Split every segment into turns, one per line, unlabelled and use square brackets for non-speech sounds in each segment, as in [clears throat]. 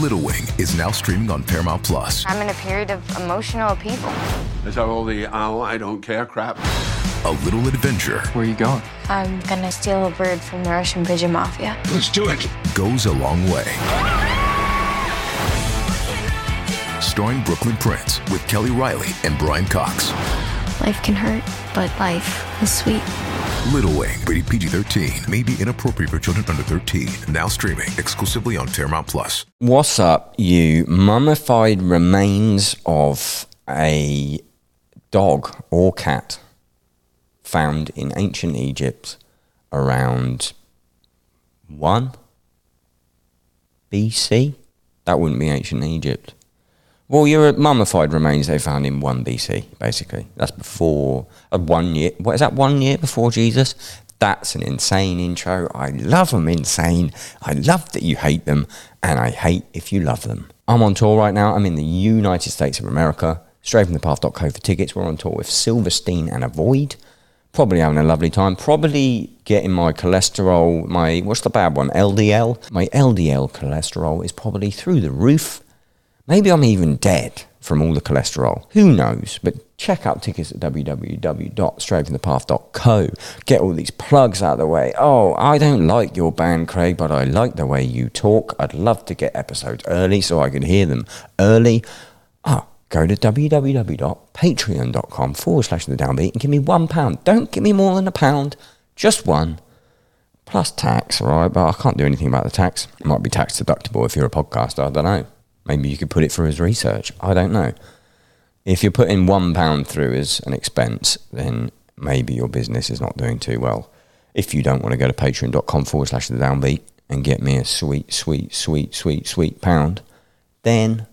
Little Wing is now streaming on Paramount Plus.
I'm in a period of emotional upheaval.
Is that all the oh, I don't care crap?
A little adventure
Where are you going?
I'm gonna steal a bird from the Russian pigeon mafia.
Let's do it.
goes a long way. Starring Brooklyn Prince with Kelly Riley and Brian Cox.
Life can hurt, but life is sweet.
Little Wing, rated PG 13, may be inappropriate for children under 13. Now streaming exclusively on Paramount Plus.
What's up, you mummified remains of a dog or cat found in ancient Egypt around 1 BC? That wouldn't be ancient Egypt. Well, your mummified remains they found in 1 BC, basically. That's before, uh, one year, what is that, one year before Jesus? That's an insane intro. I love them insane. I love that you hate them, and I hate if you love them. I'm on tour right now. I'm in the United States of America. Straight from the path.co for tickets. We're on tour with Silverstein and Avoid. Probably having a lovely time. Probably getting my cholesterol, my, what's the bad one? LDL. My LDL cholesterol is probably through the roof. Maybe I'm even dead from all the cholesterol. Who knows? But check out tickets at www.straightfromthepath.co. Get all these plugs out of the way. Oh, I don't like your band, Craig, but I like the way you talk. I'd love to get episodes early so I can hear them early. Oh, go to www.patreon.com forward slash the downbeat and give me one pound. Don't give me more than a pound, just one plus tax, all right? But I can't do anything about the tax. It might be tax deductible if you're a podcaster. I don't know. Maybe you could put it through as research. I don't know. If you're putting one pound through as an expense, then maybe your business is not doing too well. If you don't want to go to patreon.com forward slash the downbeat and get me a sweet, sweet, sweet, sweet, sweet pound, then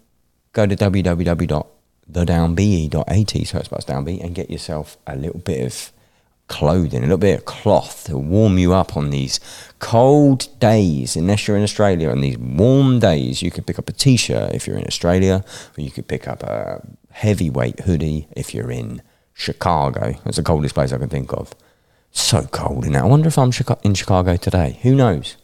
go to e www.thedownbe.at, so it's about downbeat, and get yourself a little bit of clothing, a little bit of cloth to warm you up on these cold days. Unless you're in Australia, on these warm days, you could pick up a t shirt if you're in Australia, or you could pick up a heavyweight hoodie if you're in Chicago. That's the coldest place I can think of. So cold in there. I wonder if I'm Chica- in Chicago today. Who knows?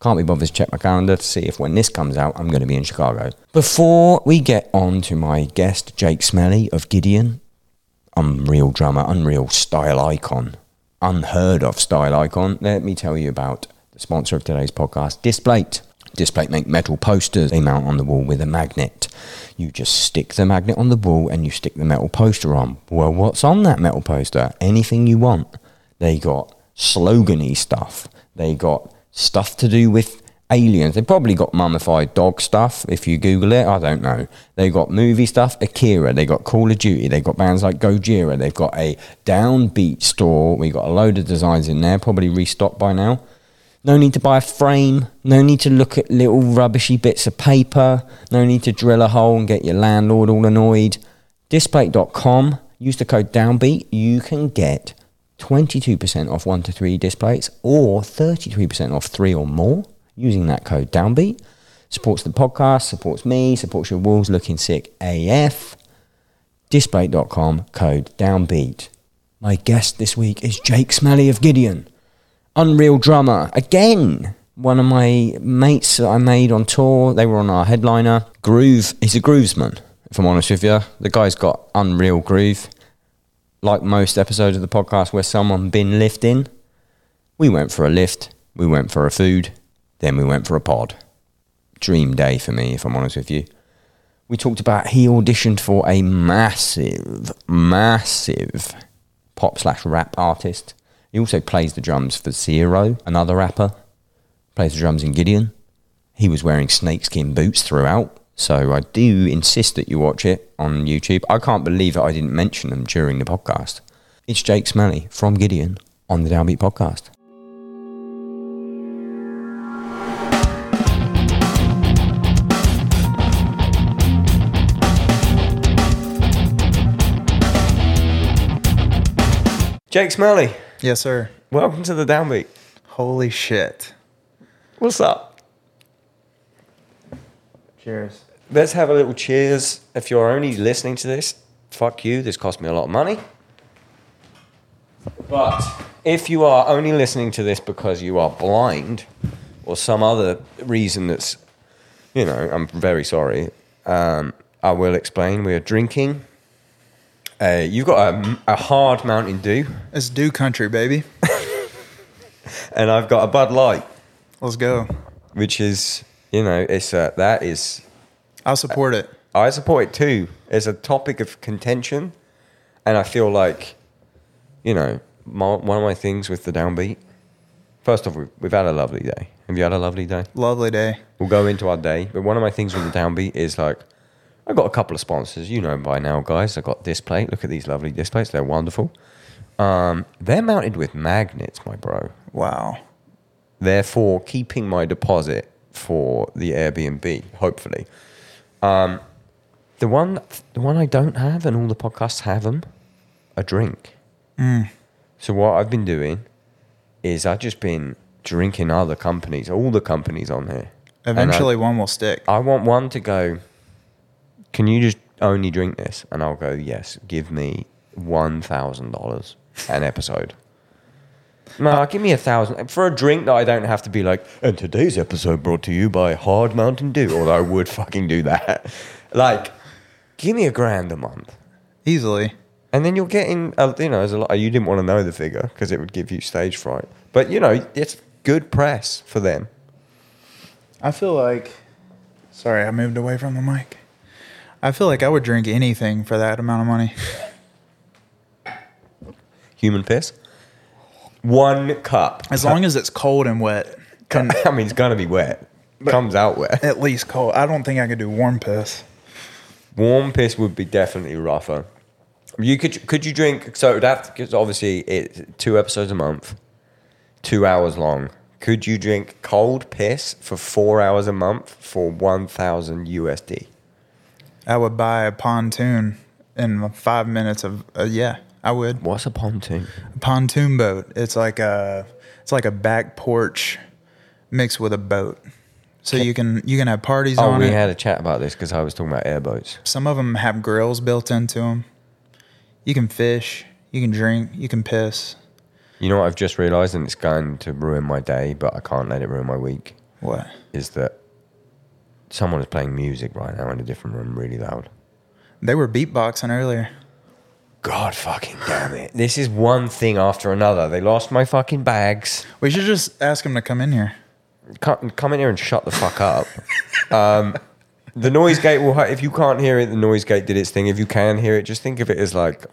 Can't be bothered to check my calendar to see if when this comes out, I'm going to be in Chicago. Before we get on to my guest, Jake Smelly of Gideon, unreal drummer, unreal style icon, unheard of style icon. Let me tell you about the sponsor of today's podcast, Displate. Displate make metal posters. They mount on the wall with a magnet. You just stick the magnet on the wall and you stick the metal poster on. Well, what's on that metal poster? Anything you want. They got slogany stuff. They got stuff to do with aliens. They probably got mummified dog stuff if you Google it. I don't know. They got movie stuff, Akira. They got Call of Duty. They got bands like Gojira. They've got a downbeat store. We got a load of designs in there, probably restocked by now. No need to buy a frame. No need to look at little rubbishy bits of paper. No need to drill a hole and get your landlord all annoyed. Displate.com. Use the code downbeat. You can get 22% off 1 to 3 displays or 33% off 3 or more using that code downbeat. Supports the podcast, supports me, supports your walls looking sick AF. Displate.com, code downbeat. My guest this week is Jake Smelly of Gideon. Unreal drummer. Again, one of my mates that I made on tour, they were on our headliner. Groove, he's a groovesman, if I'm honest with you. The guy's got unreal groove. Like most episodes of the podcast where someone been lifting, we went for a lift, we went for a food, then we went for a pod. Dream day for me, if I'm honest with you. We talked about he auditioned for a massive, massive pop slash rap artist. He also plays the drums for Zero, another rapper. Plays the drums in Gideon. He was wearing snakeskin boots throughout. So I do insist that you watch it on YouTube. I can't believe that I didn't mention them during the podcast. It's Jake Smelly from Gideon on the Downbeat podcast. Jake Smelly,
Yes, sir.
welcome to the Downbeat.
Holy shit.
What's up?
Cheers.
Let's have a little cheers. If you're only listening to this, fuck you. This cost me a lot of money. But if you are only listening to this because you are blind or some other reason that's you know, I'm very sorry. Um, I will explain. We are drinking. Uh, you've got a, a hard Mountain Dew,
It's dew country, baby.
and I've got a Bud Light,
Let's go.
which is, you know, it's uh, that is.
I'll support it.
I support it too. It's a topic of contention, and I feel like, you know, my, one of my things with the downbeat. First off, we've, we've had a lovely day. Have you had a lovely day?
Lovely day.
We'll go into our day. But one of my things with the downbeat is like, I got a couple of sponsors. You know by now, guys. I got this plate. Look at these lovely displays. They're wonderful. Um, they're mounted with magnets, my bro.
Wow.
Therefore, keeping my deposit for the Airbnb, hopefully. Um, the one, the one I don't have, and all the podcasts have them, a drink. So what I've been doing is I've just been drinking other companies, all the companies on here. And I-
Eventually, one will stick.
I want one to go, can you just only drink this? And I'll go, yes, give me $1,000 an episode. No, give me a thousand for a drink that I don't have to be like. And today's episode brought to you by Hard Mountain Dew. Although I would fucking do that. [laughs] Like, give me a grand a month,
Easily.
and then you're getting. A, you know, there's a lot. You didn't want to know the figure because it would give you stage fright. But you know, it's good press for them.
I feel like. Sorry, I moved away from the mic. I feel like I would drink anything for that amount of money.
Human piss. One cup.
As long as it's cold and wet. And
I mean, it's gonna be wet. Comes out wet.
[laughs] at least cold. I don't think I could do warm piss.
Warm piss would be definitely rougher. You could could you drink? So it would have to because obviously it's two episodes a month, two hours long. Could you drink cold piss for four hours a month for one thousand USD?
I would buy a pontoon in five minutes of. Uh, yeah, I would.
What's a pontoon?
pontoon boat. It's like a it's like a back porch mixed with a boat. So you can you can have parties
Oh,
on
we
it.
had a chat about this because I was talking about airboats.
Some of them have grills built into them. You can fish, you can drink, you can piss.
You know what I've just realised, and it's going to ruin my day, but I can't let it ruin my week.
What?
Is that someone is playing music right now in a different room, really loud.
They were beatboxing earlier.
God fucking damn it. This is one thing after another. They lost my fucking bags.
We should just ask them to come in here.
Come, come in here and shut the fuck up. um, the noise gate will, ha- if you can't hear it, the noise gate did its thing. If you can hear it, just think of it as like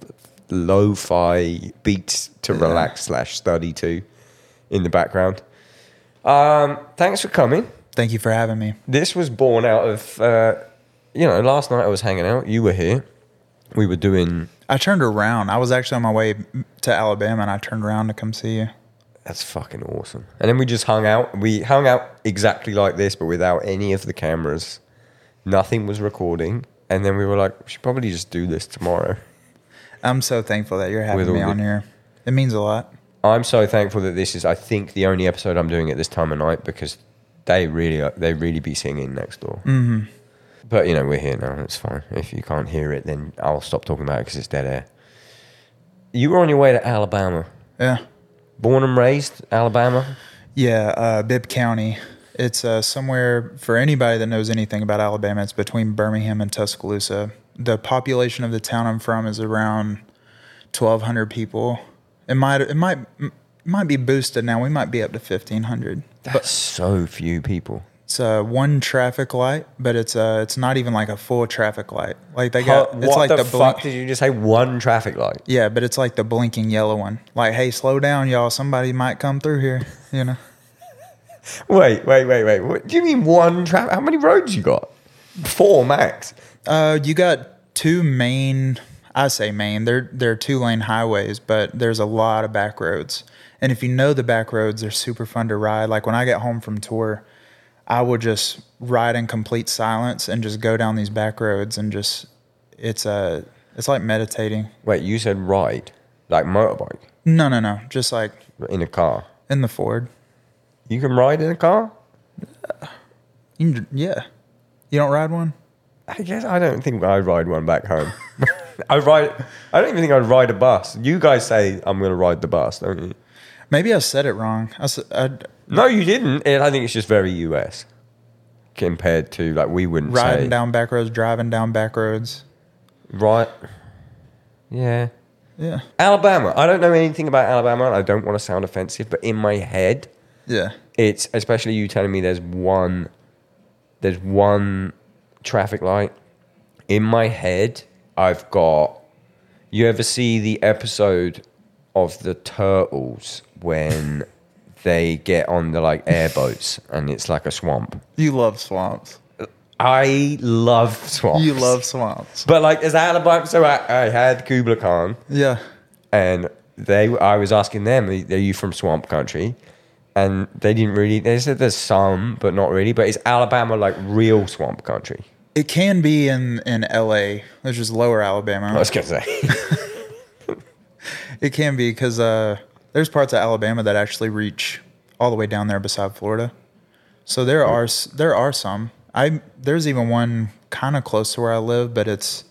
lo fi beats to relax slash study to in the background. Um, thanks for coming.
Thank you for having me.
this was born out of uh, you know last night i was hanging out you were here we were doing
I turned around. I was actually on my way to Alabama and I turned around to come see you.
that's fucking awesome and then we just hung out we hung out exactly like this but without any of the cameras nothing was recording and then we were like we should probably just do this tomorrow
I'm so thankful that you're
With
having
all
me
the-
on here. It means a lot.
i'm so thankful that this is i think the only episode i'm doing at this time of night because they really they really be singing next door mm-hmm. but you know we're here now it's fine if you can't hear it then i'll stop talking about it because it's dead air you were on your way to alabama
Yeah.
born and raised Alabama.
Yeah, uh, Bibb County. It's uh, somewhere for anybody that knows anything about Alabama. It's between Birmingham and Tuscaloosa. The population of the town I'm from is around 1,200 people. It might it might m- might be boosted now. We might be up to 1,500.
But so few people.
It's uh, one traffic light, but it's uh, it's not even like a full traffic light. Like they got it's
what
like
the,
blink-
fuck did you just say? One traffic light.
yeah, but it's like the blinking yellow one. Like hey, slow down, y'all. Somebody might come through here. You know.
Wait, wait, wait, wait. What do you mean one traffic? How many roads you got? Four max.
Uh, you got two main. I say main. They're they're two lane highways, but there's a lot of back roads. And if you know the back roads, they're super fun to ride. Like when I get home from tour, I will just ride in complete silence and just go down these back roads and just it's a it's like meditating.
Wait, you said ride like motorbike
No, no, no. Just like
in a car.
in the Ford.
You can ride in a car.
You can, yeah. You don't ride one?
I guess I don't think I ride one back home. [laughs] I ride. I don't even think I'd ride a bus. You guys say I'm gonna ride the bus, don't you?
Maybe I said it wrong. I, s- I-
No, you didn't. And I think it's just very US. compared to like we wouldn't
Riding
say
down back roads, driving down back roads.
right. Yeah,
Yeah.
Alabama. I don't know anything about Alabama. and I don't want to sound offensive, but in my head,
Yeah.
it's especially you telling me there's one there's one traffic light in my head i've got you ever see the episode of the turtles
[laughs]
when they get on the like airboats and it's like a swamp
You love swamps.
i love swamps
You love swamps.
but like as alabama so i, I had kubla khan
Yeah.
and they I was asking them, are you from swamp country? And they didn't really. They said there's some, but not really. But is Alabama like real swamp country? [laughs]
It can be in in LA, which is lower Alabama.
I was gonna say. [laughs]
It can be because uh, there's parts of Alabama that actually reach all the way down there beside Florida. So there are s- there are some. I there's even one kind of close to where I live, but it's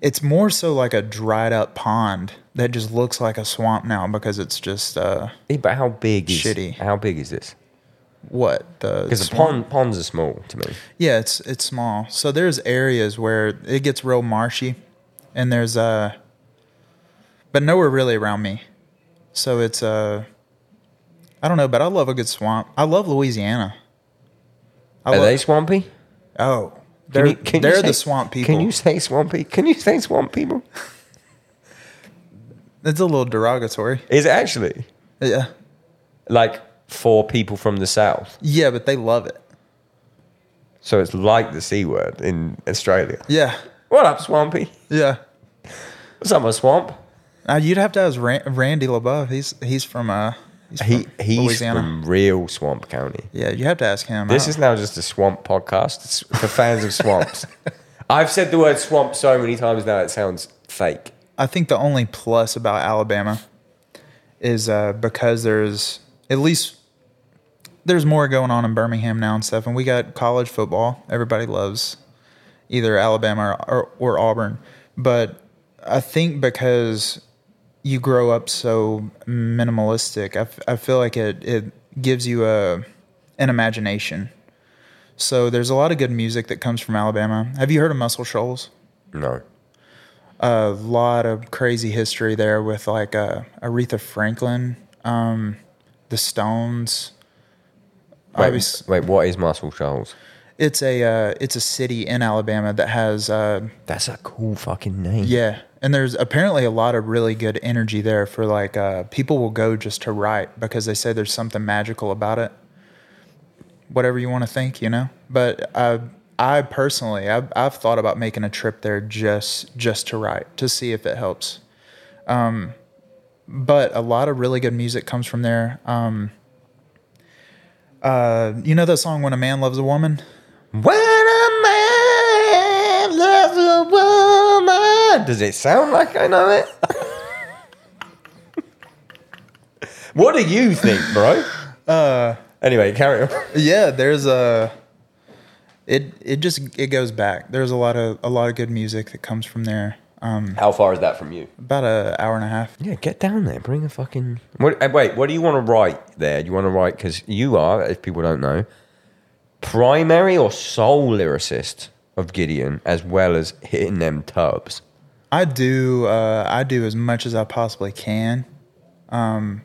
it's more so like a dried up pond that just looks like a swamp now because it's just uh,
Yeah, but how big is
Shitty.
how big is this?
what the
Because the
swamp- Oh,
pond, ponds are small to me.
Yeah, it's it's small. So there's areas where it gets real marshy, and there's uh, but nowhere really around me. So it's uh, I don't know, but I love a good swamp. I love Louisiana. I
Are
love,
they swampy?
Oh,
Can
they're
you- can you
they're
say-
the swamp people.
Can you say swampy? Can you say swamp people?
It's a little derogatory.
Is it actually
Yeah,
like for people from the south?
yeah, but they love it.
So it's like the c word in Australia.
Yeah,
What up, swampy?
yeah.
What's up, my swamp?
Uh, you'd have to ask Ran- Randy LaBeouf. He's he's from uh he's
He
from
he's
Louisiana.
from real swamp county.
yeah, you have to ask him. I
This
don't-
is now just a swamp podcast It's for fans of swamps. [laughs] I've said the word swamp so many times now it sounds fake.
I think the only plus about Alabama is uh, because there's at least there's more going on in Birmingham now and stuff, and we got college football. Everybody loves either Alabama or, or, or Auburn, but I think because you grow up so minimalistic, I, f- I feel like it it gives you a an imagination. So there's a lot of good music that comes from Alabama. Have you heard of Muscle Shoals?
No.
a lot of crazy history there with like uh, Aretha Franklin, um, the Stones.
Wait,
Obvious-
wait, what is Muscle Shoals?
it's a uh, it's a city in Alabama that has uh,
That's a cool fucking name.
yeah, and there's apparently a lot of really good energy there for like uh, people will go just to write because they say there's something magical about it. Whatever you want to think, you know. But I, I personally, I've, I've thought about making a trip there just just to write to see if it helps. Um, but a lot of really good music comes from there. Um, uh, you know that song "When a Man Loves a Woman."
When a man loves a woman. Does it sound like I know it? [laughs] what do you think, bro? Uh. anyway, carry on.
yeah there's a it it just it goes back there's a lot of a lot of good music that comes from there um
How far is that from you?
about an hour and a half
Yeah, get down there. Bring a fucking. What, uh, wait, what do you want to write there? You want to write because you are, if people don't know, primary or sole lyricist of Gideon, as well as hitting them tubs.
i do uh i do as much as i possibly can um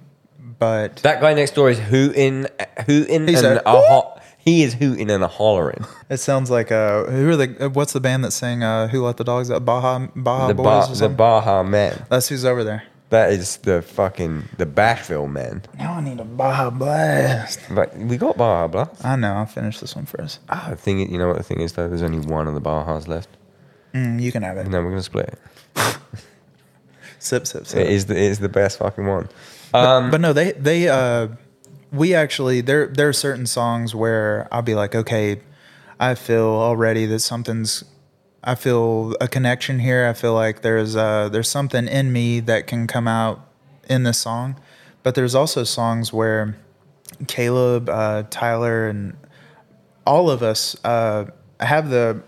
but
That guy next door is hooting, hooting,
He's
and
a-
a, ho- he is hooting and a [laughs] hollering.
it sounds like uh who are the what's the band that sang uh who let the dogs out baja baja
the
boys
ba-
or
the
something?
Baja man.
that's who's over there
That is the fucking the Bashville man.
now i need a baja blast
But we got Baja Blah.
i know i'll finish this one first
Ah, the thing, you know what the thing is though? There's only one of the Bajas left,
Mm, you can have it
and then we're gonna split it.
sip sip sip
It is the it is the best fucking one.
but no, they they uh, we actually there there are certain songs where I'll be like, okay, I feel already that something's, I feel a connection here. I feel like there's uh there's something in me that can come out in this song, but there's also songs where Caleb, uh, Tyler, and all of us uh, have the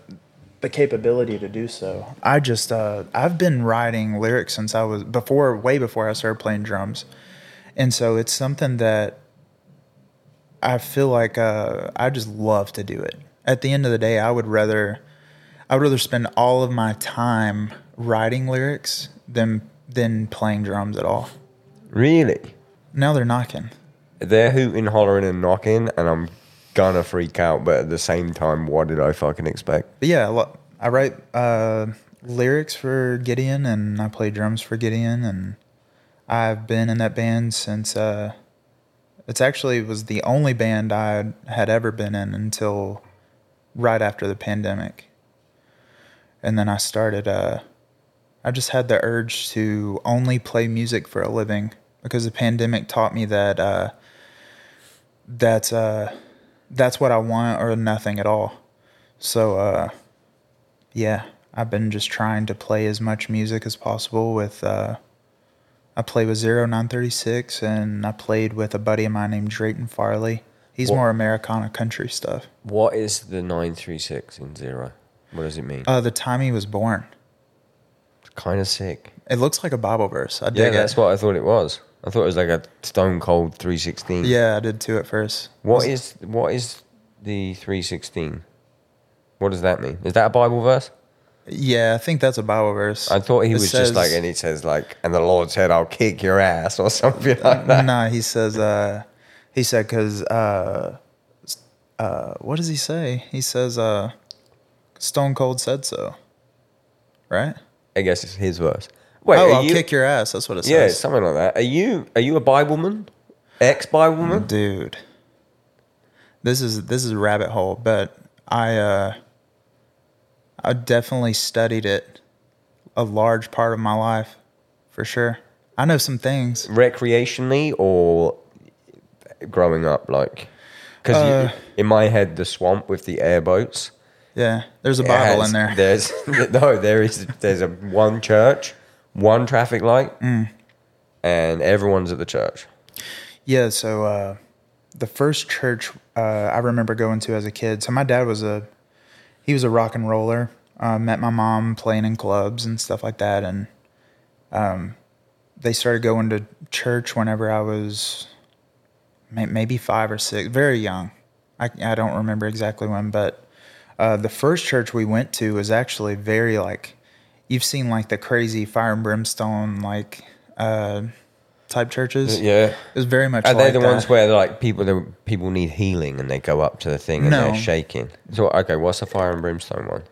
the capability to do so. I just uh, I've been writing lyrics since I was before way before I started playing drums, and so it's something that I feel like uh, I just love to do it. At the end of the day, I would rather I would rather spend all of my time writing lyrics than than playing drums at all.
Really?
Now they're knocking.
They're hooting, hollering, and knocking, and I'm gonna freak out. But at the same time, what did I fucking expect?
But yeah, lo- I write uh, lyrics for Gideon and I play drums for Gideon and I've been in that band since uh, it's actually was the only band I had ever been in until right after the pandemic. And then I started uh, I just had the urge to only play music for a living because the pandemic taught me that uh, that's uh, that's what I want or nothing at all. So uh, yeah, I've been just trying to play as much music as possible with uh, I play with Zero Nine Thirty Six and I played with a buddy of mine named Drayton Farley. He's
What-
more Americana country stuff.
What is the nine three six in zero? What does it mean?
Uh, the time he was born.
kind of sick.
It looks like a Bible verse. I dig
Yeah,
it.
that's what I thought it was. I thought it was like a stone cold three sixteen.
Yeah, I did too at first.
What is what is the three sixteen? What does that mean? Is that a Bible verse?
Yeah, I think that's a Bible verse.
I thought he
It
was just like,
says-
and he says like, and the Lord said, "I'll kick your ass" or [laughs] something like that. [laughs]
No, he says. Uh, he said because uh, s- uh, what does he say? He says uh, Stone Cold said so, right?
I guess it's his verse. Wait,
oh,
are
I'll
you,
kick your ass. That's what it
Yeah,
says.
something like that. Are you are you a Bibleman? Ex Bibleman?
dude. This is this is a rabbit hole, but I uh, I definitely studied it a large part of my life, for sure. I know some things.
Recreationally or growing up, like because
Uh,
in my head, the swamp with the airboats.
Yeah, there's a
it
Bible
has-
in there.
There's [laughs] no, there is. There's a one church, one traffic light,
Mm.
and everyone's at the church.
Yeah, so uh, the first church uh, I remember going to as a kid. So my dad was a he was a rock and roller. Uh, met my mom playing in clubs and stuff like that, and um, they started going to church whenever I was may- maybe five or six, very young. I I don't remember exactly when, but uh, the first church we went to was actually very like you've seen like the crazy fire and brimstone like uh, type churches.
Yeah.
It was very much.
Are they
like
the
that.
ones where like people the people need healing and they go up to the thing and
No.
they're shaking? So okay, what's the fire and brimstone one?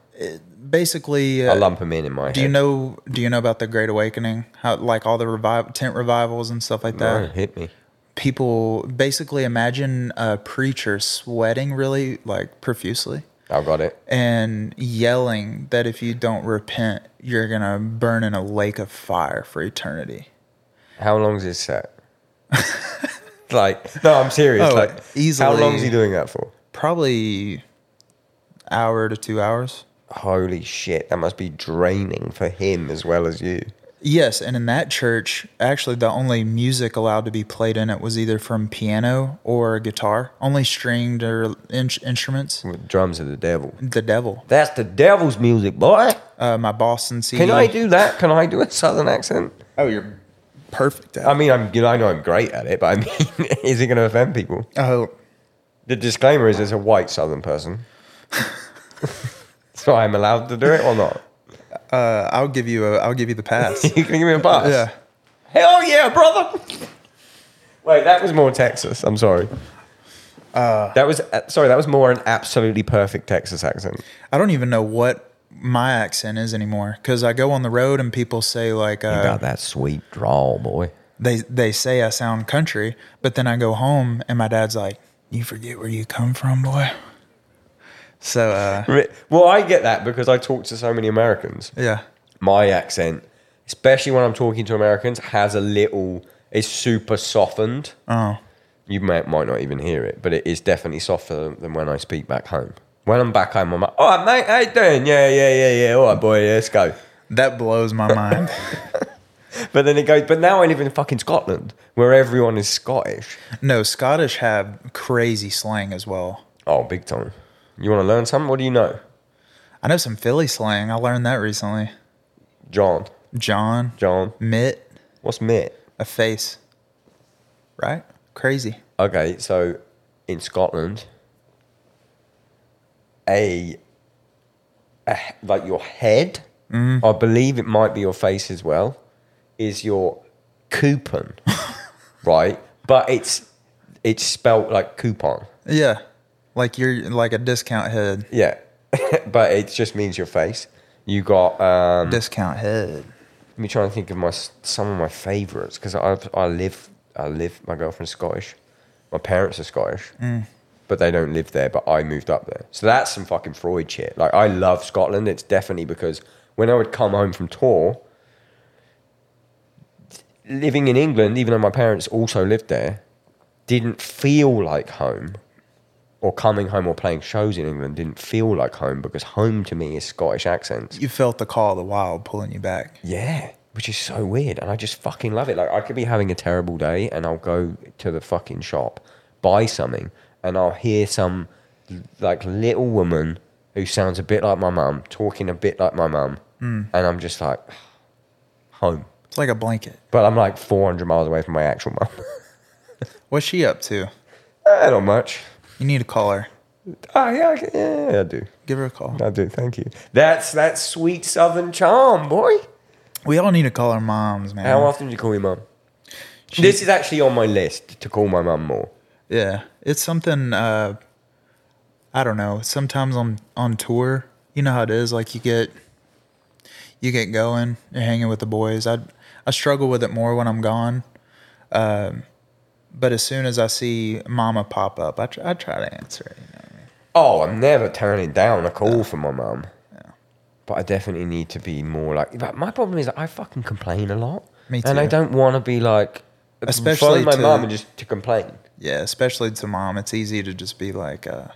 basically?
I
Uh,
lump them in in my head.
do you know? Do you know about the Great Awakening? How like all the revive tent revivals and stuff like
No,
that?
hit me.
People basically imagine a preacher sweating really like profusely
I've got it.
and yelling that if you don't repent, you're gonna burn in a lake of fire for eternity.
How long's his set? [laughs] like no, I'm serious.
Oh,
like How
easily-
long's he doing that for?
Probably hour to two hours.
Holy shit, that must be draining for him as well as you.
Yes, and in that church, actually, the only music allowed to be played in it was either from piano or guitar, only stringed or in- instruments.
With drums of the devil.
The devil.
That's the devil's music, boy.
Uh, my Boston CD.
Can I do that? Can I do a southern accent?
Oh, you're perfect. At
I mean, I'm you know, I know I'm great at it, but I mean, [laughs] is it going to offend people?
oh,
The disclaimer is, as a white Southern person, [laughs] so I'm allowed to do it or not?
uh, I'll give you a. I'll give you the pass.
[laughs] You can give me a pass.
yeah.
Hell yeah, brother. Wait, that was more Texas. I'm sorry. that was uh, sorry. That was more an absolutely perfect Texas accent.
I don't even know what my accent is anymore because I go on the road and people say like, uh,
that sweet drawl, boy.
they they say I sound country, but then I go home and my dad's like, "You forget where you come from, boy." So uh,
Well, I get that because I talk to so many Americans.
yeah.
my accent, especially when I'm talking to Americans, has a little. It's super softened.
Oh.
You might might not even hear it, but it is definitely softer than when I speak back home. When I'm back home, I'm like, "All right, mate, how you doing? Yeah, yeah, yeah, yeah. All right, boy, let's go."
That blows my mind. [laughs]
But then it goes. But now I live in fucking Scotland, where everyone is Scottish.
no, Scottish have crazy slang as well.
Oh, big time. You want to learn something? What do you know,
I know some Philly slang. I learned that recently.
John?
John,
John,
mitt,
what's mitt?
a face. Right? Crazy.
Okay, so in Scotland, a, a h- like your head. I believe it might be your face as well. Is your coupon right? But it's it's spelt like coupon.
Yeah. Like you're like a discount head.
Yeah, [laughs] but it just means your face. You got. Um,
Discount head.
let me try and think of my s- some of my favorites because I I live I live. My girlfriend's Scottish. My parents are Scottish, but they don't live there. But I moved up there, so that's some fucking Freud shit. Like I love Scotland. It's definitely because when I would come home from tour, living in England, even though my parents also lived there, didn't feel like home. Or coming home or playing shows in England didn't feel like home because home to me is Scottish accents.
You felt the call of the wild pulling you back.
Yeah, which is so weird. And I just fucking love it. Like, I could be having a terrible day and I'll go to the fucking shop, buy something, and I'll hear some like little woman who sounds a bit like my mum talking a bit like my mum. And I'm just like, [sighs] home.
It's like a blanket.
But I'm like 400 miles away from my actual mum. [laughs]
What's she up to?
Eh, Not much.
You need to call her.
Oh, yeah, I, yeah, I do.
Give her a call.
I do. Thank you. That's that sweet southern charm, boy.
We all need to call our moms, man.
How often do you call your mum?
Hmm. She-
This is actually on my list to call my mum more.
Yeah, it's something. Uh, I don't know. Sometimes on on tour, you know how it is. Like you get you get going, you're hanging with the boys. I I struggle with it more when I'm gone. Um, but as soon as I see Mama pop up, I tr- I try to answer it. You know?
Oh, I'm never turning down a call from my mum. But I definitely need to be more like. But my problem is I fucking complain a lot.
Me
And I
too.
don't want to be like. phone
Especially
my
to-
mum and just to complain.
Yeah, especially to mom, it's easy to just be like, uh,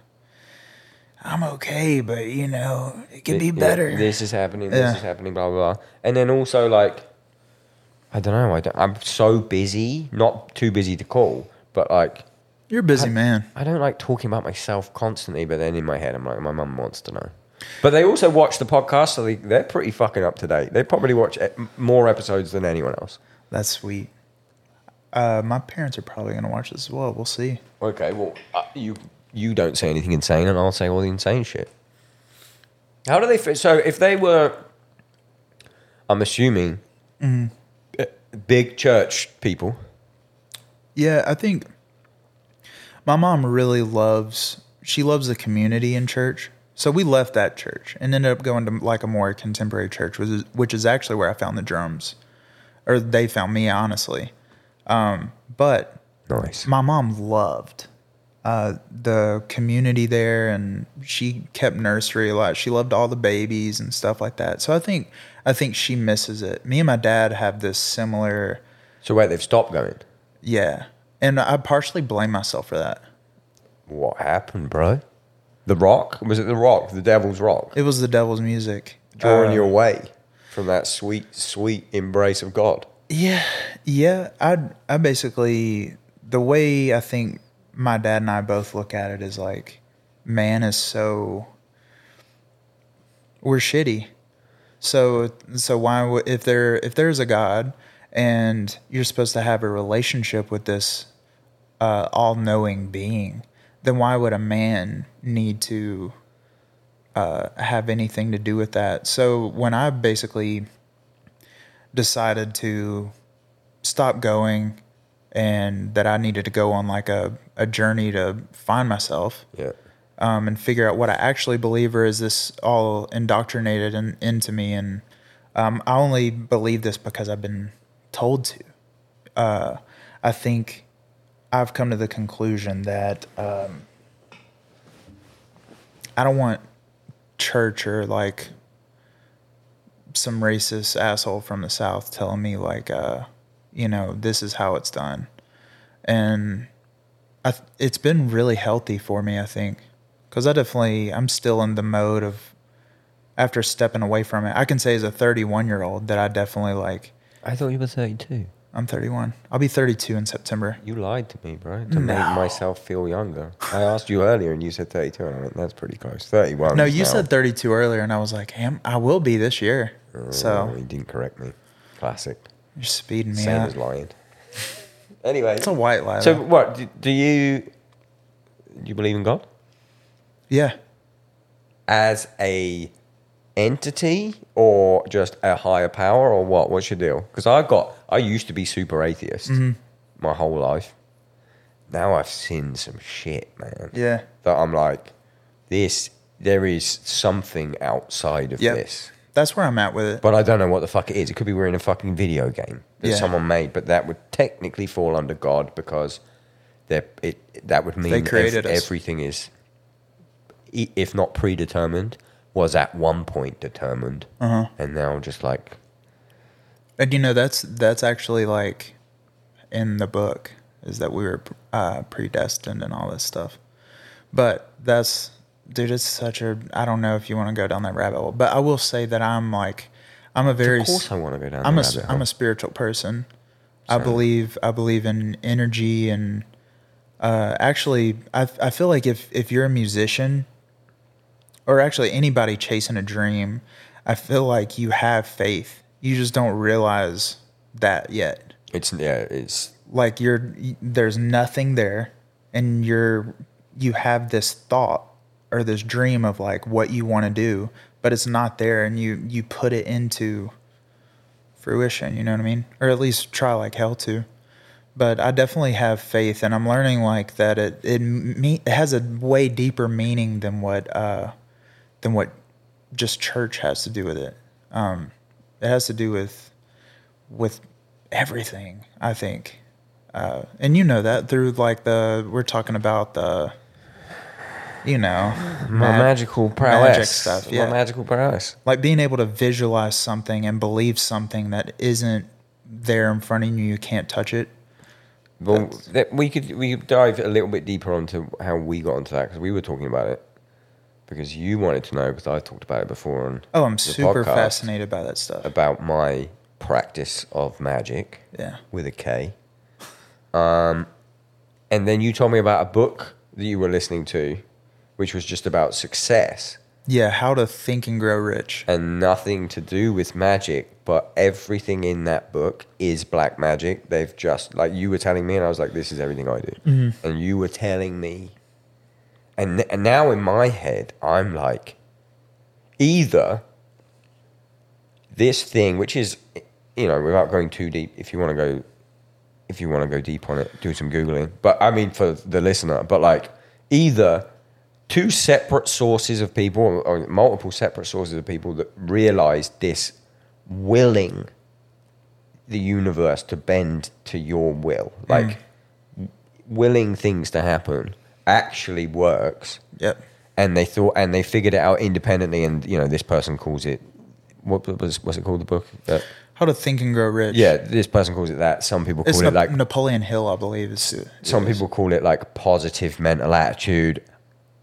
"I'm okay, but you know, it could be
Yeah,
better."
this is happening.
Yeah.
This is happening. Blah blah blah. And then also like, I don't know. I don't, I'm so busy. Not too busy to call, but like
You're a busy man.
I don't like talking about myself constantly, but then in my head, I'm like, my mum wants to know. But they also watch the podcast, so they, they're pretty fucking up to date. They probably watch e- more episodes than anyone else.
That's sweet. Uh, my parents are probably gonna watch this as well. We'll see.
Okay, well, uh, you you don't say anything insane, and I'll say all the insane shit. How do they fit? So if they were, I'm assuming, b- big church people.
Yeah, I think my mom really loves she loves the community in church. So we left that church and ended up going to like a more contemporary church, which is, which is actually where I found the drums, or they found me honestly. Um, but
Nice.
my mom loved uh, the community there, and she kept nursery a lot. She loved all the babies and stuff like that. So I think I think she misses it. Me and my dad have this similar.
So wait, they've stopped going.
Yeah. And I partially blame myself for that.
What happened, bro? The Rock was it? The Rock, the Devil's Rock.
It was the devil's music.
drawing
Uh,
you away from that sweet, sweet embrace of God.
Yeah. Yeah. I I basically the way I think my dad and I both look at it is like man is so we're shitty. So so why would if there if there's a God and you're supposed to have a relationship with this uh, all-knowing being, then why would a man need to uh, have anything to do with that? So when I basically decided to stop going and that I needed to go on like a, a journey to find myself
Yeah.
um, and figure out what I actually believe, or is this all indoctrinated in, into me? And um, I only believe this because I've been told to. Uh, I think I've come to the conclusion that um, I don't want church or like some racist asshole from the South telling me, like, uh, you know, this is how it's done. And I th- it's been really healthy for me, I think, because I definitely I'm still in the mode of after stepping away from it. I can say as a 31 year old that I definitely like
I thought you were 32.
I'm 31. I'll be 32 in September.
You lied to me, bro, to make myself feel younger. I asked you earlier and you said 32, and I went, that's pretty close. 31.
No,
is
you
now. [laughs]
said 32 earlier, and I was like, "Am I will be this year."
Oh,
So
you didn't correct me. Classic.
you're speeding me
Same
up.
as lying. anyway.
It's a white lie.
so,
though.
what? Do, do you. Do you believe in God?
yeah,
as a entity or just a higher power or what? What's your deal? Because I got, I used to be super atheist my whole life. Now I've seen some shit, man.
Yeah.
That I'm like, this, there is something outside of
Yep.
this.
That's where I'm at with it.
But I don't know what the fuck it is. It could be we're in a fucking video game that
Yeah.
someone made, but that would technically fall under God because they're, it that would mean
They
ev-
created us.
everything is, i- if not predetermined, was at one point determined,
Uh-huh.
and now just like
And you know that's that's actually like in the book is that we were uh, predestined and all this stuff. But that's dude, it's such a I don't know if you want to go down that rabbit hole, but I will say that I'm like I'm a very
of course I want to go down.
I'm
the
a s-
rabbit
I'm
hole.
a spiritual person. I believe I believe in energy and uh, actually I I feel like if if you're a musician or actually anybody chasing a dream, I feel like you have faith. You just don't realize that yet.
It's yeah, it's
Like you're y- there's nothing there and you're you have this thought or this dream of like what you want to do, but it's not there and you you put it into fruition, you know what I mean? Or at least try like hell to. But I definitely have faith and I'm learning like that it it, me- it has a way deeper meaning than what uh than what just church has to do with it. Um it has to do with with everything, I think. Uh and you know that through like the we're talking about the you know
my
mag-
magical prowess.
magic stuff,
My
yeah.
magical prowess.
like being able to visualize something and believe something that isn't there in front of you you can't touch it
Well, that we could we could dive a little bit deeper onto how we got onto that because we were talking about it because you wanted to know because I talked about it before on
oh i'm
the
super
podcast
fascinated by that stuff
about my practice of magic
yeah
with a K. Um, and then you told me about a book that you were listening to, which was just about success
yeah how to think and grow rich
and nothing to do with magic, but everything in that book is black magic. They've just like you were telling me, and I was like, "This is everything I do," and you were telling me, and and now in my head, I'm like, either this thing, which is, you know, without going too deep, if you want to go, if you want to go deep on it, do some googling. But I mean, for the listener, but like either two separate sources of people or, or multiple separate sources of people that realized this willing the universe to bend to your will like w- willing things to happen actually works
yep
and they thought and they figured it out independently and you know this person calls it what was what's it called the book Uh,
how to think and grow rich
yeah this person calls it that some people call
it's
it
Nap-
like
napoleon hill i believe is
some people call it like positive mental attitude.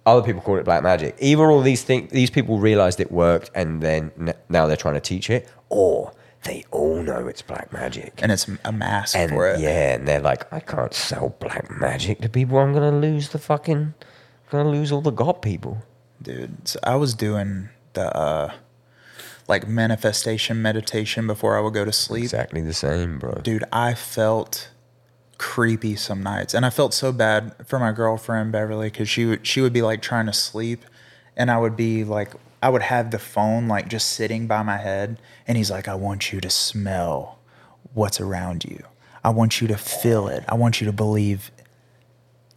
Other people call it black magic. Either all these things, these people realized it worked, and then n- now they're trying to teach it, or they all know it's black magic.
and it's a mask
And
for it
yeah, and they're like, I can't sell black magic to people. I'm gonna lose the fucking, I'm gonna lose all the god people.
dude so i was doing the uh like manifestation meditation before i would go to sleep
Exactly the same, bro.
dude, I felt creepy some nights, and I felt so bad for my girlfriend Beverly because she would she would be like trying to sleep, and I would be like I would have the phone like just sitting by my head, and he's like, I want you to smell what's around you. I want you to feel it. I want you to believe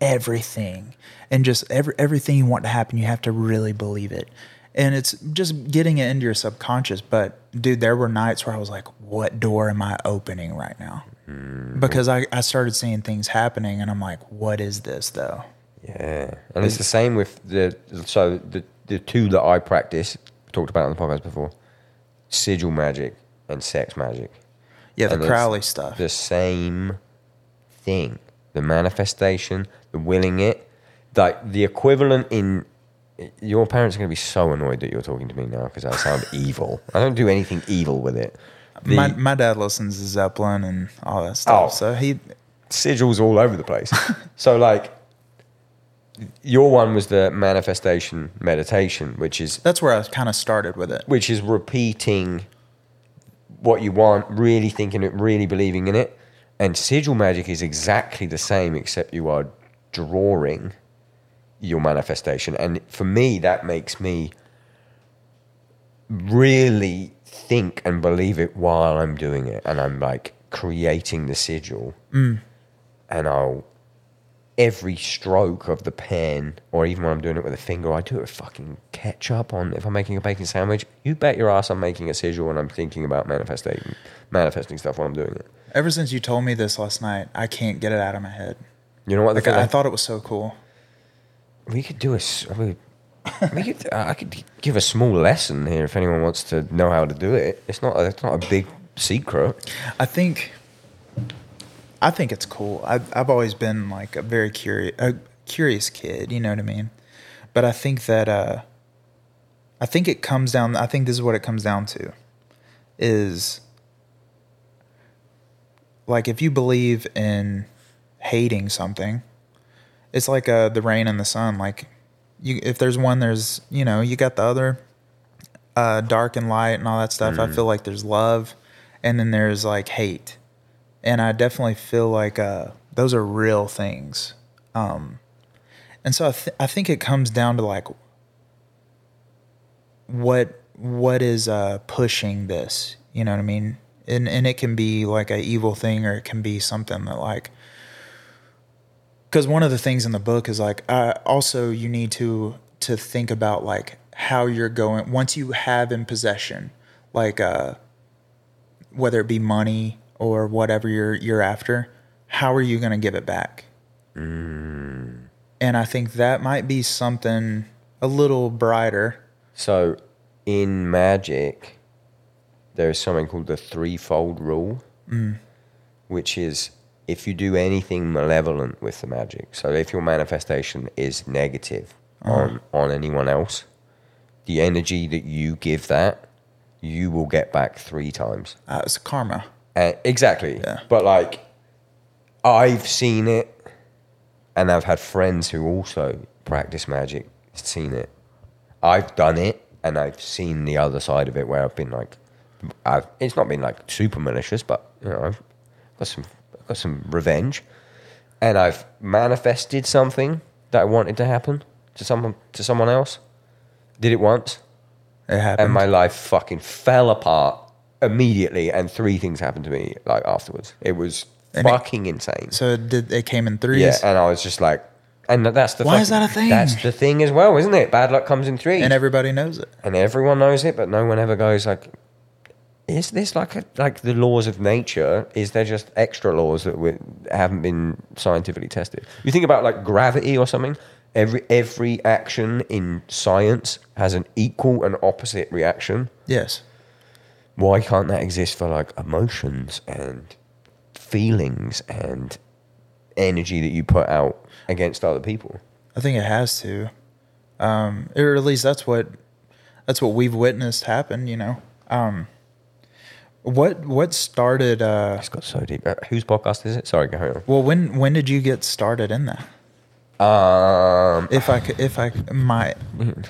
everything and just every, everything you want to happen you have to really believe it and it's just getting it into your subconscious but dude there were nights where i was like what door am i opening right now
Mm-hmm.
because I, I started seeing things happening and i'm like what is this though
Yeah, and it's the same with the so the the two that I practice talked about on the podcast before, sigil magic and sex magic.
yeah the
And it's
crowley stuff
The same thing. The manifestation, the willing it. Like the equivalent in your parents are going to be so annoyed that you're talking to me now because I
[laughs]
sound evil. I don't do anything evil with it. The
my, my dad listens to zeppelin and all that stuff
Oh.
so he
sigils all over the
[laughs]
place. so like your one was the manifestation meditation, which is
that's where i kind of started with it
which is repeating what you want, really thinking it, really believing in it. And sigil magic is exactly the same, except you are drawing your manifestation. And for me, that makes me really think and believe it while I'm doing it, and I'm like creating the sigil, and I'll every stroke of the pen, or even when I'm doing it with a finger, I do it with fucking ketchup on. If I'm making a bacon sandwich, you bet your ass I'm making a sigil and I'm thinking about manifesting, manifesting stuff while I'm doing it.
Ever since you told me this last night, I can't get it out of my head.
You know what?
Like I, I thought it was so cool.
we could do a. s- I mean, we could, uh, I could give a small lesson here if anyone wants to know how to do it. It's not. It's not a big secret.
I think, I think it's cool. I've I've always been like a very curious a curious kid. You know what I mean? But I think that uh, I think it comes down. I think this is what it comes down to, is like if you believe in hating something, it's like uh, the rain and the sun. Like you, if there's one, there's you know you got the other. Uh, dark and light and all that stuff. I feel like there's love, and then there's like hate, and I definitely feel like uh, those are real things. Um, and so I, th- I think it comes down to like what what is uh, pushing this. You know what I mean? And and it can be like a evil thing, or it can be something that like because one of the things in the book is like uh, also you need to to think about like how you're going once you have in possession like uh whether it be money or whatever you're you're after how are you going to give it back and i think that might be something a little brighter
So, in magic, there is something called the threefold rule, which is if you do anything malevolent with the magic. So, if your manifestation is negative on on anyone else, the energy that you give that, you will get back three times.
uh, it's karma
Uh, exactly.
Yeah.
But like, I've seen it, and I've had friends who also practice magic seen it. I've done it, and I've seen the other side of it where I've been like, I've it's not been like super malicious, but you know, I've got some I've got some revenge, and I've manifested something that I wanted to happen to someone to someone else. Did it once,
it happened
and my life fucking fell apart immediately and three things happened to me like afterwards it was
it-
fucking insane
so it did it came in threes
yeah and i was just like and that's the
Why is
fucking-
that a thing?
that's the thing as well isn't it bad luck comes in threes
and everybody knows it
and everyone knows it but no one ever goes like is this like a, like the laws of nature is there just extra laws that we, haven't been scientifically tested you think about like gravity or something every every action in science has an equal and opposite reaction
yes
why can't that exist for like emotions and feelings and energy that you put out against other people?
I think it has to, um, or at least that's what that's what we've witnessed happen. You know, um, what what started? Uh,
It's got so deep. Uh, whose podcast is it? Sorry, go home.
well, when when did you get started in that?
Um, [laughs]
If I could, if I could- my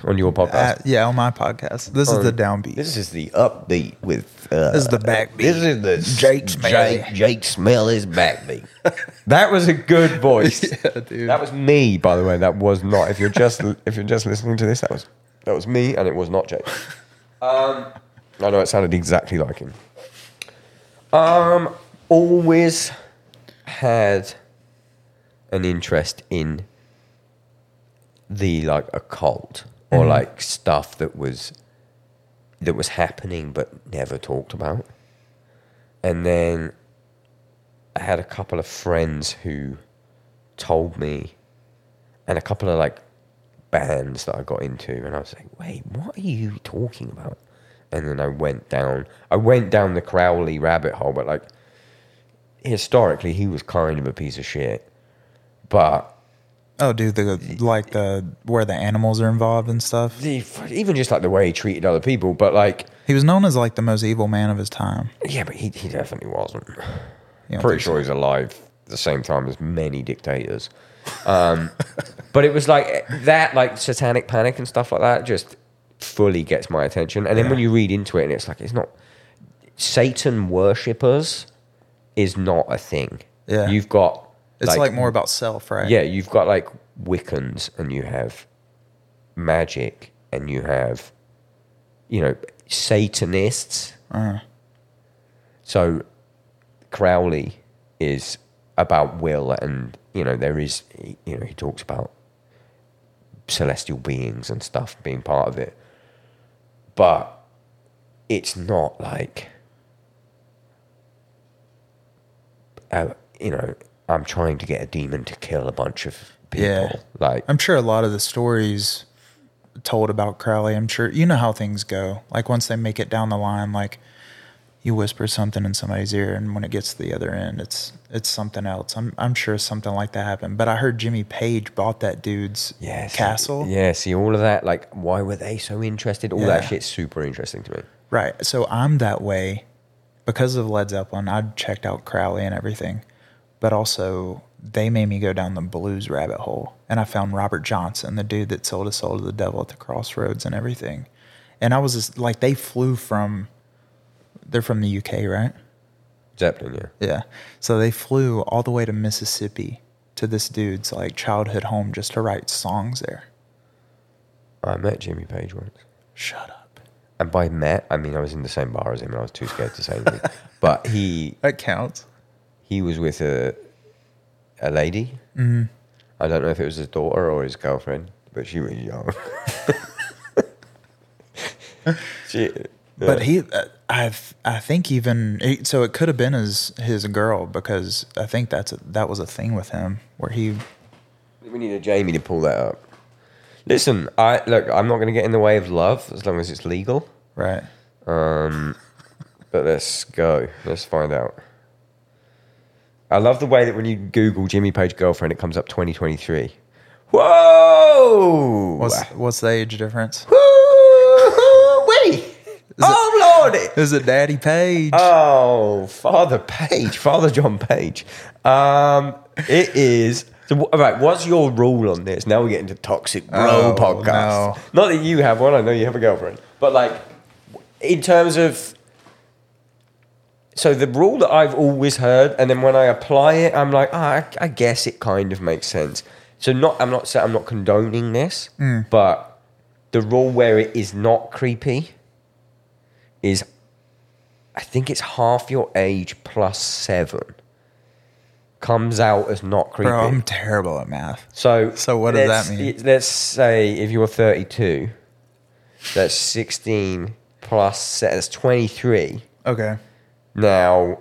on your
uh,
podcast.
yeah on my podcast, this is the downbeat.
This is the upbeat with. Uh,
This is the backbeat.
This is the
Jake Smelly.
Jake, Jake Smelly's backbeat. [laughs] that was a good voice.
[laughs] Yeah, dude.
That was me, by the way. That was not. If you're just [laughs] if you're just listening to this, that was that was me, and it was not Jake. Um, I know it sounded exactly like him. Um, always had an interest in the like occult or
Mm-hmm.
like stuff that was that was happening but never talked about. And then I had a couple of friends who told me, and a couple of like bands that I got into, and I was like, wait, what are you talking about? And then I went down, I went down the Crowley rabbit hole, but like historically, he was kind of a piece of shit. But
oh, dude, the like the where the animals are involved and stuff.
the, even just like the way he treated other people, but like,
He was known as like the most evil man of his time.
yeah, but he, he definitely wasn't.
You know,
pretty sure he's alive at the same time as many dictators. Um, [laughs] but it was like that, like satanic panic and stuff like that, just fully gets my attention. And then when you read into it, and it's like it's not Satan worshippers is not a thing.
Yeah.
you've got
It's like, more about self, right?
yeah, you've got like Wiccans and you have magic and you have, you know, Satanists. So Crowley is about will, and you know there is, you know, he talks about celestial beings and stuff being part of it, but it's not like, uh, you know, I'm trying to get a demon to kill a bunch of people.
Yeah.
Like
I'm sure a lot of the stories told about Crowley, I'm sure you know how things go. Like once they make it down the line, like you whisper something in somebody's ear and when it gets to the other end, it's it's something else. I'm I'm sure something like that happened. But I heard Jimmy Page bought that dude's
Yeah, see-
castle.
Yeah, see all of that. Like, why were they so interested? All that
Yeah.
shit's super interesting to me.
Right. So I'm that way because of Led Zeppelin. I checked out Crowley and everything, but also they made me go down the blues rabbit hole. And I found Robert Johnson, the dude that sold his soul to the devil at the crossroads and everything. And I was just like, they flew from, they're from the UK, right?
Zeppelin, yeah.
Yeah. So they flew all the way to Mississippi to this dude's like childhood home just to write songs there.
I met Jimmy Page once.
Shut up.
And by met, I mean I was in the same bar as him and I was too scared to say
[laughs]
anything. But he
That counts.
he was with a a lady. Mm.
Mm-hmm.
I don't know if it was his daughter or his girlfriend, but she was
[laughs]
young. she,
But he, uh, I, I think even it- so, it could have been his his girl because I think that's a, that was a thing with him where he.
We need a Jamie to pull that up. Listen, I look. I'm not going to get in the way of love as long as it's legal.
Right.
But let's go. Let's find out. I love the way that when you Google Jimmy Page girlfriend, it comes up 2023. Whoa!
What's what's the age difference?
Woo-wee! Oh, Lordy!
Is it Daddy Page?
Oh, Father Page, Father John Page. Um, it is. So, wh- all right, what's your rule on this? Now we're getting to toxic bro
Oh,
podcast. Not that you have one. I know you have a girlfriend, but like, w- in terms of. So the rule that I've always heard, and then when I apply it, I'm like, ah, I, I guess it kind of makes sense. So not, I'm not saying I'm not condoning this, but the rule where it is not creepy is I think it's half your age plus seven comes out as not creepy.
Bro, I'm terrible at math.
so
So what does
let's-
that mean?
Let's say if you were 32, that's 16 plus se- that's 23.
Okay.
Now,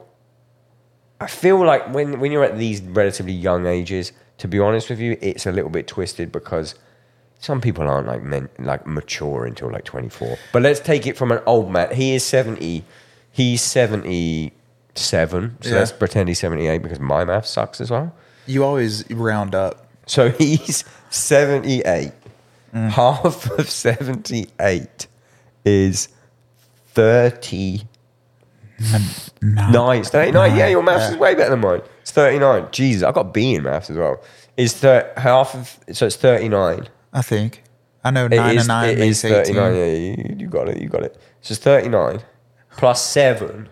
I feel like when when you're at these relatively young ages, to be honest with you, it's a little bit twisted because some people aren't like men, like mature until like 24. But let's take it from an old man. He is 70. He's 77. So
Yeah.
let's pretend he's 78 because my math sucks as well.
You always round up.
So [laughs] he's 78.
Mm.
Half of 78 is 30. Nine. It's 39. yeah, your maths is way better than mine. It's 39. Jesus, I got B in maths as well. Is thir- half of so it's 39.
I think. I know
It
nine
is-
and nine
it
makes
is 39.
eighteen.
Yeah, you, you got it. You got it. So it's 39 plus 7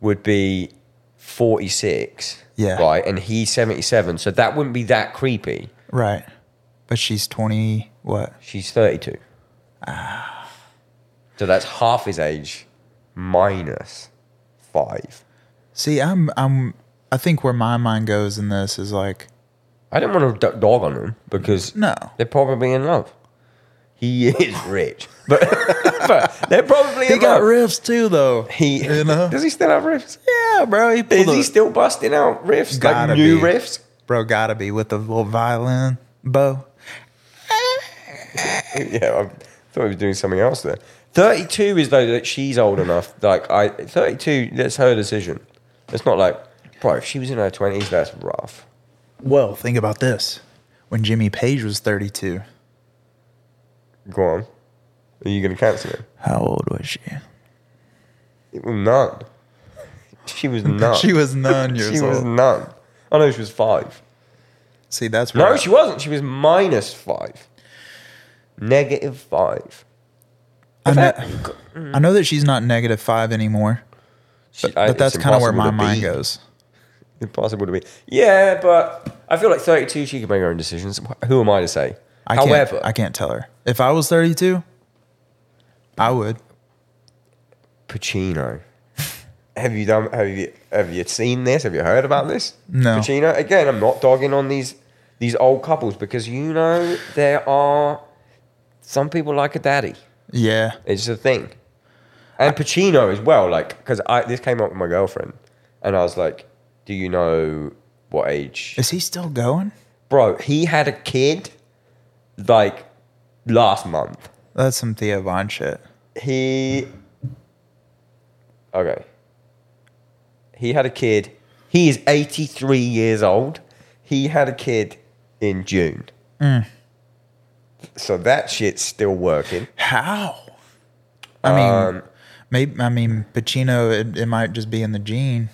would be 46.
Yeah.
Right. And he's 77. So that wouldn't be that creepy.
Right. But she's twenty. What?
She's 32.
Ah.
So that's half his age minus five.
See, I'm I'm. I think where my mind goes in this is like,
I don't want to d- dog on him because
No.
they're probably in love. He is
[laughs]
rich, but, but they're probably
he
in
got
love.
riffs too, though.
He [laughs]
you know.
does he still have riffs?
Yeah, bro. He
Is
pulled
he
a-
still busting out riffs
Gotta
like new
be.
riffs?
Bro, gotta be with the little violin bow.
yeah, I thought he was doing something else there. Thirty-two is though that she's old enough. Like I, thirty-two. That's her decision. It's not like, bro. If she was in her twenties, that's rough.
Well, think about this. When Jimmy Page was 32,
Go on. Are you going to cancel it?
how old was she?
It was none. She
[laughs]
was none.
She was nine
[laughs]
years
She
old.
was none. I know she was five.
See, that's
No,
where
she wasn't. She was minus five. Negative five.
I, know, I know that she's not negative five anymore,
She- I-
but
Uh, it's
that's kind of where
impossible
my
to
mind
be.
goes.
Impossible to be. Yeah, but I feel like 32, she can make her own decisions. Who am I to say?
I
However,
can't, I can't tell her. If I was 32, I would.
Pacino. Have you done? Have you have you seen this? Have you heard about this?
No.
Pacino. Again, I'm not dogging on these these old couples because you know there are some people like a daddy.
Yeah.
It's a thing. And Pacino as well, like because I this came up with my girlfriend, and I was like, "Do you know what age?"
Is he still going?
Bro, he had a kid like last month.
That's some Theo Vaughn shit.
He okay. He had a kid. He is eighty three years old. He had a kid in June.
Mm.
So that shit's still working.
How? I mean, maybe I mean Pacino. It, it might just be in the gene,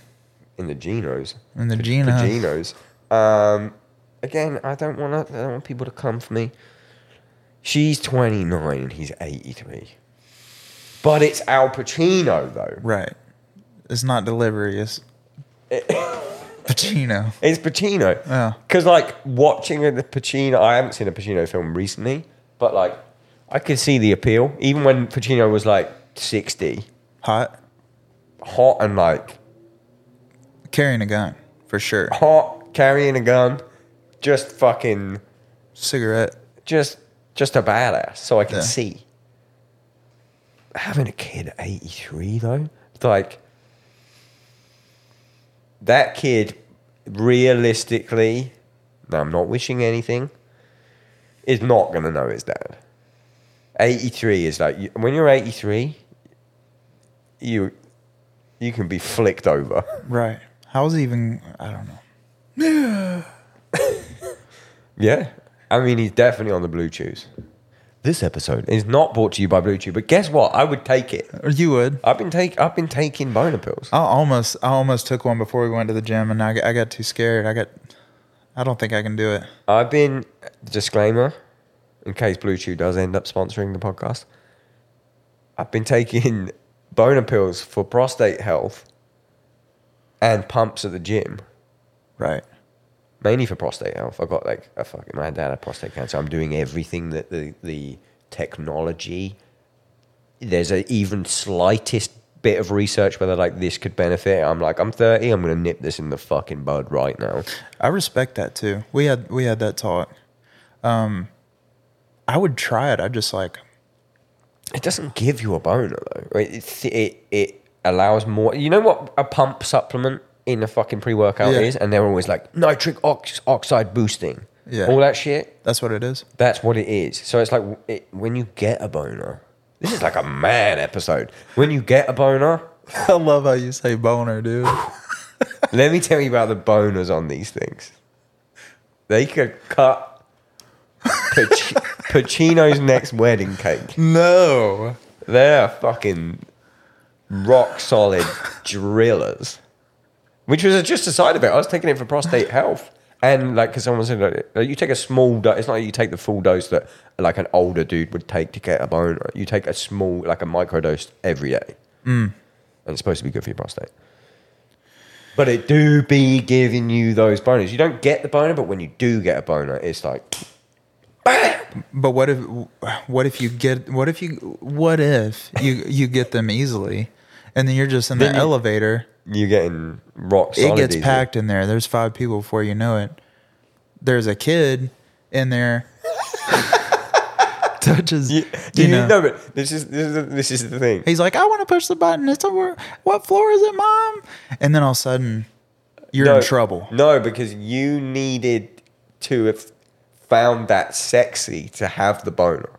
in the Genos.
in the gene.
The
huh?
Genos. Um, again, I don't want to. I don't want people to come for me. She's 29 and he's 83. But it's Al Pacino, though.
Right. It's not delivery. It's Pacino.
It's Pacino.
Yeah.
Because, like, watching a the Pacino, I haven't seen a Pacino film recently, but, like, I could see the appeal. Even when Pacino was, like, 60,
Hot.
hot and, like,
Carrying a gun for sure.
hot, carrying a gun, just fucking,
Cigarette.
just, just a badass. So I can
Yeah.
see. Having a kid at 83, though, like, that kid realistically, now I'm not wishing anything, is not going to know his dad. 83 is like, you- when you're 83, you you can be flicked over. [laughs]
Right. How's even? I don't know.
Yeah. I mean, he's definitely on the Blue Chews. This episode is not brought to you by Blue Chew, but guess what? I would take it.
Or you would.
I've been take I've been taking boner pills.
I almost I almost took one before we went to the gym, and I got, I got too scared. I got. I don't think I can do it.
I've been disclaimer, in case Blue Chew does end up sponsoring the podcast. I've been taking [laughs] boner pills for prostate health and pumps at the gym.
Right.
Mainly for prostate health. I got like a fucking my dad had prostate cancer. I'm doing everything that the the technology there's a even slightest bit of research whether like this could benefit. I'm like, I'm 30, I'm gonna nip this in the fucking bud right now.
I respect that too. We had we had that talk. Um, I would try it. I just like
It doesn't give you a boner though. It it, it, it allows more. You know what a pump supplement in a fucking pre workout
Yeah.
is, and they're always like nitric ox- oxide boosting,
Yeah.
all that shit.
that's what it is.
That's what it is. So it's like it, when you get a boner. This is like a man episode. When you get a boner,
[laughs]
[laughs]
I love how you say boner, dude.
let me tell you about the boners on these things. They could cut Pac- Pacino's next wedding cake.
[laughs] no.
They're fucking rock
[laughs]
solid drillers. Which was just a side of it. I was taking it for prostate health. And like, because someone said, like, like, you take a small dose. It's not like you take the full dose that like an older dude would take to get a boner. You take a small, like a micro dose every day.
Mm.
And it's supposed to be good for your prostate. But it do be giving you those boners. You don't get the boner, but when you do get a boner, it's like,
But what if what if you get what if you what if you you get them easily, and then you're just in the
Then you-
elevator.
you're getting rock solid.
It gets
easy.
packed in there. There's five people before you know it. There's a kid in [laughs] there. touches
You,
you,
you,
know.
know, but this is this is the, this is the thing.
He's like, I want to push the button. It's over. What floor is it, mom? And then all of a sudden, you're
no, Mm.
in trouble.
No, because you needed to have found that sexy to have the boner.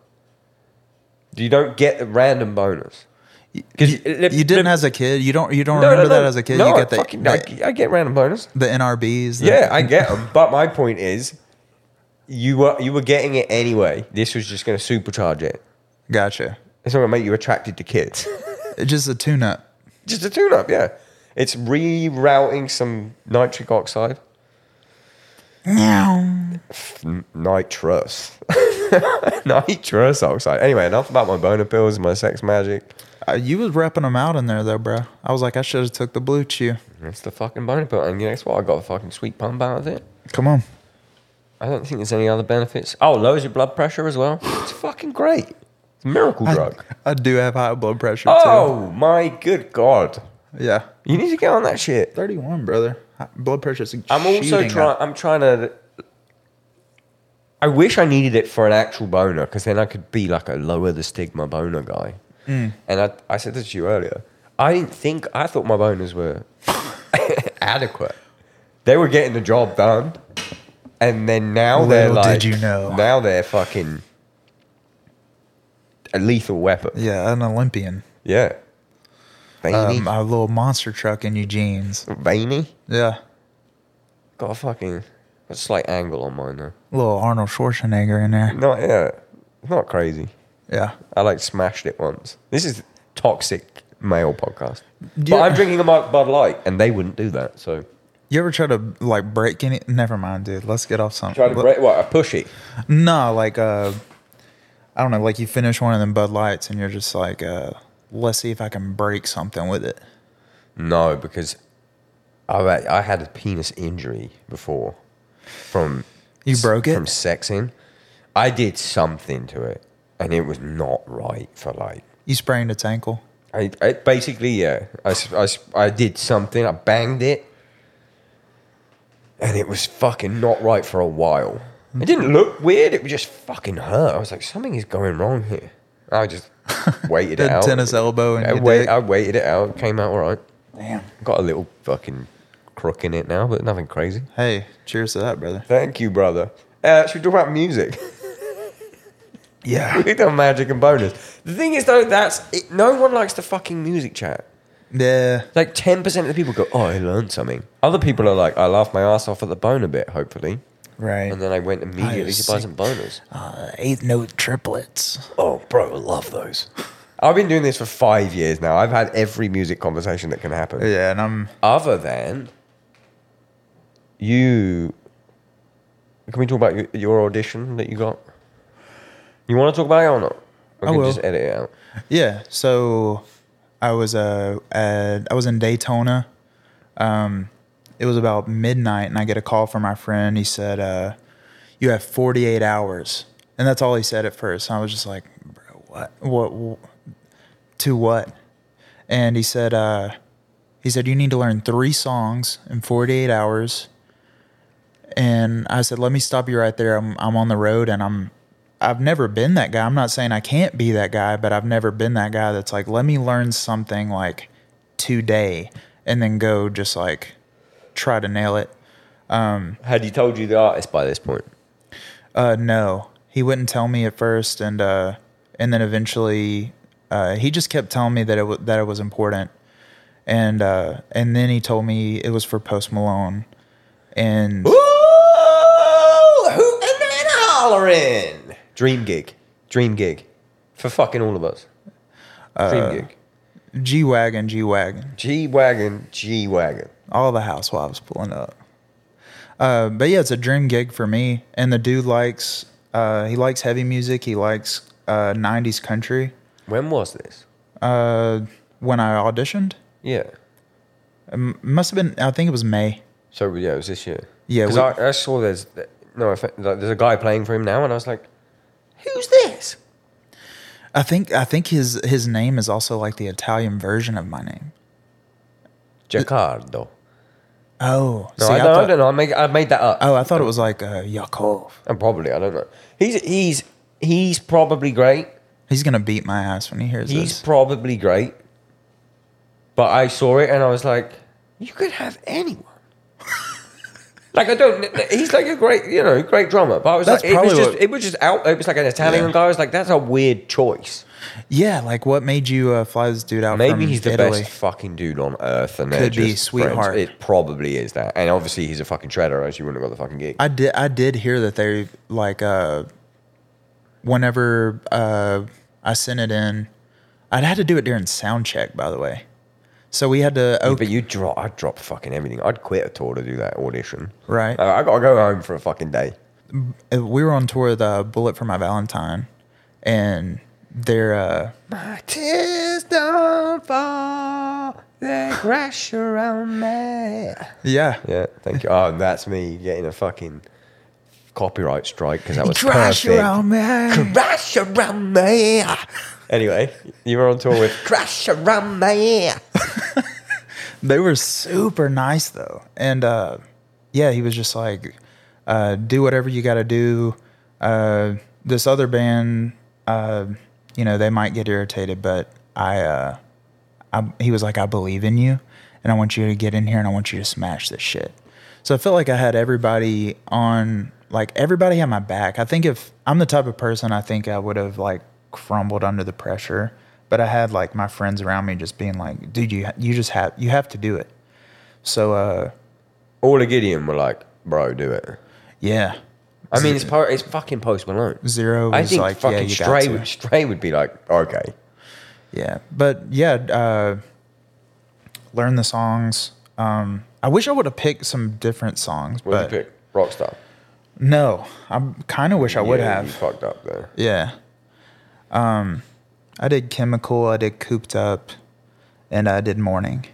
You don't get the random bonus.
You,
'Cause let-
you didn't
let-
as a kid. You don't. You don't remember that as a kid.
No,
you
I
get the,
fucking- I,
the,
I get random bonus.
the NRBs. the-
Yeah, I get them. But my point is, you were you were getting it anyway. This was just going to supercharge it.
gotcha.
It's not going to make you attracted to kids. [laughs]
It's just a tune-up.
Just a tune up, yeah. It's rerouting some nitric oxide. F- Nitrous. [laughs] nitrous oxide. Anyway, enough about my boner pills and my sex magic.
Uh, you was repping them out in there though, bro. I was like, I should have took the blue chew.
It's the fucking boner pill. And you know what? I got a fucking sweet pump out of it.
Come on.
I don't think there's any other benefits. Oh, lowers your blood pressure as well. It's fucking great. It's miracle drug.
I do have high blood pressure too.
Oh my good god!
Yeah.
You need to get on that shit.
31, brother. Hi- Blood pressure's
I'm also
shooting
trying.
up.
I'm trying to. I wish I needed it for an actual boner because then I could be like a lower the stigma boner guy.
Mm.
And I, I said this to you earlier. I didn't think I thought my boners were [laughs] adequate. They were getting the job done, and then now they're
Little did
like,
you know.
now they're fucking a lethal weapon.
Yeah, an Olympian.
Yeah. Veiny.
Um, a little monster truck in Eugene's.
Veiny.
Yeah.
Got a fucking a slight angle on mine though.
Little Arnold Schwarzenegger in there.
Not yeah. Not crazy.
Yeah.
I like smashed it once. This is toxic male podcast.
Yeah.
But I'm drinking a Mike Bud Light and they wouldn't do that. So
You ever try to like break any? Never mind, dude. Let's get off something.
try to
Let-
break what a pushy.
No, like uh, I don't know. Like you finish one of them Bud Lights, and you're just like, uh, let's see if I can break something with it.
No, because I had- I had a penis injury before from
You broke it?
from sexing. I did something to it and it was not right for like
You sprained its ankle.
I, I basically yeah I, s- I s- I did something I banged it and it was fucking not right for a while it didn't look weird it was just fucking hurt I was like something is going wrong here I
[laughs]
just waited it
The
out
tennis elbow in
I,
your
wait,
dick.
I waited it out it came out alright
Damn.
got a little fucking crook in it now but nothing crazy
Hey, cheers to that, brother.
thank you brother uh, should we talk about music
[laughs]
[laughs]
Yeah.
we've done magic and bonus the thing is though that's it, no one likes the fucking music chat
Yeah.
Like ten percent of the people go, "Oh, I learned something." Other people are like, "I laughed my ass off at the bone a bit, hopefully,"
Right.
and then I went immediately to buy
sick.
some boners.
uh, eighth note triplets.
Oh, bro, I love those. [laughs] I've been doing this for five years now. I've had every music conversation that can happen,
Yeah, and I'm.
other than you. Can we talk about your, your audition that you got? You want to talk about it or not? We
I
can
will.
just edit it out.
Yeah. So I was uh at, I was in Daytona. Um it was about midnight and I get a call from my friend. He said, uh, you have 48 hours. And that's all he said at first. And I was just like, bro, what what wh- to what? And he said uh he said you need to learn 3 songs in 48 hours. And I said, "Let me stop you right there. I'm I'm on the road and I'm I've never been that guy. I'm not saying I can't be that guy, but I've never been that guy that's like, let me learn something like today and then go just like try to nail it.
Had you told you the artist by this point?
Uh, no, he wouldn't tell me at first, and uh, and then eventually, uh, he just kept telling me that it w- that it was important, and uh, and then he told me it was for Post Malone, and
Ooh, hooting and hollering. Dream gig. Dream gig. For fucking all of us. Uh, Dream gig.
G wagon, G wagon.
G Wagon, G Wagon.
all the housewives pulling up. Uh, but yeah, it's a dream gig for me. And the dude likes uh, he likes heavy music. He likes uh, '90s country.
When was this?
Uh, when I auditioned,
Yeah.
must have been I think it was May.
So, yeah, it was this year.
Yeah,
Because
we-
I, I saw there's, no, offense, like, there's a guy playing for him now, and I was like, who's this?
I think I think his his name is also like the Italian version of my name.
Giacardo.
Oh,
No,
see,
I,
I
don't,
thought-
I don't know. I, make, I made that up.
Oh, I thought it was like uh, Yakov.
And probably, I don't know. He's, he's, he's probably great.
He's gonna beat my ass when he hears
He's
this.
probably great. But I saw it and I was like, you could have
[laughs]
anyone. like I don't. He's like a great, you know, great drummer. But I was
That's
like, it was
probably
just,
what-
it was just out. It was like an Italian
Yeah.
guy. I was like, that's a weird choice.
yeah, like what made you uh, fly this dude out?
Maybe
from
he's the
Italy?
best fucking dude on earth, and
Could
they're
be,
just
sweetheart.
friends. It probably is that, and obviously he's a fucking shredder, or else you wouldn't have got the fucking gig.
I did I did hear that they like uh whenever uh I sent it in I'd had to do it during sound check by the way. So we had to
Yeah,
open
But you drop, I'd drop fucking everything. I'd quit a tour to do that audition. Uh,
Right.
I, I gotta go home for a fucking day.
we were on tour with uh, Bullet for My Valentine and they're uh
My tears don't fall, they crash around me.
yeah.
Yeah, thank you. Oh, and that's me getting a fucking copyright strike because that was
Crash
perfect.
around me.
Crash around me. Anyway, you were on tour with Crash around me.
They were super nice though, and uh, yeah, he was just like, uh, do whatever you got to do. Uh, this other band, uh, you know, they might get irritated, but I, uh, I, he was like, I believe in you, and I want you to get in here, and I want you to smash this shit. So I felt like I had everybody on, like everybody had my back. I think if I'm the type of person, I think I would have like crumbled under the pressure. But I had like my friends around me just being like, dude, you you just have you have to do it. So uh,
All of Gideon were like, bro, do it.
yeah,
I mean, it's po- it's fucking Post Malone.
zero.
I
was
think
like, yeah,
fucking
you got
Stray
to.
would Stray would be like, okay,
Yeah, but yeah, uh, learn the songs. Um, I wish I would have picked some different songs,
what
but
did you pick? Rockstar.
no, I kind of wish I would
Yeah,
have.
You fucked up there.
Yeah. Um, I did chemical. I did cooped up, and I did morning.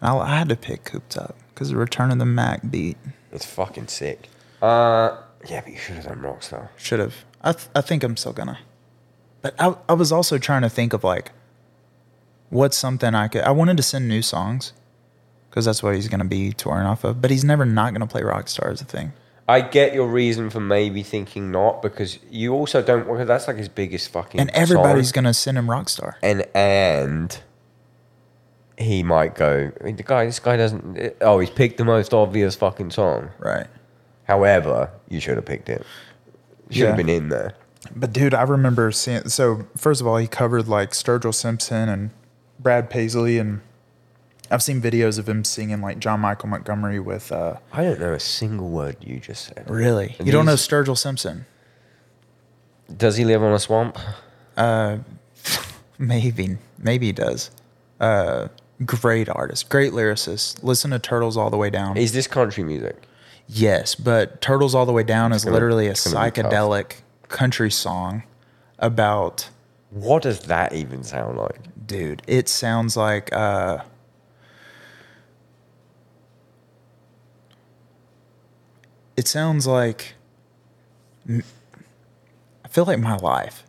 I, I had to pick cooped up because the Return of the Mac beat
It's fucking sick. Uh, yeah, but you should have done Rockstar.
should have. I th- I think I'm still gonna. But I I was also trying to think of like, what's something I could. I wanted to send new songs, because that's what he's gonna be touring off of. But he's never not gonna play Rockstar as a thing.
I get your reason for maybe thinking not because you also don't. Well, that's like his biggest fucking.
And everybody's
song.
gonna send him Rockstar.
and and he might go. I mean, the guy, this guy doesn't. Oh, he's picked the most obvious fucking song.
Right.
However, you should have picked it. You should
Yeah.
have been in there.
But dude, I remember seeing. So first of all, he covered like Sturgill Simpson and Brad Paisley, and I've seen videos of him singing like John Michael Montgomery with. uh
I don't know a single word you just said.
Really,
And
you don't know
he's-
Sturgill Simpson?
Does he live on a swamp?
Maybe, maybe he does. Uh, great artist, great lyricist. Listen to Turtles all the way down.
Is this country music?
Yes, but Turtles All the Way Down is
gonna-
literally a
it's gonna be tough.
psychedelic country song about
What does that even sound like?
dude. It sounds like uh It sounds like I feel like my life.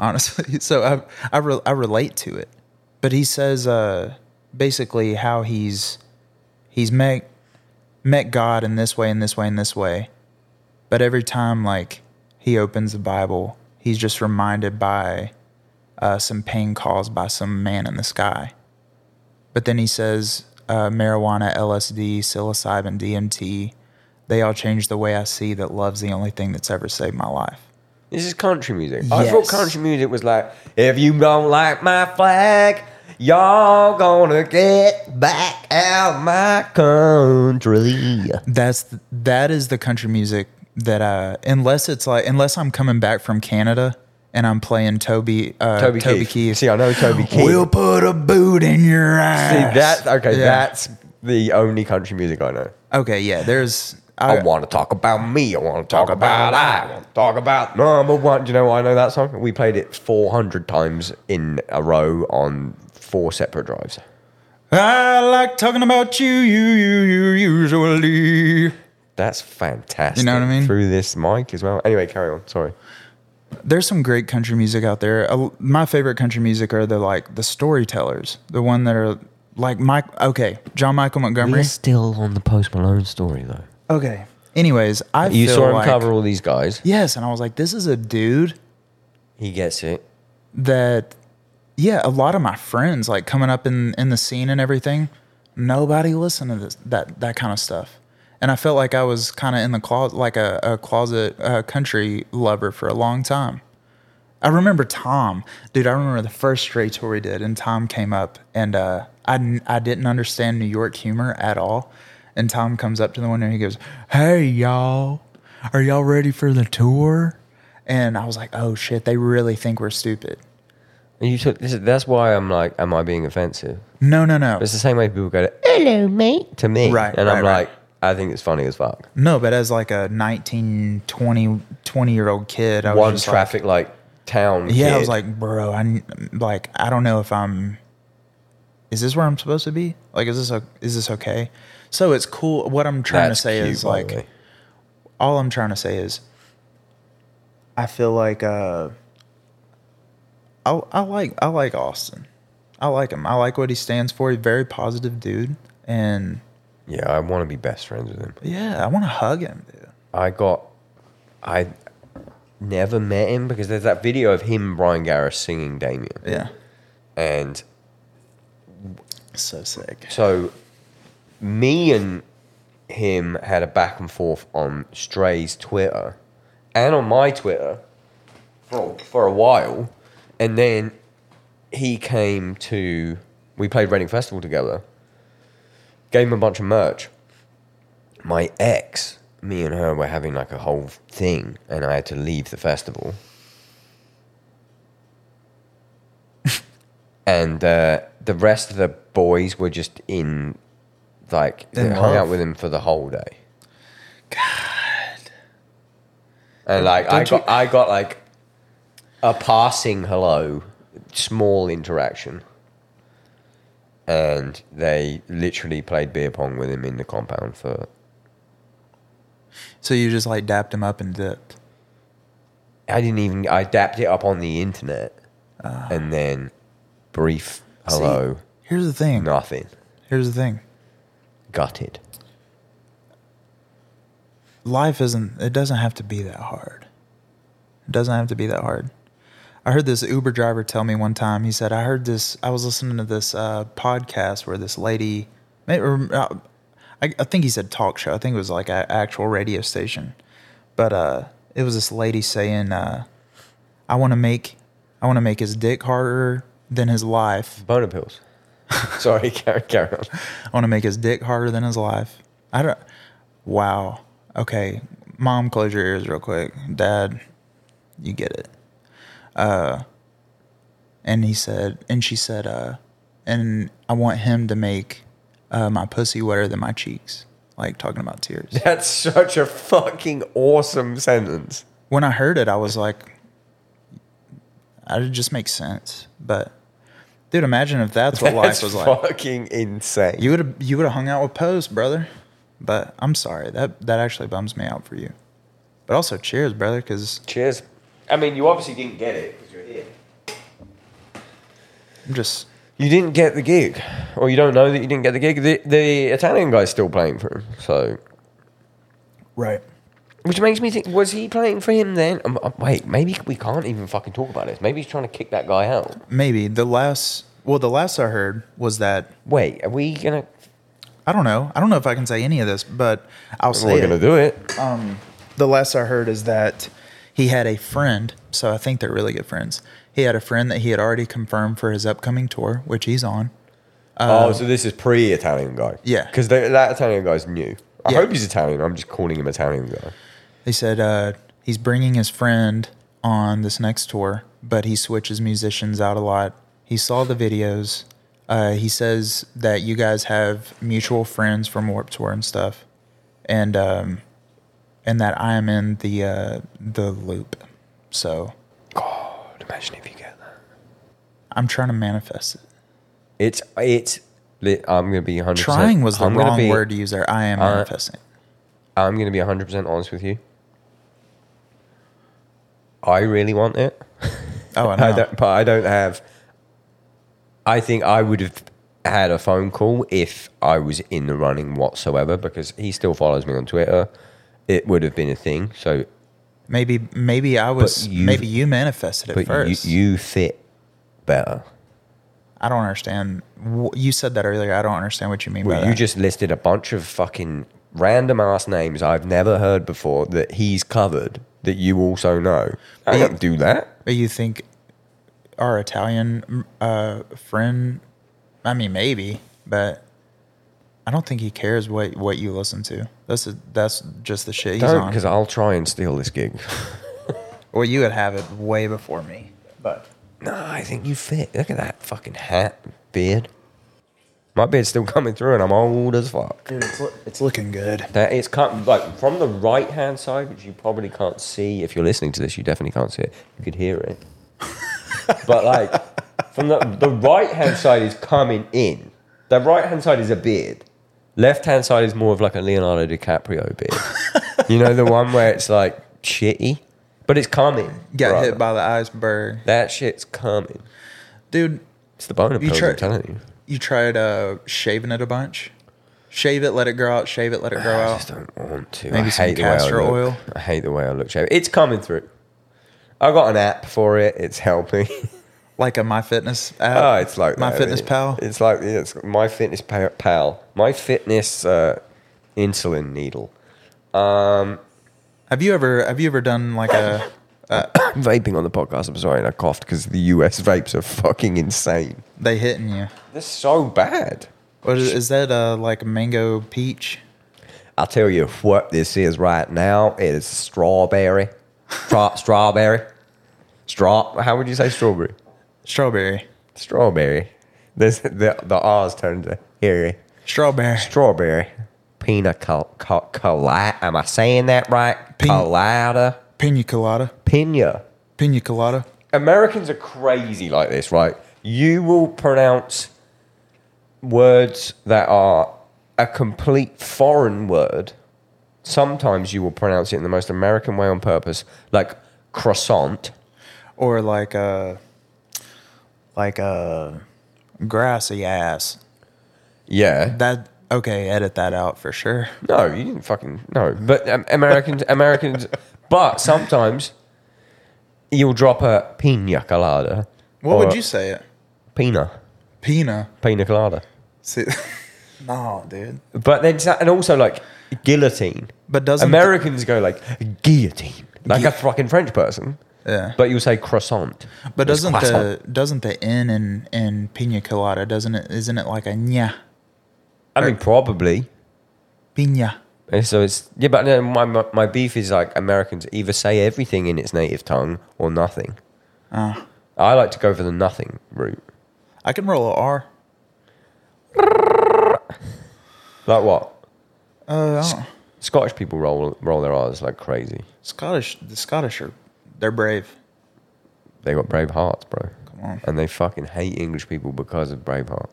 Honestly, [laughs] so I I re- I relate to it. But he says uh basically how he's he's met met God in this way and this way and this way. But every time like he opens the Bible, he's just reminded by uh, some pain caused by some man in the sky. But then he says uh, marijuana, LSD, psilocybin, DMT, they all change the way I see that love's the only thing that's ever saved my life.
This is country music. I thought
Yes.
country music was like, if you don't like my flag, y'all gonna get back out my country.
That's that is the country music that uh unless it's like unless I'm coming back from Canada and I'm playing Toby uh, Toby, Keith.
See, I know Toby Keith.
We'll put a boot in your
See,
ass.
that, okay,
Yeah.
that's the only country music I know.
okay. Yeah, there's
I want to talk about me. I want to talk about I. I want to talk about number one. Do you know why I know that song? We played it 400 times in a row on four separate drives.
I like talking about you, you, you, you, usually.
That's fantastic.
I mean?
Through this mic as well. Anyway, carry on. Sorry.
There's some great country music out there. Uh, My favorite country music are the like the storytellers, the one that are like Mike. Okay, John Michael Montgomery.
still on the Post Malone story though.
Okay. Anyways, I
You
feel
saw him
like-
cover all these guys.
Yes, and I was like, this is a dude
He gets it.
that, yeah, a lot of my friends like coming up in in the scene and everything. Nobody listened to this that that kind of stuff, and I felt like I was kind of in the closet, like a, a closet uh, country lover for a long time. I remember Tom, dude. I remember the first stray tour we did, and Tom came up, and uh, I n- I didn't understand New York humor at all. And Tom comes up to the window and he goes, "Hey y'all, are y'all ready for the tour?" And I was like, "Oh shit, they really think we're stupid."
And you took this. is- That's why I'm like, am I being offensive?
No, no, no,
It's the same way people go to hello mate to me,
Right,
And I'm
right, right.
like, I think it's funny as fuck.
no. But as like a 19, 20, 20 year old kid, I was
One
just
traffic like, town.
Like, yeah, I
kid.
was like, bro, I n- like I don't know if I'm is this where I'm supposed to be? Like, is this o is this okay? So it's cool. What I'm trying
That's
to say
cute,
is
by the
like,
way.
all I'm trying to say is, I feel like uh, I I like I like Austin. I like him. I like what he stands for. He's a very positive dude, and
yeah, I want to be best friends with him.
yeah, I want to hug him. Dude.
I got, I never met him because there's that video of him, and Brian Garris, singing Damien.
Yeah,
And
so sick.
so me and him had a back and forth on Stray's Twitter and on my Twitter for, for a while. And then he came to, we played Reading Festival together, gave him a bunch of merch. My ex, me and her were having like a whole thing, and I had to leave the
[laughs]
festival. and uh, the rest of the boys were just in, like, they
In
hung out
love.
with him for the whole day. And like I
Don't you-
got, I got like a passing hello, small interaction, and they literally played beer pong with him in the compound for.
So you just like dapped him up and dipped.
I didn't even. I dapped it up on the internet,
Ah.
and then brief hello,
See, here's the thing.
nothing,
Here's the thing.
gutted.
life isn't it doesn't have to be that hard it doesn't have to be that hard i heard this uber driver tell me one time he said i heard this i was listening to this uh, podcast where this lady may- or, uh, I, I think he said talk show i think it was like an actual radio station but uh, it was this lady saying uh, i want to make i want to make his dick harder than his life
Boner pills. [laughs] Sorry, carry, carry on.
I want to make his dick harder than his life. I don't. Wow. Okay. Mom, close your ears real quick. Dad, you get it. Uh, and he said, and she said, uh, and I want him to make uh, my pussy wetter than my cheeks. Like talking about tears.
[laughs] That's such a fucking awesome sentence.
when I heard it, I was like, "I- it just makes sense. But dude, imagine if
[laughs]
that's what
That's
life was like.
fucking insane.
You would have you would have hung out with Post, brother. But I'm sorry that that actually bums me out for you. But also, cheers, brother, because
Cheers. I mean, you obviously didn't get it because you're here.
I'm just
You didn't get the gig, or you don't know that you didn't get the gig. The, the Italian guy's still playing for him, so
right.
which makes me think: was he playing for him then? Um, uh, wait, maybe we can't even fucking talk about this. Maybe he's trying to kick that guy out.
Maybe the last well, the last I heard was that
Wait, are we gonna?
I don't know. I don't know if I can say any of this, but I'll say
We're
it. Uh,
gonna do it.
the last I heard is that he had a friend, so I think they're really good friends. He had a friend that he had already confirmed for his upcoming tour, which he's on.
oh, so this is pre-Italian guy.
Yeah.
because that Italian guy's new. I
Yeah.
hope he's Italian. I'm just calling him Italian guy.
They said uh, he's bringing his friend on this next tour, but he switches musicians out a lot. He saw the videos. Uh, he says that you guys have mutual friends from Warp Tour and stuff, and um, and that I am in the uh, the loop. So
God, imagine if you get that.
I'm trying to manifest it.
It's it's. li- I'm gonna be 100.
Trying was the wrong word to use there. I am
uh,
manifesting.
I'm going to be 100% honest with you. I really want it.
Oh, I
I
know.
don't, [laughs] but I don't have. I think I would have had a phone call if I was in the running whatsoever because he still follows me on Twitter. It would have been a thing. So,
maybe maybe I was
you-
maybe you manifested it
but you,
first.
you fit better.
I don't understand. wh- You said that earlier. I don't understand what you mean by
Well, you
that.
just listed a bunch of fucking random ass names I've never heard before that he's covered that you also know. I don't do that.
But you think our Italian uh, friend? I mean, maybe, but I don't think he cares what, what you listen to. That's a, that's just the shit he's
Don't,
on.
because I'll try and steal this gig.
Well, you would have it way before me. But
No, I think you fit. Look at that fucking hat, beard. My beard's still coming through, and I'm old as fuck.
dude, it's, it's looking good.
That it's come like from the right hand side, which you probably can't
[laughs]
see if you're listening to this. You definitely can't see it. You could hear it, but like From the, the right hand side is coming in. The right hand side is a beard. Left hand side is more of like a Leonardo DiCaprio
[laughs]
beard. you know the one where it's like shitty, but it's coming.
Got
brother.
hit by the iceberg,
that shit's coming.
dude.
It's the boner
You
pills.
try-
I'm telling you.
You tried uh, shaving it a bunch. Shave it, let it grow out. Shave it, let it grow
I
out.
Ah, just don't want to.
Maybe
I
some
hate the way I
castor
look.
oil.
I hate the way I look. Shave. It's coming through. I got an app for it. It's helping.
Like a My Fitness
[laughs]
app.
oh, it's like
Uh, My
that,
Fitness
isn't it?
Pal.
It's like yeah, it's my Fitness Pa- Pal. My Fitness uh, insulin needle.
Have you ever have you ever done like a
I'm vaping on the podcast. I'm sorry, and I coughed because the US [laughs] vapes are fucking insane.
they hitting you?
They're so bad.
What is, is that? Uh, like a mango peach?
I'll tell you what this is right now. It is strawberry. Stra- [laughs] strawberry. Straw. How would you say strawberry?
Strawberry.
Strawberry. This the the R's turned to hairy.
Strawberry.
Strawberry. Pina col- col- colada. Am I saying that right?
Pin-
colada.
Pina colada.
Pina.
Pina colada.
Americans are crazy like this, right? You will pronounce words that are a complete foreign word. Sometimes you will pronounce it in the most American way on purpose, like croissant.
Or like a like a grassy ass.
Yeah.
That okay? Edit that out for sure.
No, you didn't fucking no. But um,
[laughs]
Americans, Americans. But sometimes you'll drop a pina colada.
What
or
would
a
you say it?
Pina,
Pina.
pina colada.
[laughs] See, no, dude.
But then, sa- and also like guillotine.
But doesn't
Americans go like guillotine, like a fucking French person.
Yeah.
But you'll say croissant.
But
It's
doesn't uh,
croissant.
the doesn't the N in in pina colada doesn't it isn't it like a nya
I mean probably.
pina?
And so it's yeah, but no, my my my beef is like Americans either say everything in its native tongue or nothing.
Ah.
I like to go for the nothing route.
I can roll a R.
Like what?
Uh, I don't-
Scottish people roll roll their eyes like crazy.
Scottish. The Scottish are they're brave.
They got brave hearts, bro.
Come on.
And they fucking hate English people because of Braveheart.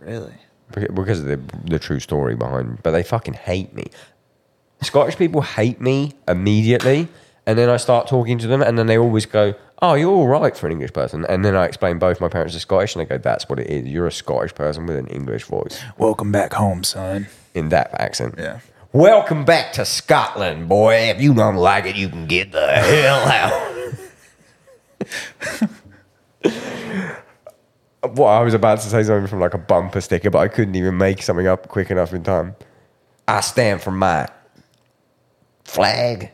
Really?
Beca- Because of the the true story behind, but they fucking hate me. Scottish people hate me immediately, and then I start talking to them, and then they always go, "Oh, you're all right for an English person." And then I explain both my parents are Scottish, and they go, "That's what it is. You're a Scottish person with an English voice
Welcome back home, son.
in that accent."
Yeah.
Welcome back to Scotland, boy. If you don't like it, you can get the hell [laughs] out. well, I was about to say something from like a bumper sticker, but I couldn't even make something up quick enough in time. I stand for my flag,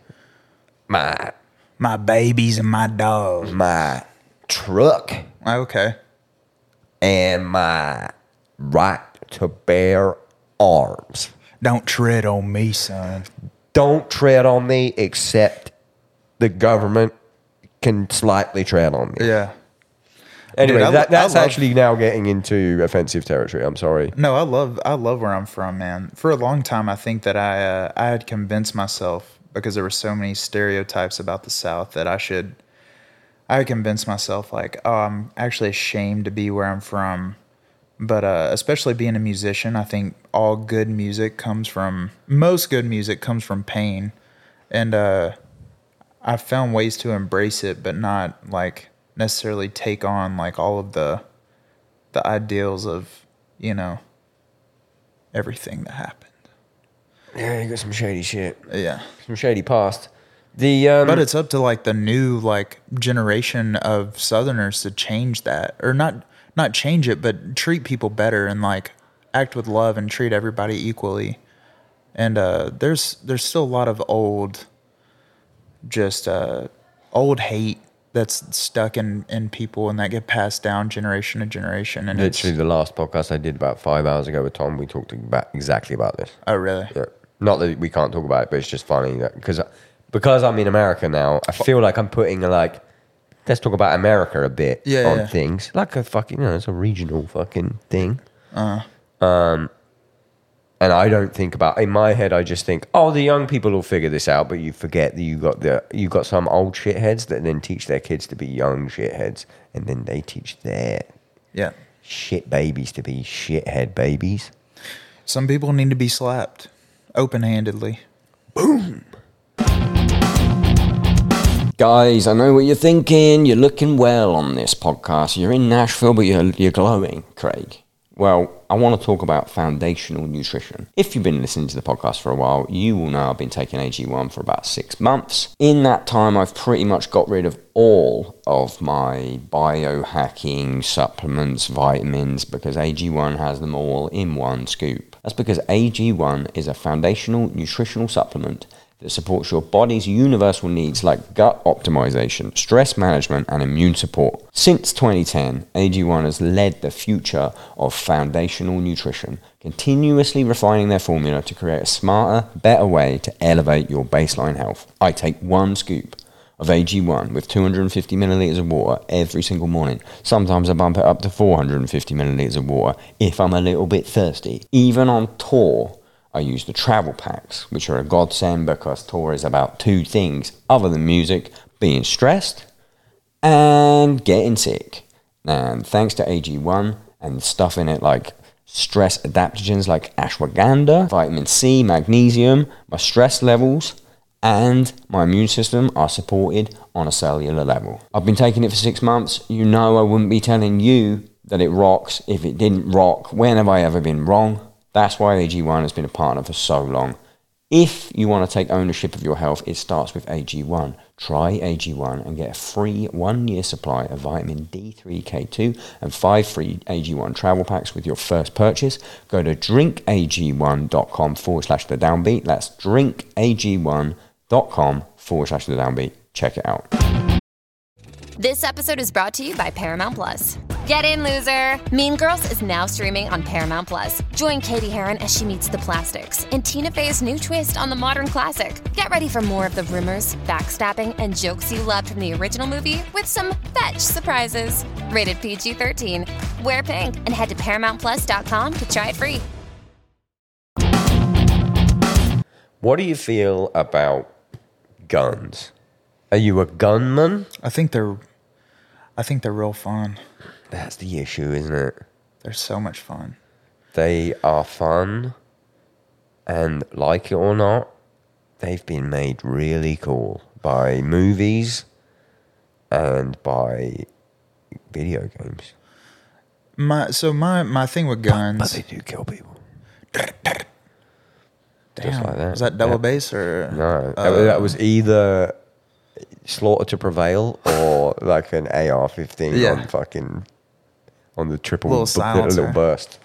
my
My babies and my dogs.
my truck,
Okay.
and my right to bear arms.
Don't tread on me, son.
don't tread on me except the government can slightly tread on me.
Yeah.
Anyway,
Dude, I lo-
that, that's
I love-
actually now getting into offensive territory. I'm sorry.
No, I love I love where I'm from, man. For a long time, I think that I uh, I had convinced myself because there were so many stereotypes about the South that I should I convinced myself like, oh, I'm actually ashamed to be where I'm from. But uh, especially being a musician, I think all good music comes from most good music comes from pain, and uh, I've found ways to embrace it, but not like necessarily take on like all of the the ideals of you know everything that happened.
Yeah, you got some shady shit,
Yeah,
some shady past. The um,
but it's up to like the new like generation of Southerners to change that, or not not change it, but treat people better and like act with love and treat everybody equally. And uh, there's there's still a lot of old, just uh, old hate that's stuck in in people and that get passed down generation to generation. And
literally
it's
the last podcast I did about five hours ago with Tom. We talked about exactly about this.
oh really?
Yeah. Not that we can't talk about it, but it's just funny because because I'm in America now, I feel like I'm putting like let's talk about America a bit
Yeah,
on
yeah.
things like a fucking you know it's a regional fucking thing.
Uh-huh.
Um, and I don't think about in my head. I just think, oh, the young people will figure this out, but you forget that you got the you got some old shitheads that then teach their kids to be young shitheads, and and then they teach their
Yeah.
shit babies to be shithead babies.
Some people need to be slapped open handedly.
Guys, I know what you're thinking. You're looking well on this podcast. You're in Nashville, but you're, you're glowing, Craig. Well, I want to talk about foundational nutrition. If you've been listening to the podcast for a while, you will know I've been taking AG1 for about six months. In that time, I've pretty much got rid of all of my biohacking supplements, vitamins, because AG1 has them all in one scoop. That's because AG1 is a foundational nutritional supplement that supports your body's universal needs like gut optimization, stress management, and immune support. Since 2010, AG1 has led the future of foundational nutrition, continuously refining their formula to create a smarter, better way to elevate your baseline health. I take one scoop of AG1 with 250 milliliters of water every single morning. Sometimes I bump it up to 450 milliliters of water if I'm a little bit thirsty. Even on tour, I use the travel packs, which are a godsend because tour is about two things other than music being stressed and getting sick. And thanks to AG1 and stuff in it like stress adaptogens like ashwagandha, vitamin C, magnesium, my stress levels, and my immune system are supported on a cellular level. I've been taking it for six months. You know, I wouldn't be telling you that it rocks if it didn't rock. When have I ever been wrong? That's why AG1 has been a partner for so long. If you want to take ownership of your health, it starts with AG1. Try AG1 and get a free one year supply of vitamin D3, K2, and five free AG1 travel packs with your first purchase. Go to drinkag1.com forward slash the downbeat. That's drinkag1.com forward slash the downbeat. Check it out.
This episode is brought to you by Paramount Plus. Get in, loser! Mean Girls is now streaming on Paramount Plus. Join Katie Heron as she meets the plastics in Tina Fey's new twist on the modern classic. Get ready for more of the rumors, backstabbing, and jokes you loved from the original movie with some fetch surprises. Rated PG 13. Wear pink and head to ParamountPlus.com to try it free.
What do you feel about guns? Are you a gunman?
I think they're I think they're real fun.
That's the issue, isn't it?
They're so much fun.
They are fun, and like it or not, they've been made really cool by movies and by video games.
My so my my thing with
But
guns
they do kill people.
damn,
like that.
was that double
Yeah.
bass or
No, that was- that was either Slaughter to Prevail or like an AR-15
Yeah.
on fucking on the triple
Little
bu- little,
silencer.
burst.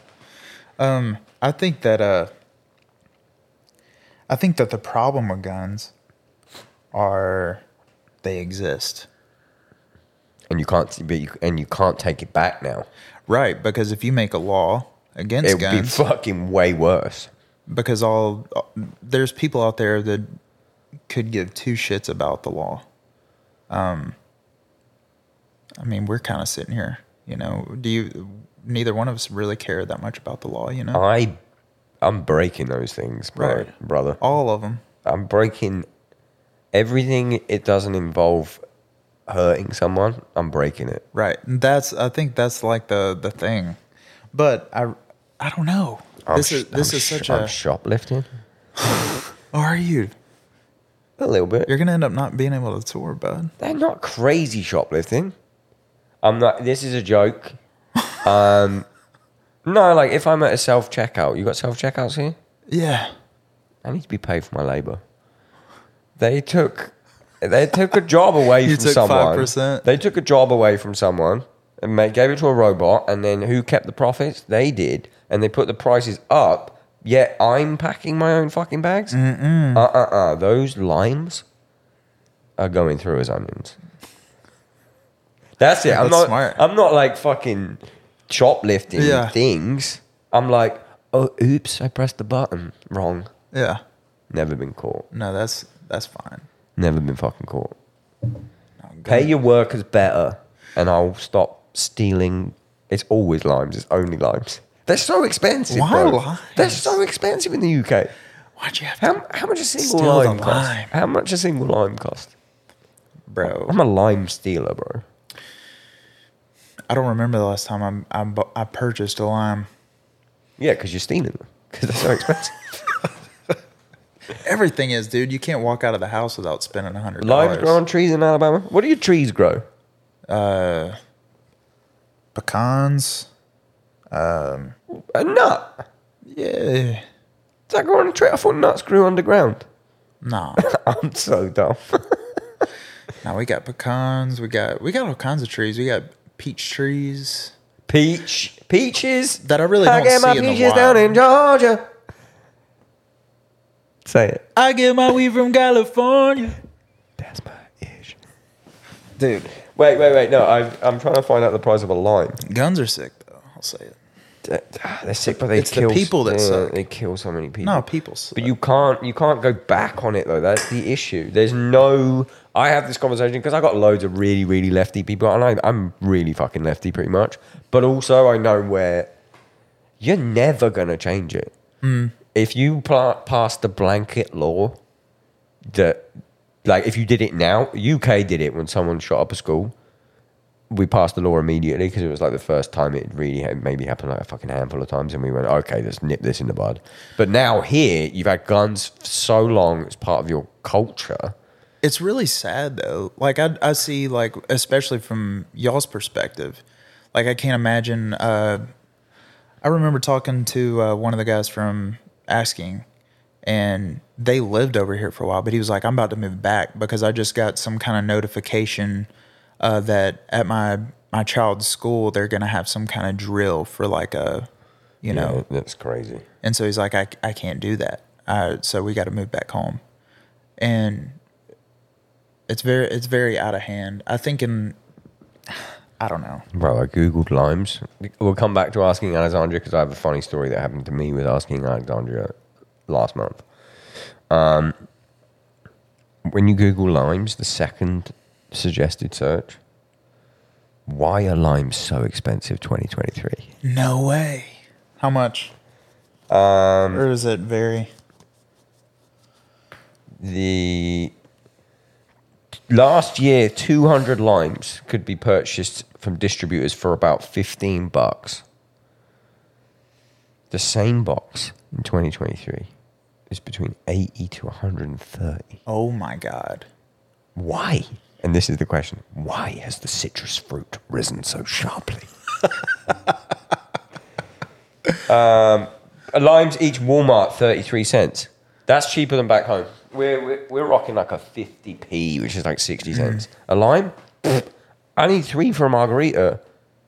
I think that uh I think that the problem with guns are they exist.
And you can't, but you, and you can't take it back now.
Right, because if you make a law against
It would be
guns
fucking way worse.
because all there's people out there that could give two shits about the law. Um I mean, we're kind of sitting here, you know. Do you neither one of us really care that much about the law, you know?
I, I'm breaking those things, bro,
Right.
brother.
all of them.
I'm breaking everything. It doesn't involve hurting someone. I'm breaking it.
Right. That's I think that's like the the thing. But I I don't know.
I'm
this
sh-
is this
I'm
is
sh-
such
I'm
a oh,
shoplifting
are you?
a little bit.
You're gonna end up not being able to tour, bud.
They're not crazy shoplifting. I'm not. This is a
[laughs]
joke. Um, no, like if I'm at a self checkout, you got self checkouts here.
Yeah.
I need to be paid for my labor. They took, they took a job away
[laughs] You
from
took
someone.
5%.
They took a job away from someone and ma- gave it to a robot. And then who kept the profits? They did, and they put the prices up. Yet I'm packing my own fucking bags. Uh uh uh. Those limes are going through as onions. That's it. I'm
That's
not.
smart.
I'm not like fucking shoplifting
Yeah.
things. I'm like, oh, oops, I pressed the button wrong.
Yeah.
Never been caught.
No, that's that's fine.
Never been fucking caught. Pay your workers better, and I'll stop stealing. It's always limes. It's only limes. They're so expensive.
Why
bro.
limes?
They're so expensive in the UK.
Why'd you have to
How, how much a single
Steal the
lime cost?
lime.
How much a single lime cost?
bro?
I'm a lime stealer, bro.
I don't remember the last time I'm, I'm bu- I purchased a lime.
Yeah, because you're stealing them because they're so expensive.
Everything is, dude. You can't walk out of the house without spending a hundred
Limes grow
dollars.
on trees in Alabama. What do your trees grow?
Pecans. um,
A nut.
Yeah.
Does that grow on a tree? I thought nuts grew underground.
No.
[laughs] I'm so dumb.
[laughs] no, we got pecans. We got we got all kinds of trees. We got peach trees.
Peach, peaches.
That I really don't
get my
see in the
peaches down
wild.
in Georgia. Say it.
I get my weed from California.
That's my ish. Dude, wait, wait, wait. No, i I'm trying to find out the price of a lime.
Guns are sick though. I'll say it.
D- ah, They're sick, but they
It's the
kill
people that
yeah,
suck.
They kill so many people.
No, people. Suck.
But you can't you can't go back on it though. That's the issue. There's no. I have this conversation because I got loads of really really lefty people, and I, I'm really fucking lefty pretty much. But also I know where you're never gonna change it. If you pla- pass the blanket law that, like, if you did it now, UK did it when someone shot up a school. We passed the law immediately because it was like the first time it really had maybe happened like a fucking handful of times, and we went, okay, let's nip this in the bud. But now here, you've had guns f- so long; it's part of your culture.
It's really sad though. Like I, I see like especially from y'all's perspective. Like I can't imagine. Uh, I remember talking to uh, one of the guys from asking, and they lived over here for a while. But he was like, "I'm about to move back because I just got some kind of notification uh, that at my my child's school they're gonna have some kind of drill for like a, you know,
Yeah, that's crazy.
and so he's like, I, I can't do that. Uh, so we got to move back home. And it's very, it's very out of hand. I think in, [sighs] I don't know.
Bro, I googled limes. We'll come back to asking Alexandria because I have a funny story that happened to me with asking Alexandria last month. Um, when you Google limes, the second suggested search: Why are limes so expensive? Twenty twenty three.
No way. How much? Um, or is it very?
The last year, two hundred limes could be purchased from distributors for about fifteen bucks. The same box in twenty twenty three is between eighty to one hundred and thirty.
Oh my God.
Why? And this is the question: Why has the citrus fruit risen so sharply? [laughs] um, limes each Walmart thirty-three cents. That's cheaper than back home. We're we're, we're rocking like a fifty p, which is like sixty cents. A lime? Pfft, I need three for a margarita.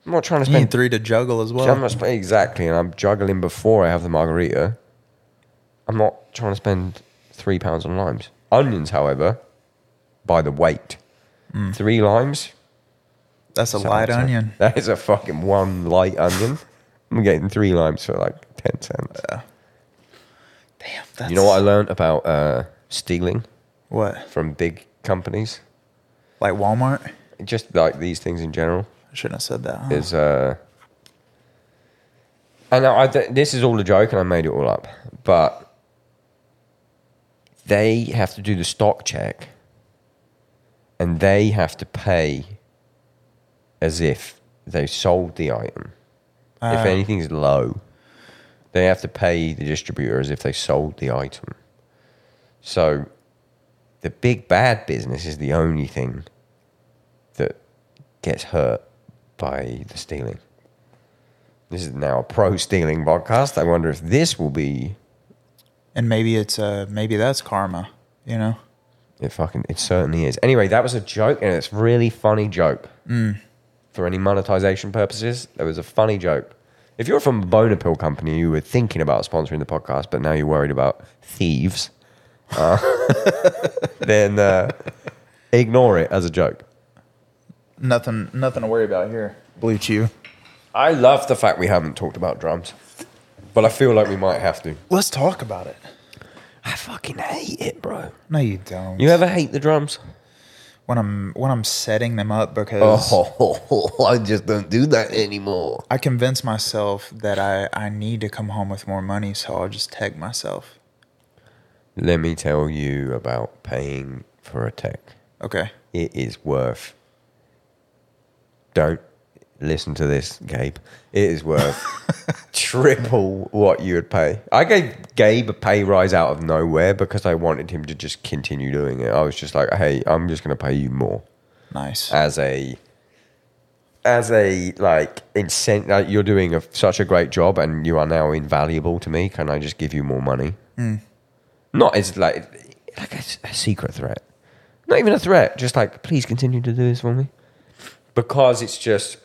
I'm not trying to
You need
spend
three to juggle as
I'm
well.
not spend, exactly, and I'm juggling before I have the margarita. I'm not trying to spend three pounds on limes. Onions, however, by the weight, three limes.
That's Mm. a light
Something.
onion.
[laughs] That is a fucking one light onion. I'm getting three limes for like ten cents.
Damn. That's,
you know what I learned about uh, stealing
What?
from big companies?
Like Walmart?
Just like these things in general.
I shouldn't have said that. huh?
is uh and I, don't- this is all a joke and I made it all up but they have to do the stock check and they have to pay as if they sold the item if anything's low they have to pay the distributor as if they sold the item so the big bad business is the only thing that gets hurt by the stealing. This is now a pro stealing podcast. I wonder if this will be
and maybe it's, uh, maybe that's karma, you know?
it fucking it certainly is. Anyway, that was a joke and it's a really funny joke. For any monetization purposes, that was a funny joke. If you're from a boner pill company, you were thinking about sponsoring the podcast, but now you're worried about thieves, uh, [laughs] then uh, ignore it as a joke.
Nothing, nothing to worry about here. Blue Chew.
I love the fact we haven't talked about drums, but I feel like we might have to.
Let's talk about it.
I fucking hate it, bro.
No, you don't.
You ever hate the drums?
when I'm when I'm setting them up because
Oh, [laughs] I just don't do that anymore.
I convince myself that I, I need to come home with more money, so I'll just tech myself.
Let me tell you about paying for a tech.
Okay.
It is worth. Don't. listen to this, Gabe. It is [laughs] worth triple what you would pay. I gave Gabe a pay rise out of nowhere because I wanted him to just continue doing it. I was just like, hey, I'm just going to pay you more
Nice.
as a as a like incent like you're doing a, such a great job and you are now invaluable to me can i just give you more money not as like like a, s- a secret threat not even a threat just like please continue to do this for me because it's just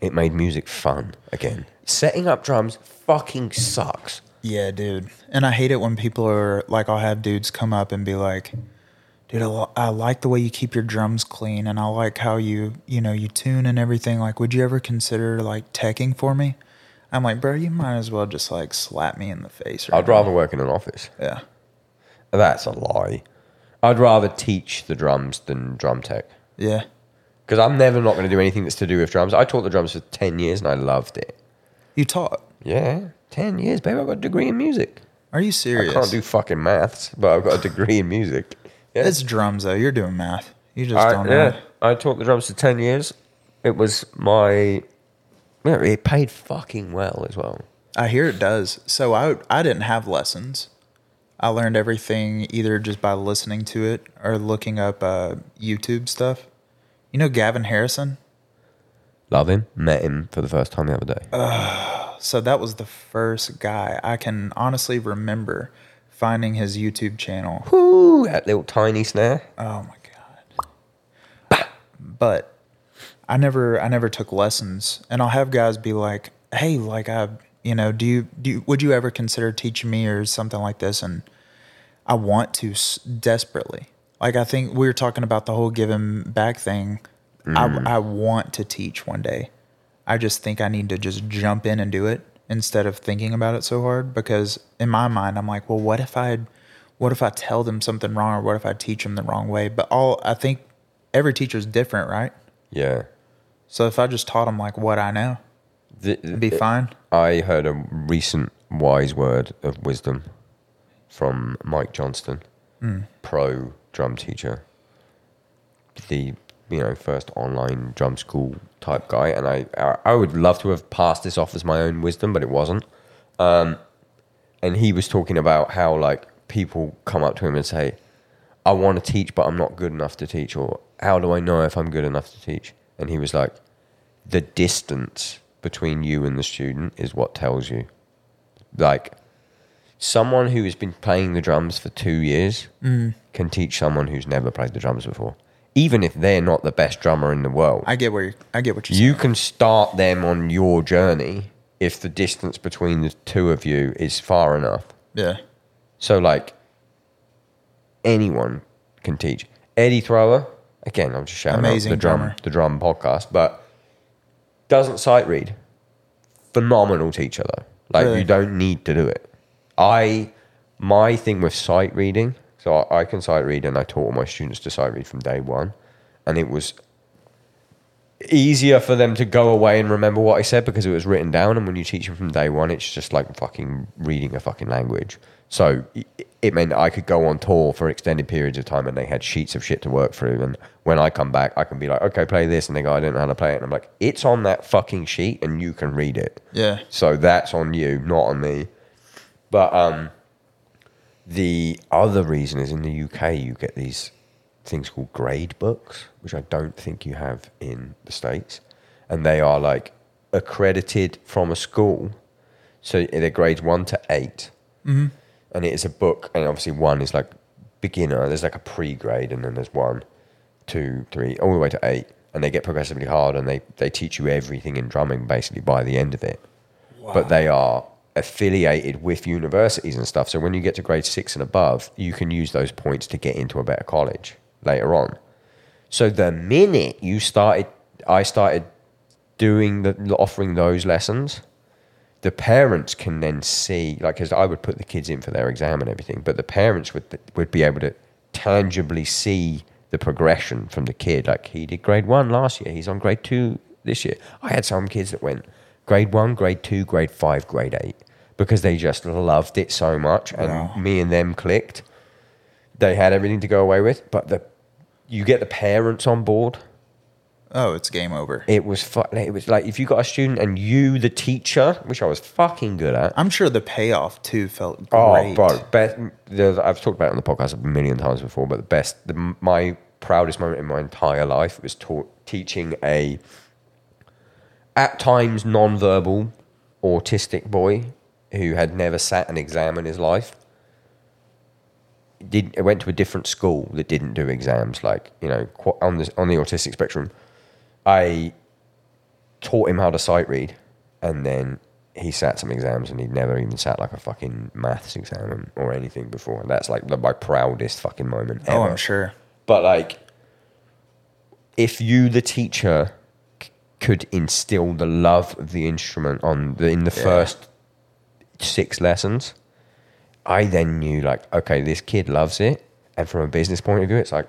it made music fun again setting up drums fucking sucks
Yeah, dude. And I hate it when people are like, I'll have dudes come up and be like, dude, I, li- I like the way you keep your drums clean and I like how you, you know, you tune and everything. Like, would you ever consider like teching for me? I'm like, bro, you might as well just like slap me in the face. Right
i'd rather work in an office
now." Yeah.
that's a lie i'd rather teach the drums than drum tech
Yeah.
because I'm never not going to do anything that's to do with drums. I taught the drums for 10 years and I loved it.
You taught.
Yeah, 10 years, baby. I've got a degree in music.
Are you
I
serious?
can't do fucking maths, but I've got a degree in music. Yeah.
It's drums though. You're doing math. You just
I,
don't know.
yeah, I taught the drums for 10 years. It was my. Yeah, it paid fucking well as well.
I hear it does. So I I didn't have lessons. I learned everything either just by listening to it or looking up uh, YouTube stuff. You know Gavin Harrison?
Love him. Met him for the first time the other day.
Uh, So that was the first guy I can honestly remember finding his YouTube channel.
Ooh, that little tiny snare.
Oh my god. But I never I never took lessons and I'll have guys be like, "Hey, like I, you know, do you do you, would you ever consider teaching me or something like this?" and I want to s- desperately. Like I think we were talking about the whole giving back thing.
Mm.
I I want to teach one day. I just think I need to just jump in and do it instead of thinking about it so hard because in my mind I'm like, well, what if I what if I tell them something wrong or what if I teach them the wrong way? But all I think every teacher's different, right?
Yeah.
So if I just taught them like what I know,
Th-
it'd be fine.
I heard a recent wise word of wisdom from Mike Johnston, pro drum teacher, the you know first online drum school type guy, and I I- I would love to have passed this off as my own wisdom, but it wasn't. Um, and he was talking about how like people come up to him and say, "I want to teach, but I'm not good enough to teach," or "How do I know if I'm good enough to teach?" And he was like, the distance between you and the student is what tells you. Like, someone who has been playing the drums for two years can teach someone who's never played the drums before, even if they're not the best drummer in the world.
I get where you I get what you're
you can start them on your journey if the distance between the two of you is far enough.
saying. Yeah.
So like anyone can teach. Eddie Thrower, again, I'm just shouting
Amazing
out the drum
drummer.
the drum podcast, but doesn't sight read. Phenomenal teacher though. Like
Really?
you don't need to do it. I my thing with sight reading, so I, I can sight read and I taught all my students to sight read from day one. And it was easier for them to go away and remember what I said because it was written down. And when you teach them from day one, it's just like fucking reading a fucking language. So i- it meant I could go on tour for extended periods of time and they had sheets of shit to work through. And when I come back, I can be like, okay, play this. And they go, I don't know how to play it. And I'm like, it's on that fucking sheet and you can read it.
Yeah.
So that's on you, not on me. But um, the other reason is in the UK, you get these things called grade books, which I don't think you have in the States. And they are like accredited from a school. So eh, they're grades one to 8 And it is a book. And obviously, one is like beginner, there's like a pre grade, and then there's one, two, three, all the way to eight. And they get progressively hard and they, they teach you everything in drumming basically by the end of it but they are affiliated with universities and stuff. So when you get to grade six and above, you can use those points to get into a better college later on. So the minute you started, I started doing the offering those lessons. The parents can then see, like, because I would put the kids in for their exam and everything, but the parents would would be able to tangibly see the progression from the kid. Like he did grade one last year, he's on grade two this year. I had some kids that went grade one, grade two, grade five, grade eight because they just loved it so much, and me and them clicked. They had everything to go away with, but the you get the parents on board
oh, it's game over.
It was fu- like, it was like if you got a student and you the teacher, which I was fucking good at.
I'm sure the payoff too felt
Oh,
great.
bro, best, the, I've talked about it on the podcast a million times before, but the best, the, my proudest moment in my entire life was taught, teaching a, at times non-verbal, autistic boy who had never sat an exam in his life. Did went to a different school that didn't do exams, like you know, qu- on the on the autistic spectrum. I taught him how to sight read, and then he sat some exams, and he'd never even sat like a fucking maths exam or anything before. And that's like the, my proudest fucking moment ever.
Oh, I'm sure.
But like, if you, the teacher, c- could instill the love of the instrument on the in the first six lessons, I then knew like, okay, this kid loves it, and from a business point of view, it's like,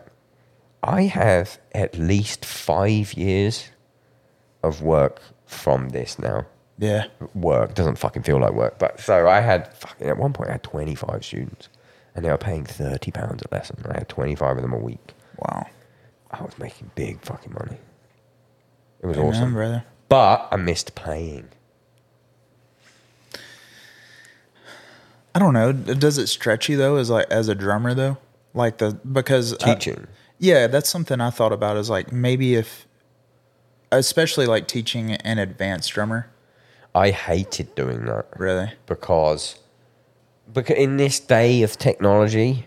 I have at least five years of work from this now.
Yeah.
Work doesn't fucking feel like work, but so I had fucking at one point I had twenty five students, and they were paying thirty pounds a lesson. I had twenty five of them a week.
Wow.
I was making big fucking money. It was
Amen,
awesome.
brother.
But I missed playing.
I don't know. d- Does it stretch you though? As like as a drummer though, like the because I-
Teaching.
yeah, that's something I thought about. Is like maybe if, especially like teaching an advanced drummer.
I hated doing that.
Really?
Because because in this day of technology,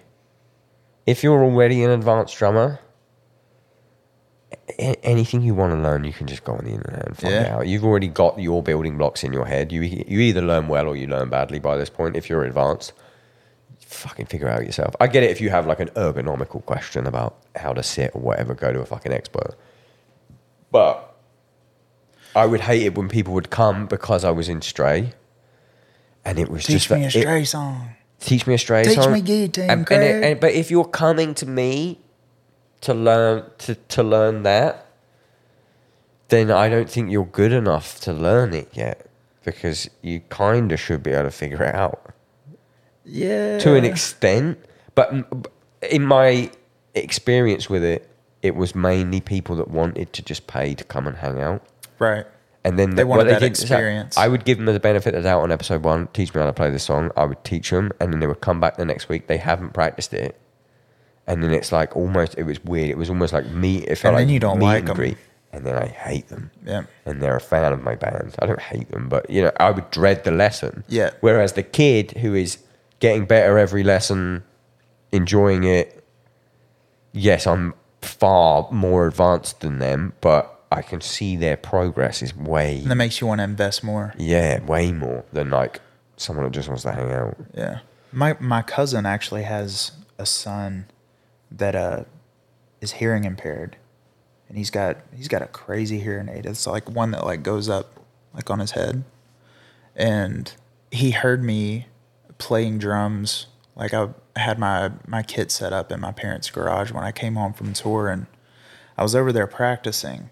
if you're already an advanced drummer, a- anything you want to learn, you can just go on the internet and find
Yeah.
out. You've already got your building blocks in your head. You e- you either learn well or you learn badly by this point. If you're advanced, fucking figure out yourself. I get it if you have like an ergonomical question about how to sit or whatever, go to a fucking expert. But I would hate it when people would come because I was in Stray, and it was
Teach
just
me
that-
a
it-
stray song.
teach me a stray
Teach
song.
me guillotine,
And- and
Craig.
it- and- but if you're coming to me to learn to, to learn that, then I don't think you're good enough to learn it yet because you kind of should be able to figure it out
Yeah.
to an extent. But m- in my experience with it, it was mainly people that wanted to just pay to come and hang out.
Right.
And then
They
the-
wanted that
did is
experience.
I would give them the benefit of the doubt on episode one. Teach me how to play this song. I would teach them, and then they would come back the next week. They haven't practiced it, and then it's like almost it was weird. It was almost like me. It felt
And then
like
you don't
meet
like
and
them.
greet, and then I hate them.
Yeah.
And they're a fan of my band. I don't hate them, but you know, I would dread the lesson.
Yeah.
Whereas the kid who is getting better every lesson, enjoying it. Yes, I'm far more advanced than them, but I can see their progress is way
And that makes you want to invest more.
yeah, way more than like someone that just wants to hang out.
Yeah. My my cousin actually has a son that uh is hearing impaired. And he's got he's got a crazy hearing aid. It's like one that like goes up like on his head. And he heard me playing drums. Like I had my my kit set up in my parents' garage when I came home from tour and I was over there practicing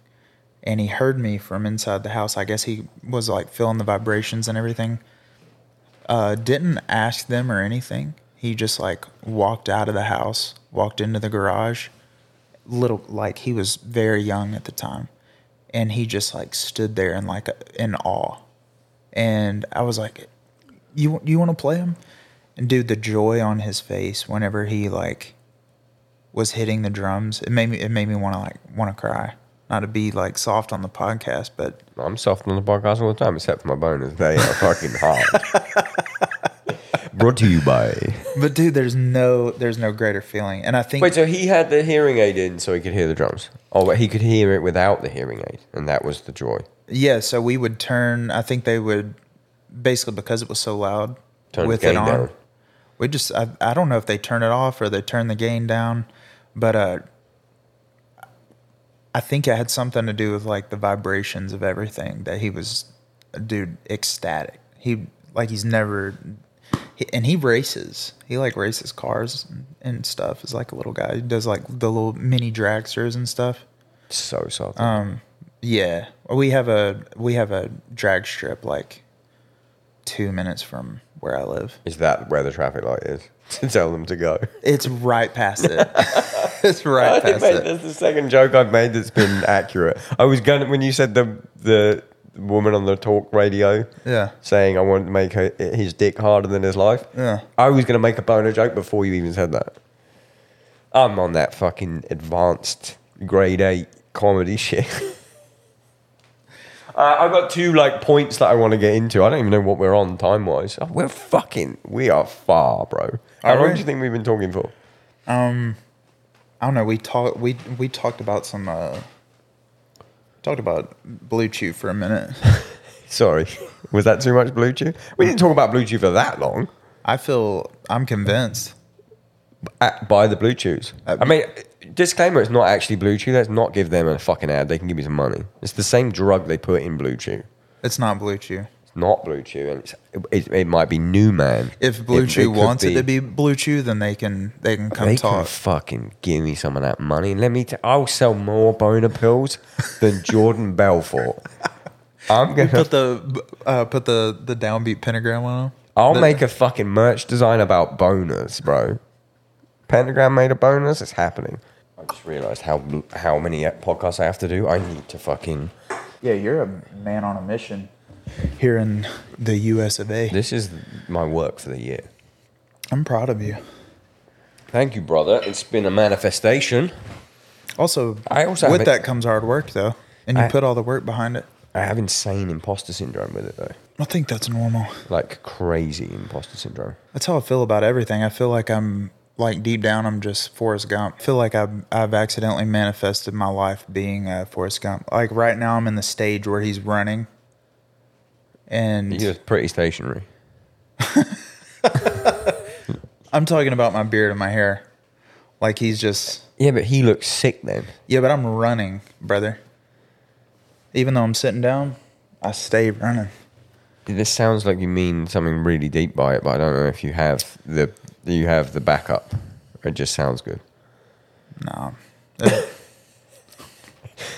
and he heard me from inside the house. I guess he was like feeling the vibrations and everything uh, didn't ask them or anything. He just like walked out of the house, walked into the garage. Little like he was very young at the time, and he just like stood there in like in awe. And I was like, "You you want to play him?" And dude, the joy on his face whenever he like was hitting the drums, it made me it made me want to like want to cry. Not to be like soft on the podcast, but
I'm soft on the podcast all the time, except for my boners. They are
[laughs]
fucking hard. Brought to you [laughs] by.
but dude, there's no there's no greater feeling, and I think
Wait, so he had the hearing aid in so he could hear the drums. Oh, but he could hear it without the hearing aid, and that was the joy.
Yeah, so we would turn. I think they would basically because it was so loud
Turn the
with it
gain
on.
down.
We just I, I don't know if they turn it off or they turn the gain down, but uh, I think it had something to do with like the vibrations of everything that he was, dude, ecstatic. He like he's never, he, and he races. He like races cars and, and stuff. Is like a little guy. He does like the little mini dragsters and stuff.
So soft.
Yeah, we have a we have a drag strip like two minutes from where I live.
[laughs] is that where the traffic light is? To tell them to go. [laughs]
It's right past it. It's right
I think,
past
mate,
it.
that's the second joke I've made that's been accurate. I was gonna when you said the the woman on the talk radio,
Yeah.
saying I want to make her, his dick harder than his life.
Yeah.
I was gonna make a boner joke before you even said that. I'm on that fucking advanced grade eight comedy [laughs] shit. Uh, I've got two like points that I want to get into. I don't even know what we're on time wise. We're fucking, we are far, bro. How
Are
long
we?
do you think we've been talking for?
I don't know. We talked. We we talked about some. uh Talked about Blue Chew for a minute.
Sorry, [laughs] was that too much Blue Chew? We didn't talk about Blue Chew for that long.
I feel. I'm convinced.
At, by the Blue Chews.
Uh,
I mean, disclaimer: it's not actually Blue Chew. Let's not give them a fucking ad. They can give me some money. It's the same drug they put in Blue Chew.
It's not Blue Chew.
It's not Blue Chew, and it's, it, it might be New Man.
If Blue
It- it
Chew
could
wants it to be Blue Chew, then they can they can come
they can
talk.
fucking give me some of that money. Let me. T- I'll sell more boner pills than Jordan
[laughs]
Belfort. I'm gonna.
put the uh, put the the downbeat pentagram on. 'em.
I'll
the-
make a fucking merch design about boners, bro. Pentagram made a bonus. It's happening. I just realized how how many e-, podcasts I have to do. I need to fucking.
Yeah, you're a man on a mission here in the U.S. of A.
This is my work for the year.
I'm proud of you.
Thank you, brother. It's been a manifestation.
Also,
I also
with
have a-
that comes hard work though, and you
I-
put all the work behind it.
I have insane imposter syndrome with it though,
I think that's normal.
like crazy imposter syndrome.
That's how I feel about everything. I feel like I'm like deep down, I'm just Forrest Gump. I feel like I've I've accidentally manifested my life being uh, Forrest Gump. Like right now, I'm in the stage where he's running, and
You're pretty stationary.
I'm talking about my beard and my hair. Like he's just
Yeah, but he looks sick then.
yeah, but I'm running, brother. Even though I'm sitting down, I stay running.
This sounds like you mean something really deep by it, but I don't know if you have the you have the backup. It just sounds good.
No, Uh,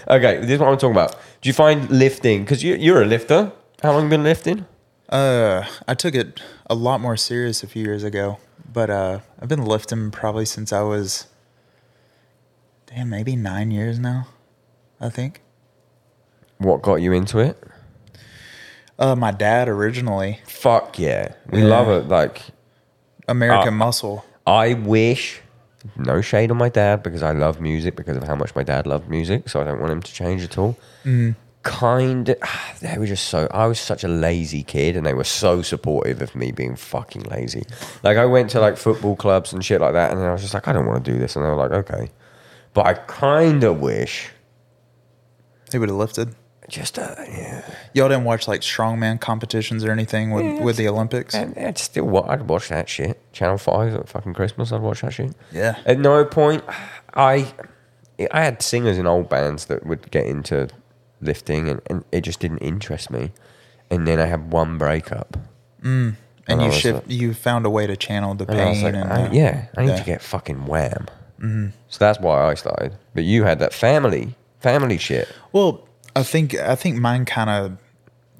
Okay, this is what I'm talking about. Do you find lifting? Because you, you're a lifter. How long you been lifting?
uh, I took it a lot more serious a few years ago, but uh, I've been lifting probably since I was, damn, maybe nine years now, I think.
What got you into it?
Uh, my dad originally
Fuck yeah, we
Yeah.
love it. Like
American
Ah.
Muscle.
I wish. No shade on my dad because I love music because of how much my dad loved music, so I don't want him to change at all. Kind, [sighs] they were just so. I was such a lazy kid, and they were so supportive of me being fucking lazy. Like I went to like football clubs and shit like that, and I was just like, I don't want to do this, and they were like, okay. But I kind of wish
He would have lifted.
just uh, yeah.
Y'all didn't watch like strongman competitions or anything with, with the Olympics?
And I'd still wa- I'd watch that shit. Channel Five at fucking Christmas. I'd watch that shit.
Yeah.
At no point, I I had singers in old bands that would get into lifting, and, and it just didn't interest me. And then I had one breakup,
and
I
you
was
shift, you found a way to channel the
and
pain.
I was like,
and
I-
the-
yeah, I need
yeah. Mm-hmm.
to get fucking wham. So that's why I started. But you had that family family shit.
Well, I think I think mine kind of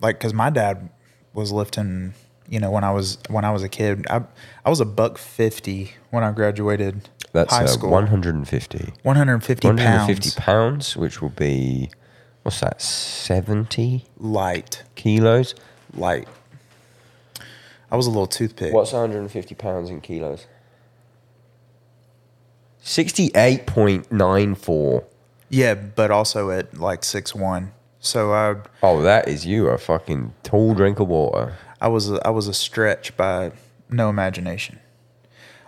like because my dad was lifting. You know, when I was when I was a kid, I I was a buck fifty when I graduated
That's
high
uh,
school.
150.
One hundred fifty pounds
150 pounds, which will be what's that? 70
light,
kilos.
light. I was a little toothpick.
What's 150 pounds in kilos? 68.94.
Yeah, but also at like six one. So I
Oh, that is you a fucking tall drink of water.
I was a, I was a stretch by no imagination.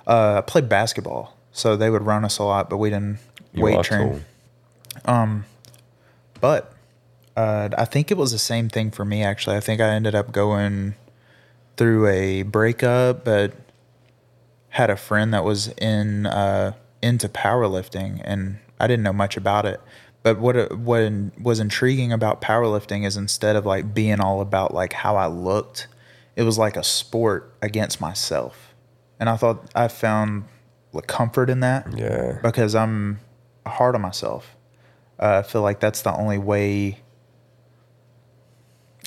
Uh, I played basketball, so they would run us a lot, but we didn't
You
weight
are
train. Um,
tall.
But uh, I think it was the same thing for me, actually. I think I ended up going through a breakup, but had a friend that was in uh, into powerlifting, and I didn't know much about it. But what uh, what was intriguing about powerlifting is instead of like being all about like how I looked, it was like a sport against myself, and I thought I found like, comfort in that
Yeah.
because I'm hard on myself. Uh, I feel like that's the only way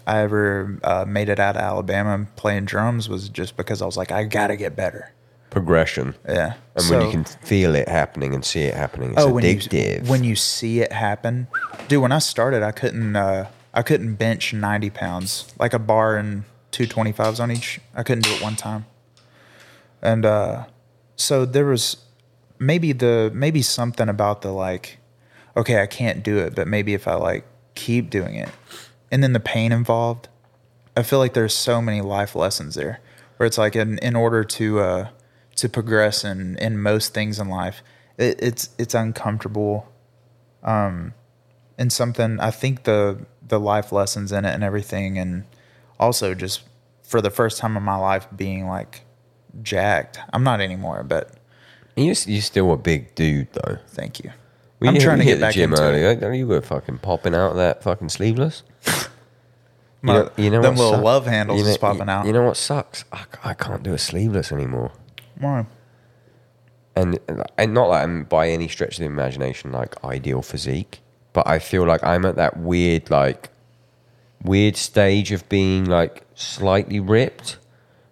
I ever uh, made it out of Alabama playing drums was just because I was like, I gotta get better.
progression.
Yeah.
And when you can feel it happening and see it happening, it's
oh, when
addictive.
you when you see it happen, dude. When I started, I couldn't uh, I couldn't bench ninety pounds like a bar and two twenty fives on each. I couldn't do it one time, and uh, so there was maybe the maybe something about the like, okay, I can't do it, but maybe if I like keep doing it, and then the pain involved. I feel like there's so many life lessons there where it's like in, in order to uh, to progress in, in most things in life, it, it's it's uncomfortable. Um, and something I think the the life lessons in it and everything and also just for the first time in my life being like jacked. I'm not anymore, but
And you're, you're still a big dude, though.
thank you.
We
I'm
hit-
trying
we
to
hit
get
the
back
gym
into
earlier.
it.
You were fucking popping out of that fucking sleeveless.
[laughs] My,
you know, you know
them
what
little
suck-
love handles
you know-
is popping
you-
out.
You know what sucks? I, c- I can't do a sleeveless anymore.
Why?
And, and not that I'm by any stretch of the imagination like ideal physique, but I feel like I'm at that weird like weird stage of being like slightly ripped,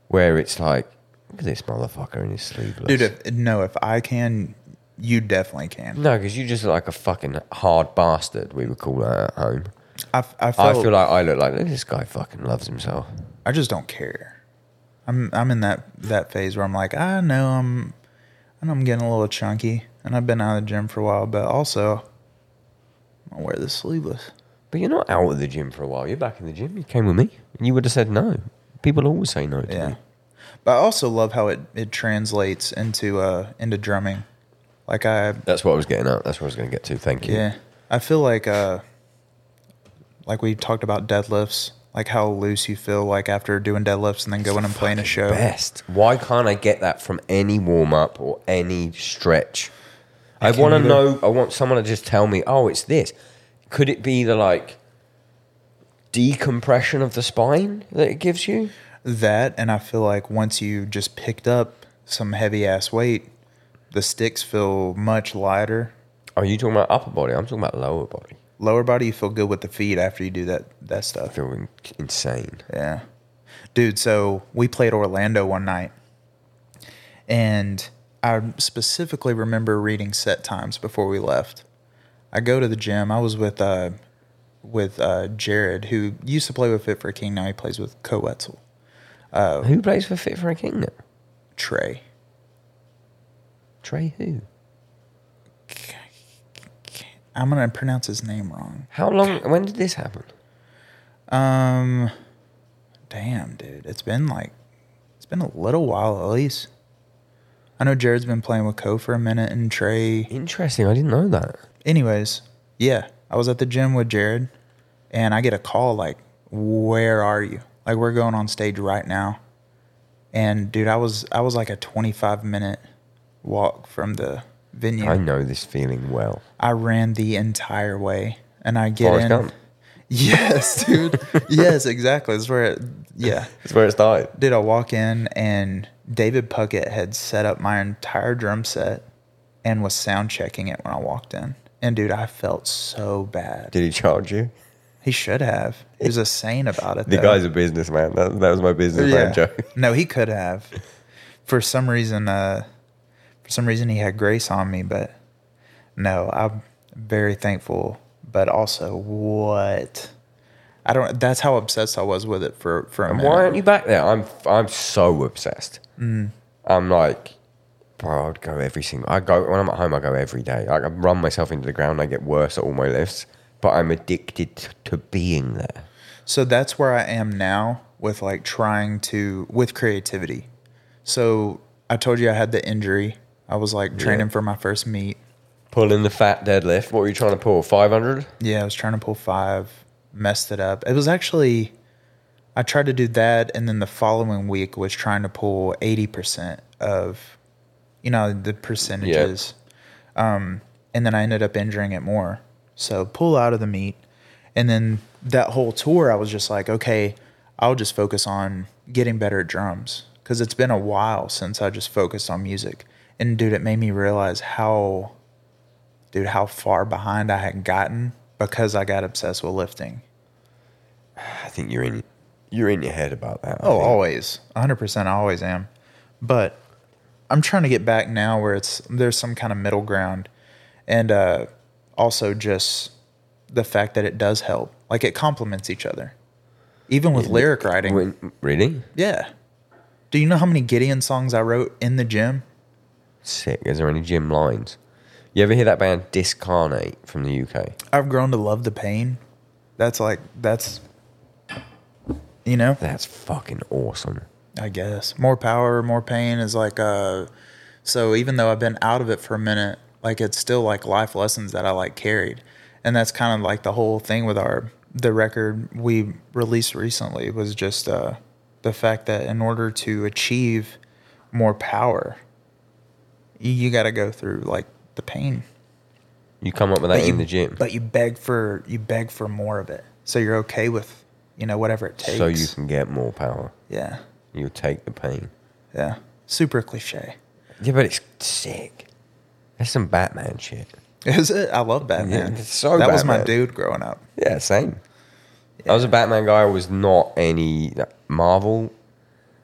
where it's like look at this motherfucker in his sleeveless.
Dude, if, no, if I can, you definitely can.
no, because you just look like a fucking hard bastard. We would call that at home.
I, f- I
I
felt-
feel like I look like look, this guy fucking loves himself.
I just don't care. I'm I'm in that that phase where I'm like, I know I'm I know I'm getting a little chunky and I've been out of the gym for a while, but also I'll wear this sleeveless.
But you're not out of the gym for a while. You're back in the gym. You came with me. And you would have said no. People always say no to
Yeah.
me.
But I also love how it, it translates into uh into drumming. Like I
That's what I was getting at. That's what I was going to get to. Thank you.
yeah. I feel like uh like we talked about deadlifts, like how loose you feel like after doing deadlifts and then going and playing a show.
Best. Why can't I get that from any warm up or any stretch? I,
can't
want to
either.
know. I want someone to just tell me, oh, it's this. Could it be the like decompression of the spine that it gives you?
that and i feel like once you just picked up some heavy ass weight the sticks feel much lighter
Are you talking about upper body? I'm talking about lower body.
lower body you feel good with the feet after you do that that
I
stuff
feel in- insane.
yeah dude so we played orlando one night and i specifically remember reading set times before we left i go to the gym i was with uh with uh jared who used to play with fit for a king now he plays with co wetzel
Who plays for Fit for a King now?
trey
Trey who?
i'm gonna pronounce his name wrong
How long? When did this happen?
Um, damn, dude, it's been like it's been a little while at least. I know Jared's been playing with Co for a minute and Trey.
Interesting. I didn't know that.
Anyways, yeah, I was at the gym with Jared, and I get a call like, "Where are you?" Like we're going on stage right now, and dude, I was I was like a twenty five minute walk from the venue.
I
I,
know this feeling well.
ran the entire way, and I get
Forrest
in.
Gump.
[laughs] Yes, dude. yes, exactly. That's where. It, yeah.
That's where it started.
did I walk in and David Puckett had set up my entire drum set and was sound checking it when I walked in. And dude, I felt so bad.
Did he charge you?
He should have. He was a saint about it.
The
though.
guy's a businessman. That, that was my businessman joke.
No, he could have. For some reason, uh, for some reason, he had grace on me. But no, I'm very thankful. But also, what? I don't. That's how obsessed I was with it for for a
And
minute.
why aren't you back there? I'm I'm so obsessed. I'm like, bro, I'd go every single. I go when I'm at home. I go every day. Like I run myself into the ground. I get worse at all my lifts, but I'm addicted t- to being there.
So that's where I am now with like trying to with creativity. So I told you I had the injury. I was like training for my first meet.
Pulling the fat deadlift. What were you trying to pull? Five hundred.
Yeah, I was trying to pull five, messed it up. It was actually I tried to do that and then the following week was trying to pull eighty percent of you know, the percentages. Um and then I ended up injuring it more. So pull out of the meet. And then that whole tour I was just like, okay, I'll just focus on getting better at drums. Cause it's been a while since I just focused on music. And dude, it made me realize how dude, how far behind I had gotten because I got obsessed with lifting.
I think you're in. You're in your head about that. I
Oh,
think.
always. 100% I always am. But I'm trying to get back now where it's there's some kind of middle ground, and uh, also just the fact that it does help. Like it complements each other, even with lyric writing.
When- really
yeah. Do you know how many Gideon songs I wrote in the gym?
sick. Is there any gym lines? You ever hear that band Discarnate from the UK?
I've grown to love the pain. That's like that's, you know.
That's fucking awesome.
I guess more power, more pain is like uh so even though I've been out of it for a minute, like it's still like life lessons that I like carried. And that's kind of like the whole thing with our the record we released recently was just uh the fact that in order to achieve more power, you, you got to go through like the pain.
You come up with that
But
in
you-
the gym,
But you beg for you beg for more of it. So you're okay with, you know, whatever it takes.
so you can get more power.
yeah.
You'll take the pain.
Yeah. Super cliche.
Yeah, but it's sick. That's some Batman shit.
[laughs] Is it? I love Batman.
Yeah, it's so
that was my
Batman.
dude growing up.
Yeah, same. I was a Batman guy. I was not any Marvel.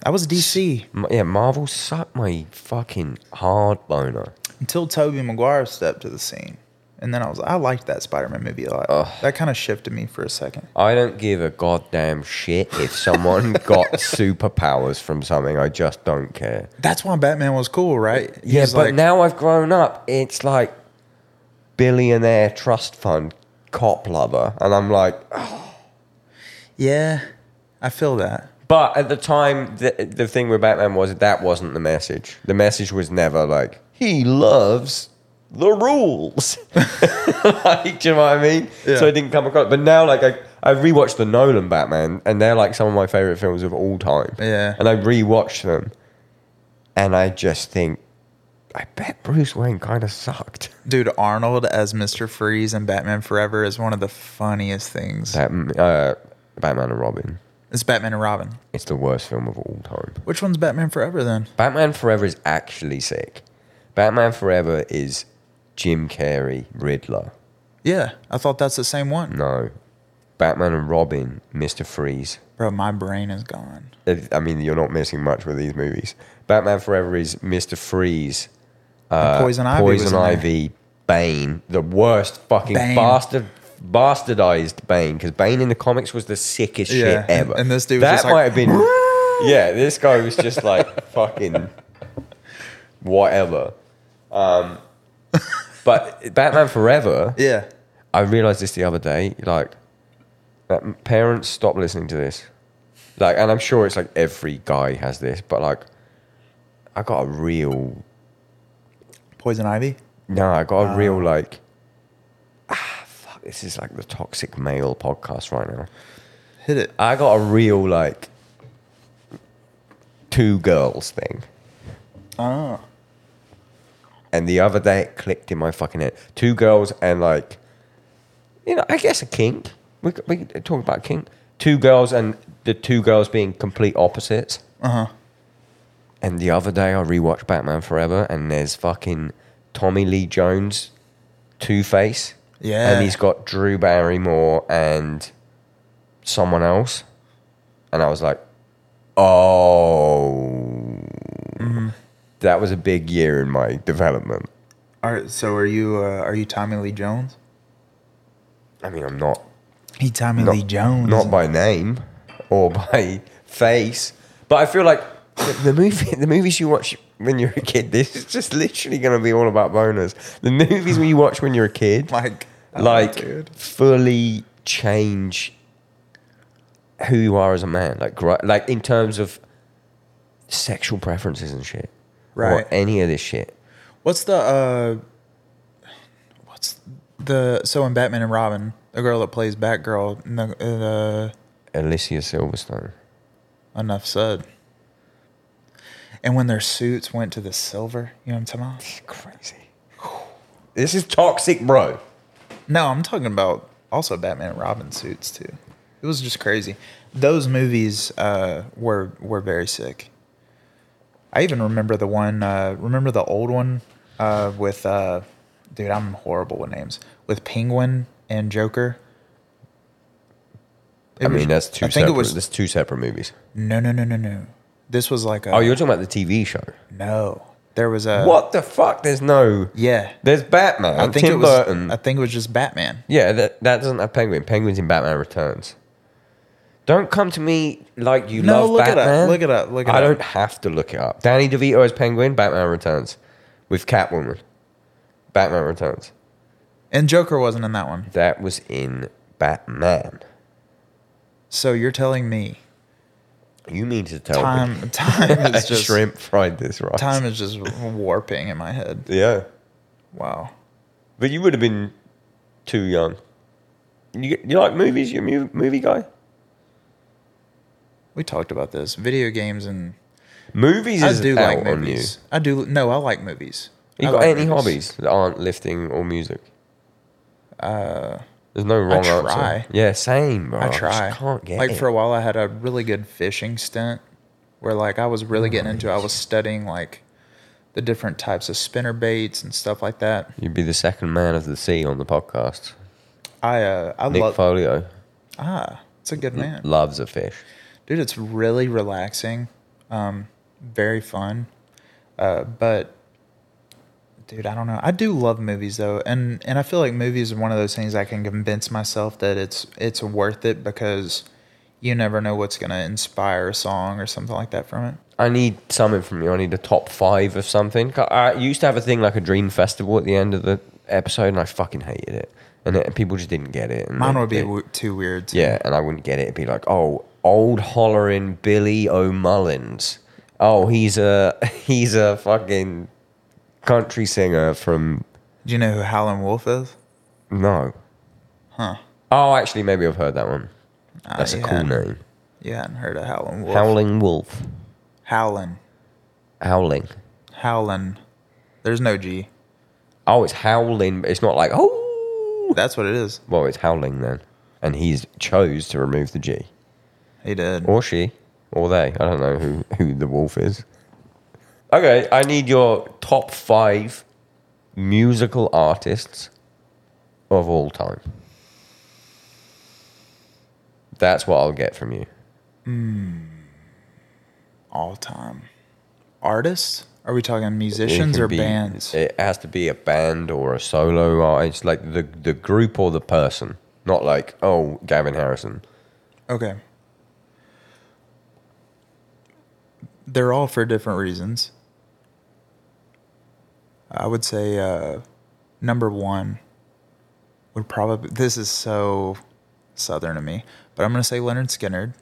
I was DC
M- Yeah, Marvel sucked my fucking hard boner.
until Toby Maguire stepped to the scene. And then I was I liked that Spider-Man movie a lot. That kind of shifted me for a second.
I don't give a goddamn shit if [laughs] someone got superpowers from something. I just don't care.
That's why Batman was cool, right? He
yeah,
was
but
like-
now I've grown up. It's like billionaire trust fund cop lover, and I'm like,
yeah, I feel that.
but at the time, the, the thing with Batman was that wasn't the message. The message was never like he loves the rules. [laughs] like, do you know what I mean? So it didn't come across. But now, like, I. I rewatched the Nolan Batman, and they're like some of my favorite films of all time.
Yeah.
And I rewatched them, and I just think, I bet Bruce Wayne kind of sucked.
Dude, Arnold as Mr. Freeze in Batman Forever is one of the funniest things.
Batman, uh, Batman and Robin.
It's Batman and Robin.
It's the worst film of all time.
Which one's Batman Forever then?
Batman Forever is actually sick. Batman Forever is Jim Carrey, Riddler.
Yeah, I thought that's the same one.
No. Batman and Robin, Mr. Freeze.
Bro, my brain is gone.
If- I mean, you're not missing much with these movies. Batman Forever is Mr. Freeze,
And Uh, Poison Ivy. was
Poison
in there.
Ivy, Bane, the worst fucking
Bane.
bastard. Bastardized Bane because Bane in the comics was the sickest
Yeah,
shit ever.
and this dude was
that
just like,
might have been, yeah. This guy was just like
[laughs]
fucking whatever. Um, but Batman Forever,
Yeah.
I realized this the other day. Like, that m- parents stop listening to this. Like, and I'm sure it's like every guy has this, but like, I got a real
Poison Ivy?
no, I got a real like. Ah, fuck! This is like the toxic male podcast right now.
Hit it.
I got a real like two girls thing.
Oh.
And the other day it clicked in my fucking head. Two girls and like, you know, I guess a kink. We, c- we could talk about kink. Two girls and the two girls being complete opposites. Uh huh. And the other day I rewatched Batman Forever and there's fucking Tommy Lee Jones, Two Face.
Yeah.
And he's got Drew Barrymore and someone else. And I was like, oh. That was a big year in my development.
All right, so are you uh, are you Tommy Lee Jones?
I mean, I'm not
He Tommy
not,
Lee Jones.
not by name or [laughs] by face, but I feel like the- the movie, the movies you watch when you're a kid, this is just literally going to be all about boners. The movies you watch when you're a kid,
[laughs] like oh,
like
dude.
fully change who you are as a man, like gr- like in terms of sexual preferences and shit,
Right.
Or any of this shit.
What's the uh what's the so in Batman and Robin, the girl that plays Batgirl, n- uh,
Alicia Silverstone.
enough said. And when their suits went to the silver, you know what I'm talking about?
Crazy. This is toxic, bro.
No, I'm talking about also Batman and Robin suits too. It was just crazy. Those movies uh, were were very sick. I even remember the one. Uh, remember the old one uh, with uh, dude. I'm horrible with names. With Penguin and Joker. It
I
was-
mean, that's two.
I think
separate,
it was
that's two separate movies.
no, no, no, no, no. This was like a
Oh, you're talking about the TV show.
no. There was a
Oh, what the fuck? There's no.
Uh, Yeah,
There's Batman.
I think
Tim
it was.
Burton.
I think it was just Batman.
yeah, that, that doesn't have Penguin. Penguin's in Batman Returns. Don't come to me like you
No,
love
look it up,
Batman.
look it up, look it
I
up.
don't have to look it up. Danny DeVito as Penguin, Batman Returns, with Catwoman, Batman Returns.
And Joker wasn't in that one.
That was in Batman.
So you're telling me
You mean to tell me [laughs]
time [laughs] time
I
is just
shrimp fried this rice?
time is just warping in my head.
yeah,
Wow.
but you would have been too young. You, you like movies? You're a mu- movie guy.
We talked about this. Video games and
Movies
I
is
do
out
like
on
movies. I do no, I like movies.
you. You
I
got
like
any
movies.
hobbies that aren't lifting or music? There's no wrong
Uh, try.
answer. Yeah, same. Bro.
I
Oh, just
try.
can't get
like
it.
for a while I had a really good fishing stint where like I was really getting into it. I was studying like the different types of spinner baits and stuff like that.
You'd be the second man of the sea on the podcast.
I uh I
Nick
love
Folio
ah, it's a good man.
loves a fish.
dude it's really relaxing um very fun uh but dude i don't know i do love movies though and and i feel like movies are one of those things i can convince myself that it's it's worth it because you never know what's going to inspire a song or something like that from it
I need something from you. I need a top five of something. I used to have a thing like a dream festival at the end of the episode, and I fucking hated it. And it, people just didn't get it. And
mine
they-
would be
they-
w- too weird to-
Yeah, and I wouldn't get it. It'd be like, oh, old hollering Billy O'Mullins. Oh, he's a [laughs] he's a fucking country singer from
do you know who howlin' wolf is
no.
huh Oh,
Oh, actually, maybe I've heard that one. That's a
you
cool
hadn't-
name.
you hadn't heard of howlin' wolf
Howling Wolf.
howlin
Howling.
howlin there's no g
Oh, it's howling. but It's not like oh.
that's what it is
Well, it's howling then, and he's chose to remove the G
he did
or she or they. I don't know who who the wolf is. Okay, I need your top five musical artists of all time. That's what I'll get from you.
all time artists? Are we talking
It
musicians
can
or
be-
bands?
It has to be a band or a solo artist, like the the group or the person, not like oh Gavin Harrison.
okay. They're all for different reasons. I would say uh, number one would probably, this is so southern to me, but I'm going to say Leonard Skinnerd.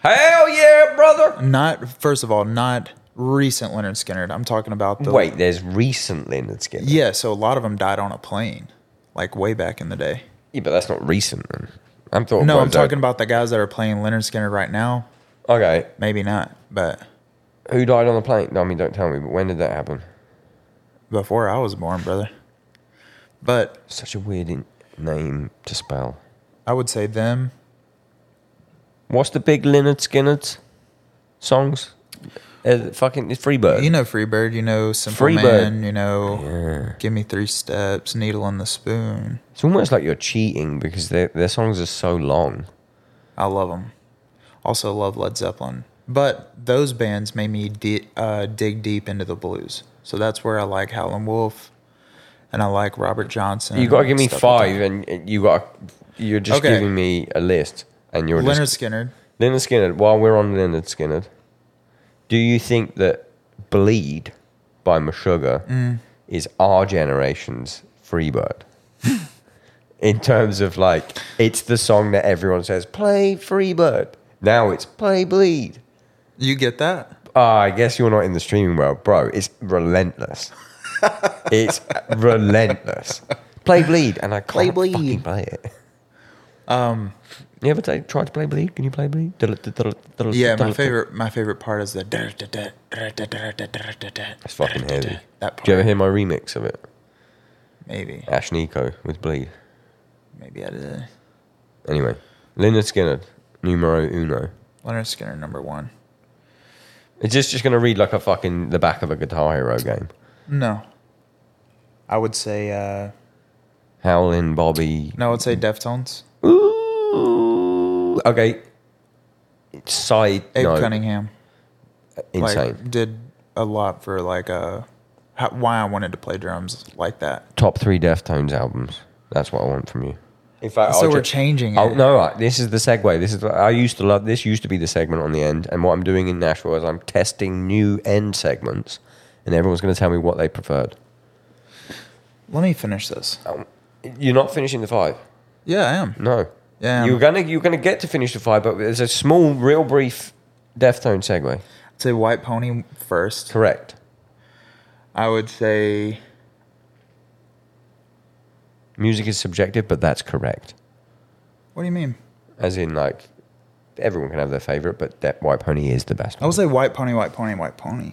Hell yeah, brother!
Not, first of all, not recent Leonard Skinnerd. I'm talking about the.
Wait, there's recent Leonard Skinner.
Yeah, so a lot of them died on a plane, like way back in the day.
Yeah, but that's not recent. Then. I'm talking.
No,
about
I'm talking about the guys that are playing Leonard Skinner right now.
Okay,
Maybe not, but
who died on the plane? No, I mean, don't tell me. But when did that happen?
before I was born, brother. But
Such a weird in- name to spell.
I would say them.
What's the big Leonard Skinner's songs? Uh, fucking it's Freebird.
You know Freebird, you know Simple
Freebird.
Man, you know Give Me Three Steps, Needle and the Spoon.
it's almost like you're cheating because their their songs are so long.
I love them. Also love Led Zeppelin. But those bands made me di- uh, dig deep into the blues. So that's where I like Howlin' Wolf and I like Robert Johnson.
You got to give me
stuff like that.
five, and and you got you're just
Okay.
giving me a list, and you're
Leonard
just
Skinner.
Leonard Skinner. While we're on Leonard Skinner, do you think that "Bleed" by Meshuggah is our generation's Freebird? [laughs] In terms of like, it's the song that everyone says, "Play Freebird." Now it's "Play Bleed."
You get that?
Ah, I guess you're not in the streaming world, bro. It's
[laughs]
relentless. it's relentless. Play bleed, and I can't play
Bleed. Um,
fucking play it. Um, you ever t- tried to play bleed? Can you play bleed?
Yeah, my favorite my favorite part is the It's
It's fucking heavy.
That
Do you ever
part
hear my remix of it?
maybe
Ash Nico with bleed.
maybe I did.
Anyway, Leonard Skinner, numero uno.
Leonard Skinner number one.
It's just just gonna read like a fucking the back of a Guitar Hero game.
No. I would say uh
Howlin' Bobby.
no, I would say Deftones.
Ooh. Okay. Side
Abe
note,
Cunningham.
Insane.
Like did a lot for like uh how, why I wanted to play drums like that.
Top three Deftones albums. That's what I want from you. In fact,
so
I'll
we're
ju-
changing it.
Oh no! I- This is the segue. This is I used to love. This used to be the segment on the end, and what I'm doing in Nashville is I'm testing new end segments, and everyone's going to tell me what they preferred. Um,
Let me finish this.
You're not finishing the five.
Yeah, I am.
Oh. No.
Yeah.
You're gonna you're gonna get to finish the five, but there's a small, real brief Deftone segue.
I'd say White Pony first.
Correct.
I would say
Music is subjective, but that's correct.
what do you mean?
As in, like everyone can have their favorite, but that White Pony is the best.
I would say White Pony, White Pony, White Pony.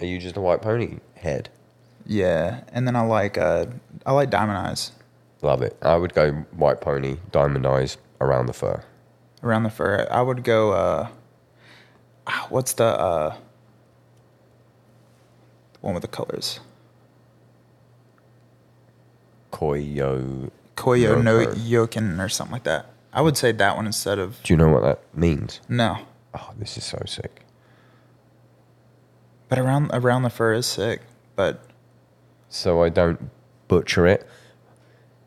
Are you just a White Pony head?
Yeah, and then I like uh I like Diamond Eyes
Love it. I would go White Pony, Diamond Eyes, Around the Fur.
around the fur. I would go uh ah, what's the uh the one with the colors?
Koyo.
Koyo no
Yoko.
Yoken or something like that. I would say that one instead of
Do you know what that means?
no.
Oh, this is so sick.
But around around the fur is sick. But
so I don't butcher it.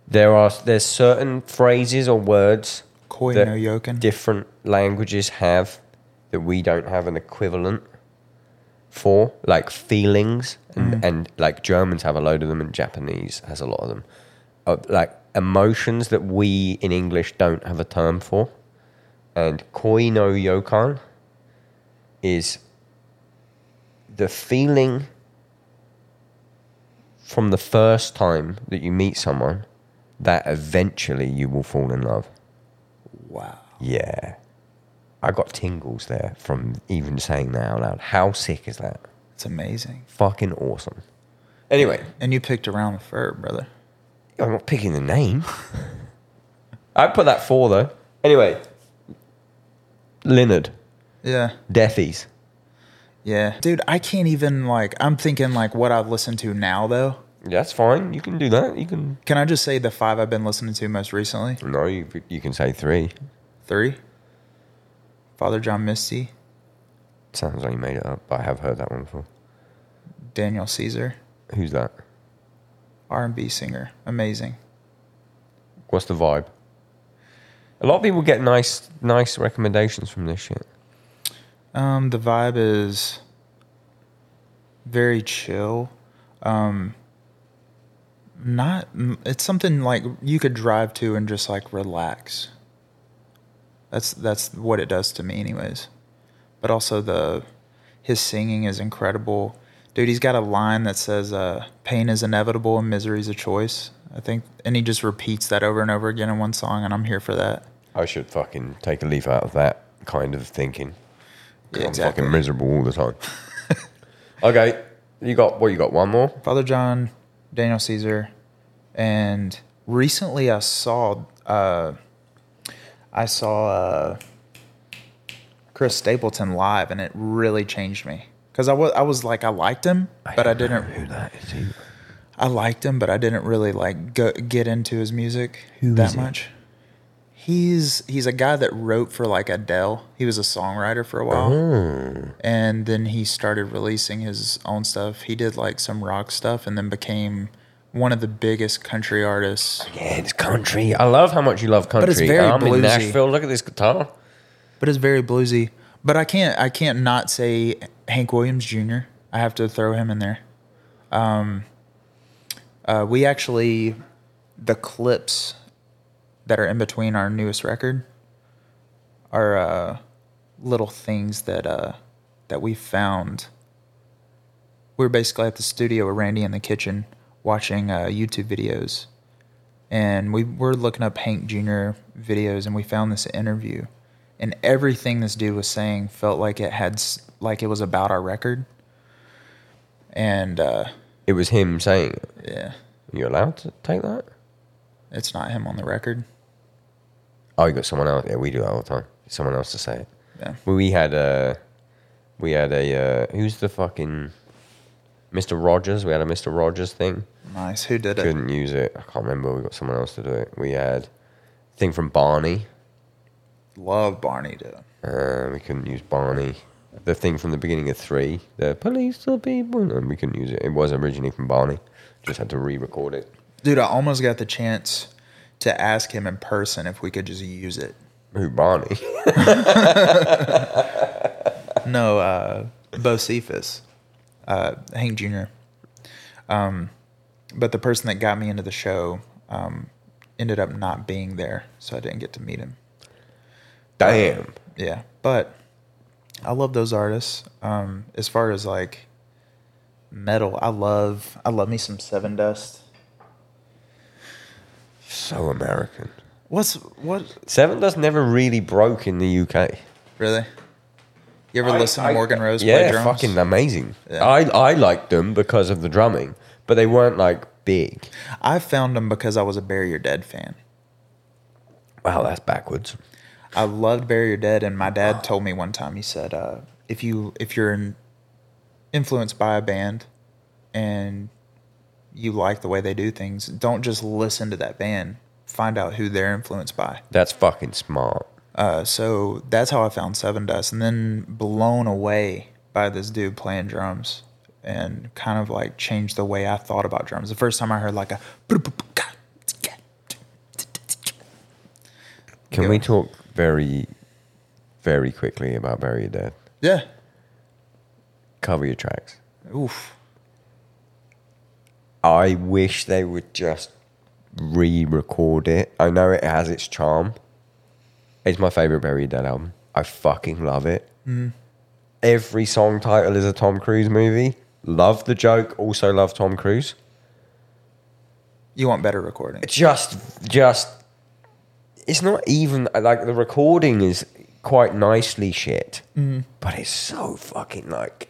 There are there's certain phrases or words
Koi no yoken.
different languages have that we don't have an equivalent for, like feelings, and, and like Germans have a load of them, and Japanese has a lot of them, Uh, like emotions that we in English don't have a term for, and koi no yokan is the feeling from the first time that you meet someone that eventually you will fall in love.
wow.
Yeah. I got tingles there from even saying that out loud. How sick is that?
It's amazing.
Fucking awesome. Anyway,
And you picked around the fur, brother.
I'm not picking the name. I put that four though. Anyway, Leonard,
Yeah.
Deathies.
Yeah. Dude, I can't even like I'm thinking like what I've listened to now though.
That's fine. You can do that. You can.
Can I just say the five I've been listening to most recently?
No, you, you can say three.
Three. Father John Misty,
Sounds like you made it up, but I have heard that one before.
Daniel Caesar,
Who's that?
R and B singer. Amazing.
What's the vibe? A lot of people get nice, nice recommendations from this shit.
Um, the vibe is very chill. Um, not. m- It's something like you could drive to and just like relax. That's that's what it does to me, anyways. But also the his singing is incredible, dude. He's got a line that says, uh, "Pain is inevitable and misery is a choice." I think, and he just repeats that over and over again in one song, and I'm here for that.
I should fucking take a leaf out of that kind of thinking. 'Cause
Yeah,
I'm fucking miserable all the time. [laughs] okay, you got what? You got one more?
Father John, Daniel Caesar, and recently I saw uh, I saw uh, Chris Stapleton live, and it really changed me because I was I was like I liked him, but I didn't.
that is either.
I liked him, but I didn't really like go, get into his music that much. He's he's a guy that wrote for like Adele. He was a songwriter for a while, and then he started releasing his own stuff. He did like some rock stuff, and then became one of the biggest country artists.
Yeah, it's country. I love how much you love country.
it's very
I'm in
bluesy.
Nashville. Look at this guitar.
But it's very bluesy. But I can't I can't not say Hank Williams Jr. I have to throw him in there. Um, uh, we actually the clips that are in between our newest record are uh, little things that uh, that we found. We were basically at the studio with Randy in the kitchen watching uh, YouTube videos, and we were looking up Hank Jr. videos, and we found this interview, and everything this dude was saying felt like it had s- like it was about our record, and uh,
It was him saying, it.
yeah,
"Are you allowed to take that?"
it's not him on the record.
Oh, you got someone else. Yeah, we do that all the time. Someone else to say it.
Yeah.
We had a, we had a uh, who's the fucking, Mr. Rogers. We had a Mr. Rogers thing.
Nice. Who did it?
couldn't use it. I can't remember. We got someone else to do it. We had thing from Barney.
Love Barney. Dude.
Uh, we couldn't use Barney. the thing from the beginning of three, the police, the people, and we couldn't use it. It was originally from Barney. Just had to re-record it.
Dude, I almost got the chance to ask him in person if we could just use it.
Who Barney? [laughs]
No, uh, Bo Cephas, uh, Hank Jr. Um, but the person that got me into the show um, ended up not being there, so I didn't get to meet him.
Damn.
Yeah, but I love those artists. Um, as far as like metal, I love I love me some Seven Dust.
So American.
What's what
Seven Dust never really broke in the UK.
really? You ever listen to
I-
Morgan Rose play
yeah,
drums?
fucking amazing. I I liked them because of the drumming, but they weren't like big.
I found them because I was a Bury Your Dead fan.
Wow, that's backwards.
I loved Bury Your Dead, and my dad told me one time. He said, uh, "If you if you're in, influenced by a band, and you like the way they do things, don't just listen to that band. Find out who they're influenced by."
That's fucking smart.
Uh, so that's how I found Seven Dust, and then blown away by this dude playing drums, and kind of like changed the way I thought about drums. The first time I heard like a,
Can
Yeah.
we talk very, very quickly about Bury Your Dead?
yeah,
Cover your tracks.
oof,
I wish they would just re-record it. I know it has its charm. It's my favorite Bury Your Dead album. I fucking love it. Every song title is a Tom Cruise movie. Love the joke. Also love Tom Cruise.
you want better recording?
just just it's not even like the recording is quite nicely shit but it's so fucking like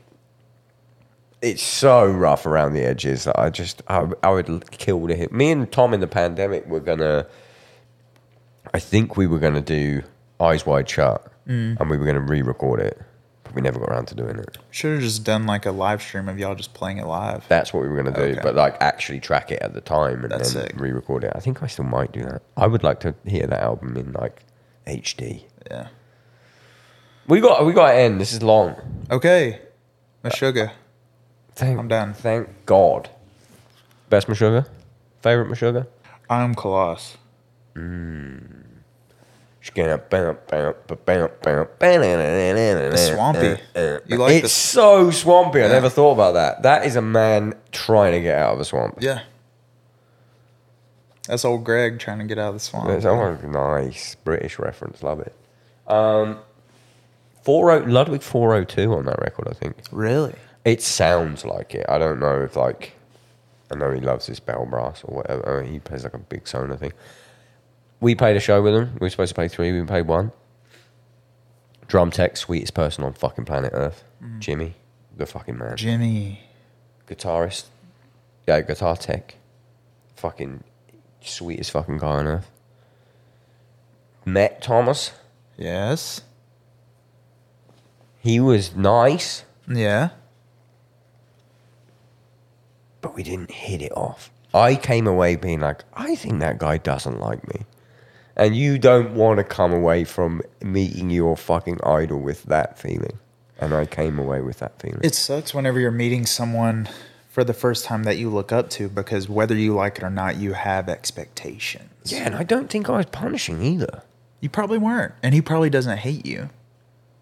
it's so rough around the edges that i just i, I would l- kill to hit me and tom in the pandemic were gonna i think we were gonna do eyes wide shut and we were gonna re-record it but we never got around to doing it
Should have just done like a live stream of y'all just playing it live.
that's what we were going to do,
Okay.
but like actually track it at the time and
That's
then
sick.
re-record it. I think I still might do that. I would like to hear that album in like HD.
Yeah.
We got we got to end. This is long.
Okay, Meshuggah.
Thank,
I'm done.
Thank God. Best Meshuggah? Favorite Meshuggah?
I'm Colossus.
It's
swampy. You like
it's
the-
so swampy. I never thought about that. That is a man trying to get out of a swamp.
Yeah. That's old Greg trying to get out of the swamp.
That's oh, nice British reference. Love it. Um, four oh Ludwig four oh two on that record. I think
Really?
it sounds like it. I don't know if like I know he loves his bell brass or whatever. He plays like a big sona thing. We played a show with him. We were supposed to play three. We played one. Drum tech, sweetest person on fucking planet Earth, Jimmy, the fucking man
Jimmy.
guitarist, yeah, guitar tech, fucking sweetest fucking guy on earth. Met Thomas.
Yes.
He was nice,
Yeah.
but we didn't hit it off. I came away being like, I think that guy doesn't like me. And you don't want to come away from meeting your fucking idol with that feeling. And I came away with that feeling.
It sucks whenever you're meeting someone for the first time that you look up to because whether you like it or not, you have expectations.
yeah, and I don't think I was punishing either.
You probably weren't. And he probably doesn't hate you.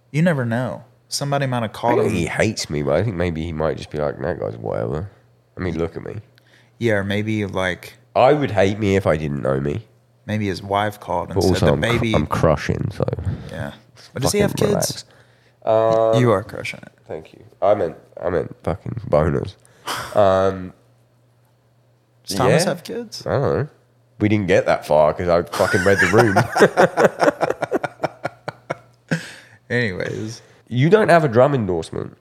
You never know. Somebody might have
I
called
don't
him.
think he hates me, but I think maybe he might just be like, that guy's whatever. I mean, look at me.
Yeah, or maybe like
I would hate me if I didn't know me.
maybe his wife called and
But
said
also,
the
I'm, cr-
baby.
I'm crushing. So,
yeah. But does he
fucking
have kids? Um,
relax.
you are crushing it.
Thank you. I meant, I meant fucking bonus.
Does
Yeah.
Thomas have kids?
I don't know. We didn't get that far because I fucking read the room. [laughs]
Anyways,
you don't have a drum endorsement.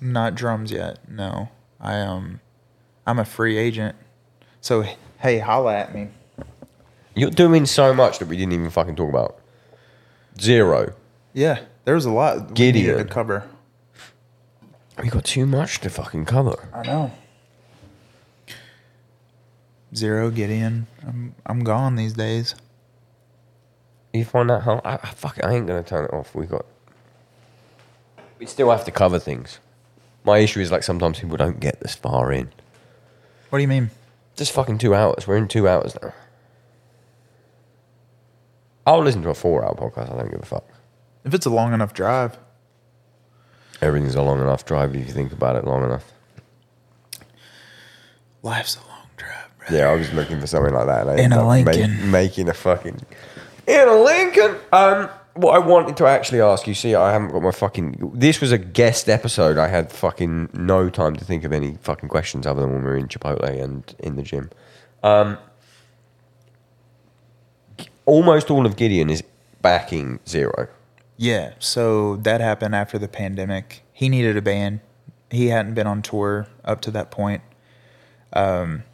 not drums yet. No, I um, I'm a free agent. So hey, holla at me.
You're doing so much that we didn't even fucking talk about. Zero.
Yeah, there was a lot we needed to
Gideon.
cover.
We got too much to fucking cover.
I know. Zero Gideon. I'm I'm gone these days.
You find that hard? I, I- fuck it, I ain't gonna turn it off. We got. We still have to cover things. My issue is like sometimes people don't get this far in.
What do you mean?
Just fucking two hours. We're in two hours now. I'll listen to a four hour podcast. I don't give a fuck.
If it's a long enough drive,
Everything's a long enough drive if you think about it long enough.
life's a long drive, bro.
Yeah, I was looking for something like that. and I
In
ended
a
up ma-
Lincoln.
making a fucking. In a Lincoln! Um, what I wanted to actually ask you, see, I haven't got my fucking. This was a guest episode. I had fucking no time to think of any fucking questions other than when we were in Chipotle and in the gym. Um, almost all of Gideon is backing zero.
Yeah. So that happened after the pandemic. He needed a band. He hadn't been on tour up to that point. Um,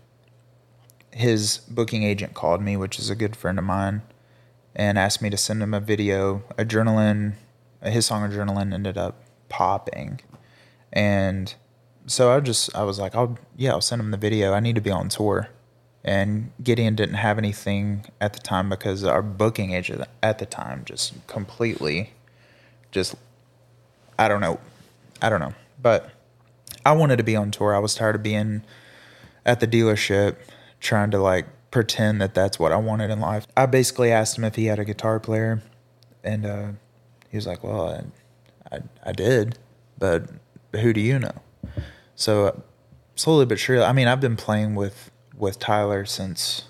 his booking agent called me, which is a good friend of mine, and asked me to send him a video. Adrenaline, his song Adrenaline ended up popping. And so I just, I was like, I'll, yeah, I'll send him the video. I need to be on tour. And Gideon didn't have anything at the time because our booking agent at the time just completely just I don't know. I don't know. But I wanted to be on tour. I was tired of being at the dealership trying to like pretend that that's what I wanted in life. I basically asked him if he had a guitar player and uh he was like, "Well, I I, I did, but who do you know?" So uh, slowly but surely, I mean, I've been playing with with Tyler since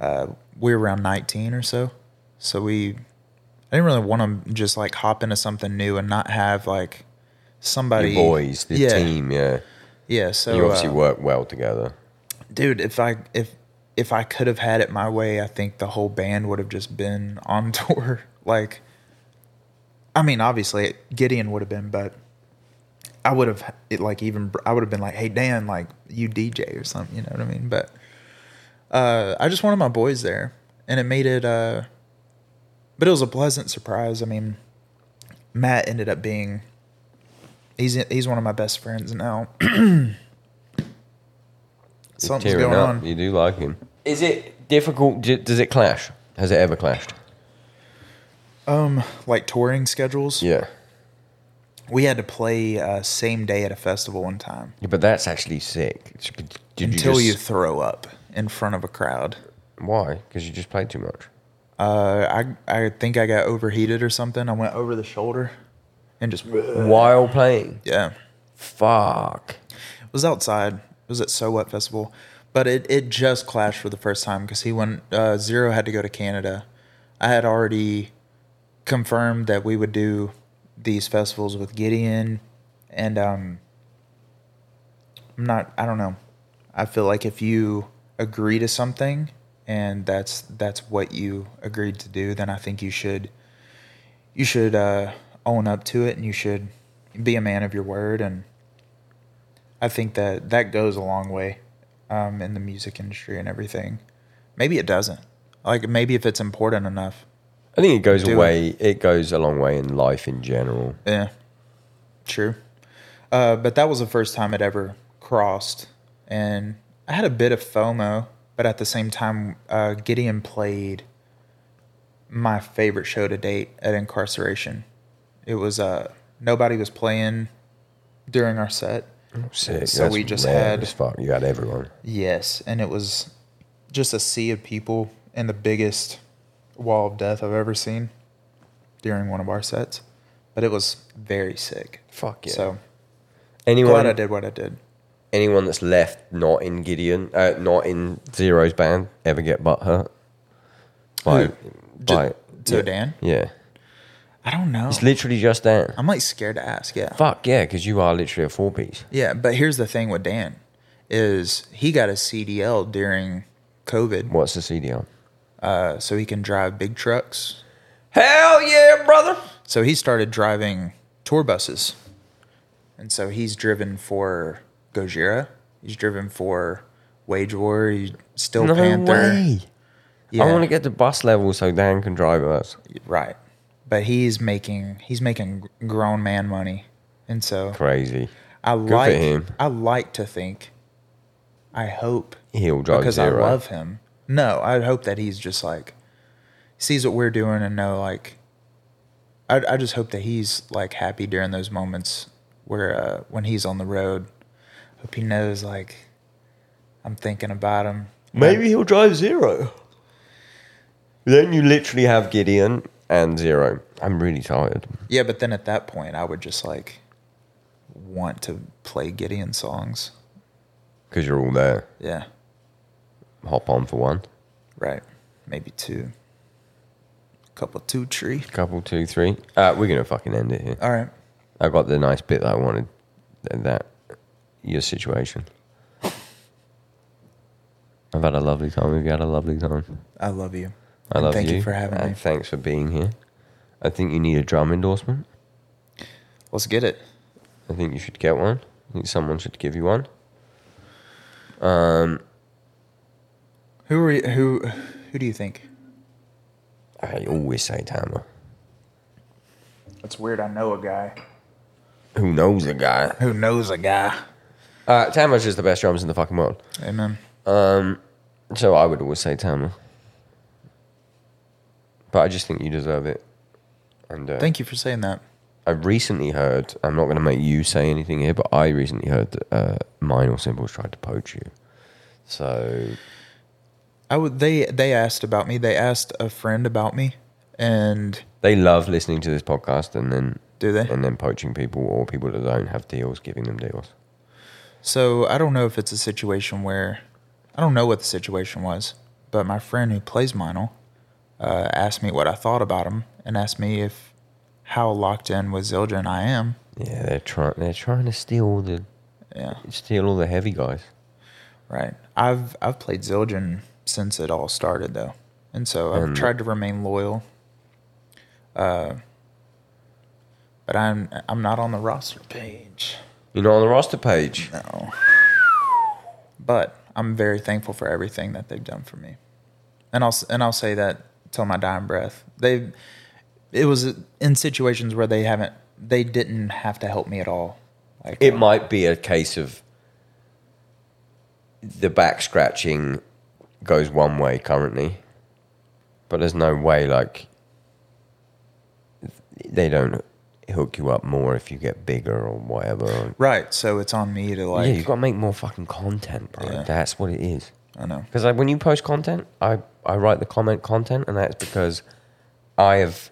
uh, we were around 19 or so. So we I didn't really want to just like hop into something new and not have like
The
somebody
boys, the
yeah,
team, yeah.
Yeah, so
you obviously
uh,
work well together.
dude, if I if if I could have had it my way, I think the whole band would have just been on [laughs] tour. Like, I mean, obviously Gideon would have been, but I would have it like even I would have been like, hey Dan, like you DJ or something. You know what I mean? But uh, I just wanted my boys there, and it made it. Uh, but it was a pleasant surprise. I mean, Matt ended up being. He's, he's one of my best friends now. [clears throat] Something's
Tearing
going
up.
on.
You do like him. Is it difficult? d- Does it clash? Has it ever clashed?
like touring schedules.
Yeah.
We had to play uh, same day at a festival one time
Yeah, but that's actually sick. It's- Did you
until you,
just-
throw up in front of a crowd.
why? Because you just played too much.
Uh, I I think I got overheated or something. I went over the shoulder and just
While playing,
yeah.
fuck.
It was outside. It was at So What Festival, but it it just clashed for the first time because he went uh, zero had to go to Canada. I had already confirmed that we would do these festivals with Gideon, and um, I'm not. I don't know. I feel like if you agree to something and that's that's what you agreed to do, then I think you should you should uh, own up to it and you should be a man of your word. And I think that that goes a long way um, in the music industry and everything. Maybe it doesn't. Like maybe if it's important enough.
I think it goes
Do it.
away. It goes a long way in life in general.
Yeah, true. Uh, but that was the first time it ever crossed, and I had a bit of FOMO. But at the same time, uh, Gideon played my favorite show to date at Incarceration. It was uh, nobody was playing during our set.
Sick.
So
that's
we just
rare
had-
as fuck. You had everyone.
Yes, and it was just a sea of people and the biggest wall of death I've ever seen during one of our sets. But it was very sick.
Fuck yeah.
So
Anyone?
glad I did what I did.
Anyone that's left not in Gideon, uh, not in Zero's band, ever get butt hurt? By, by
So
yeah.
Dan,
Yeah.
I don't know.
It's literally just Dan.
I'm like scared to ask. Yeah.
Fuck yeah, because you are literally a four piece.
Yeah, but here's the thing with Dan is he got a CDL during COVID,
What's the CDL?
uh, so he can drive big trucks.
Hell yeah, brother.
So he started driving tour buses, and so he's driven for Gojira. He's driven for Wage War. He's still
No
Panther.
way.
Yeah,
I want to get to bus level so Dan can drive us.
right. But he's making he's making grown man money, and so
Crazy.
I
for
like
him.
I like to think, I hope
He'll drive
because
Oh, zero.
I love him. No, I hope that he's just like sees what we're doing and know like I, I just hope that he's like happy during those moments where uh, when he's on the road. Hope he knows like I'm thinking about him.
Maybe he'll drive zero. Then you literally have Gideon and zero. I'm really tired.
Yeah, but then at that point, I would just like want to play Gideon songs.
Because you're all there.
Yeah,
Hop on for one.
right. Maybe two. Couple two tree.
Couple, two, three. Uh, we're going to fucking end it here.
All right.
I got the nice bit that I wanted. Th- That, your situation. I've had a lovely time. We've had a lovely time.
I love you.
I
And
love
thank you for having
and
me.
Thanks for being here. I think you need a drum endorsement.
Let's get it.
I think you should get one. I think someone should give you one.
Who are you, who? Who do you think?
I always say Tamla.
That's weird. I know a guy
Who knows a guy?
who knows a guy.
Uh, Tamla's just the best drums in the fucking world. Um,
Amen.
So I would always say Tamla. But I just think you deserve it. And uh,
Thank you for saying that.
I recently heard, I'm not going to make you say anything here, but I recently heard that uh, Minor Symbols tried to poach you. So,
I would. They they asked about me. They asked a friend about me, and
they love listening to this podcast and then
do they?
and then poaching people or people that don't have deals giving them deals.
So I don't know if it's a situation where I don't know what the situation was, but my friend who plays Mino uh, asked me what I thought about him and asked me if how locked in with Zildjian I am.
Yeah, they're trying. They're trying to steal all the
Yeah,
steal all the heavy guys.
right. I've I've played Zildjian since it all started though, and so I've tried to remain loyal. Uh, but I'm I'm not on the roster page.
You're not on the roster page.
but I'm very thankful for everything that they've done for me. And I'll and I'll say that till my dying breath. They it was in situations where they haven't they didn't have to help me at all. Like
It might be a case of the back scratching goes one way currently, but there's no way like they don't hook you up more if you get bigger or whatever.
right, so it's on me to
yeah,
like
you got to make more fucking content, bro.
Yeah.
That's what it is.
I know.
Because like when you post content, I, I write the comment content, and that's because I have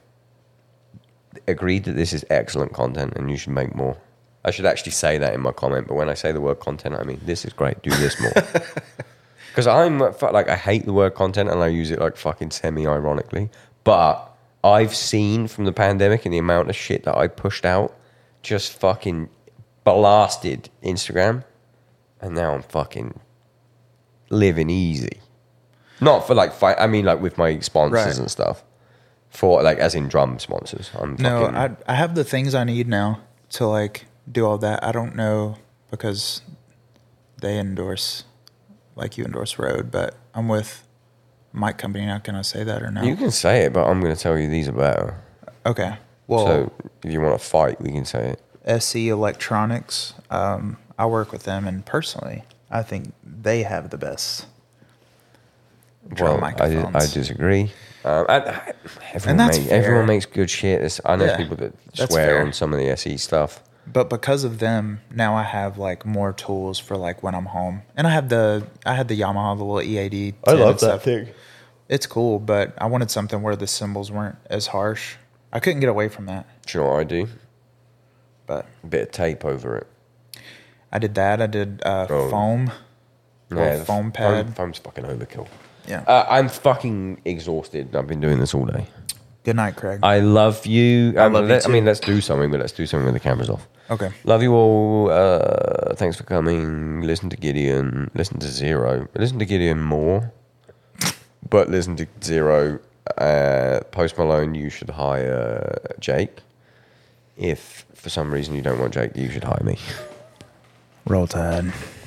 agreed that this is excellent content, and you should make more. I should actually say that in my comment, but when I say the word content, I mean this is great. Do this more. Because I'm uh, fu- like I hate the word content, and I use it like fucking semi ironically. But I've seen from the pandemic and the amount of shit that I pushed out, just fucking blasted Instagram, and now I'm fucking living easy. Not for like fight. I mean, like with my sponsors
Right.
and stuff. For like, as in drum sponsors. I'm
No,
fucking.
I I have the things I need now to like do all that. I don't know because they endorse like you endorse Road, but I'm with Mike Company now. Can I say that or no?
you can say it, but I'm going to tell you these are better.
okay. Well,
so if you want to fight, we can say it.
SC Electronics. Um, I work with them, and personally, I think they have the best drum
I,
microphones.
I disagree. Um, I- I- everyone,
that's
make- everyone
fair.
makes good shit. It's- I know
Yeah,
people that
that's
swear
fair.
on some of the SE stuff.
But because of them, now I have like more tools for like when I'm home, and I have the I had the Yamaha, the little E EAD. 10 and stuff. It's cool, but I wanted something where the cymbals weren't as harsh. I couldn't get away from that,
Do you know what I do?
but
A bit of tape over it.
I did that. I did uh,
Oh.
foam. Little
the
foam
f- foam-
pad.
foam's fucking overkill.
Yeah.
Uh, I'm fucking exhausted. I've been doing this all day.
Good night, Craig.
I love you. I,
love you
I
too.
mean, let's do something, but let's do something with the cameras off.
okay.
Love you all. Uh, thanks for coming. Listen to Gideon. Listen to Zero. Listen to Gideon more. But listen to Zero. Uh, Post Malone, you should hire Jake. [laughs] If for some reason you don't want Jake, you should hire me.
Roll Tide.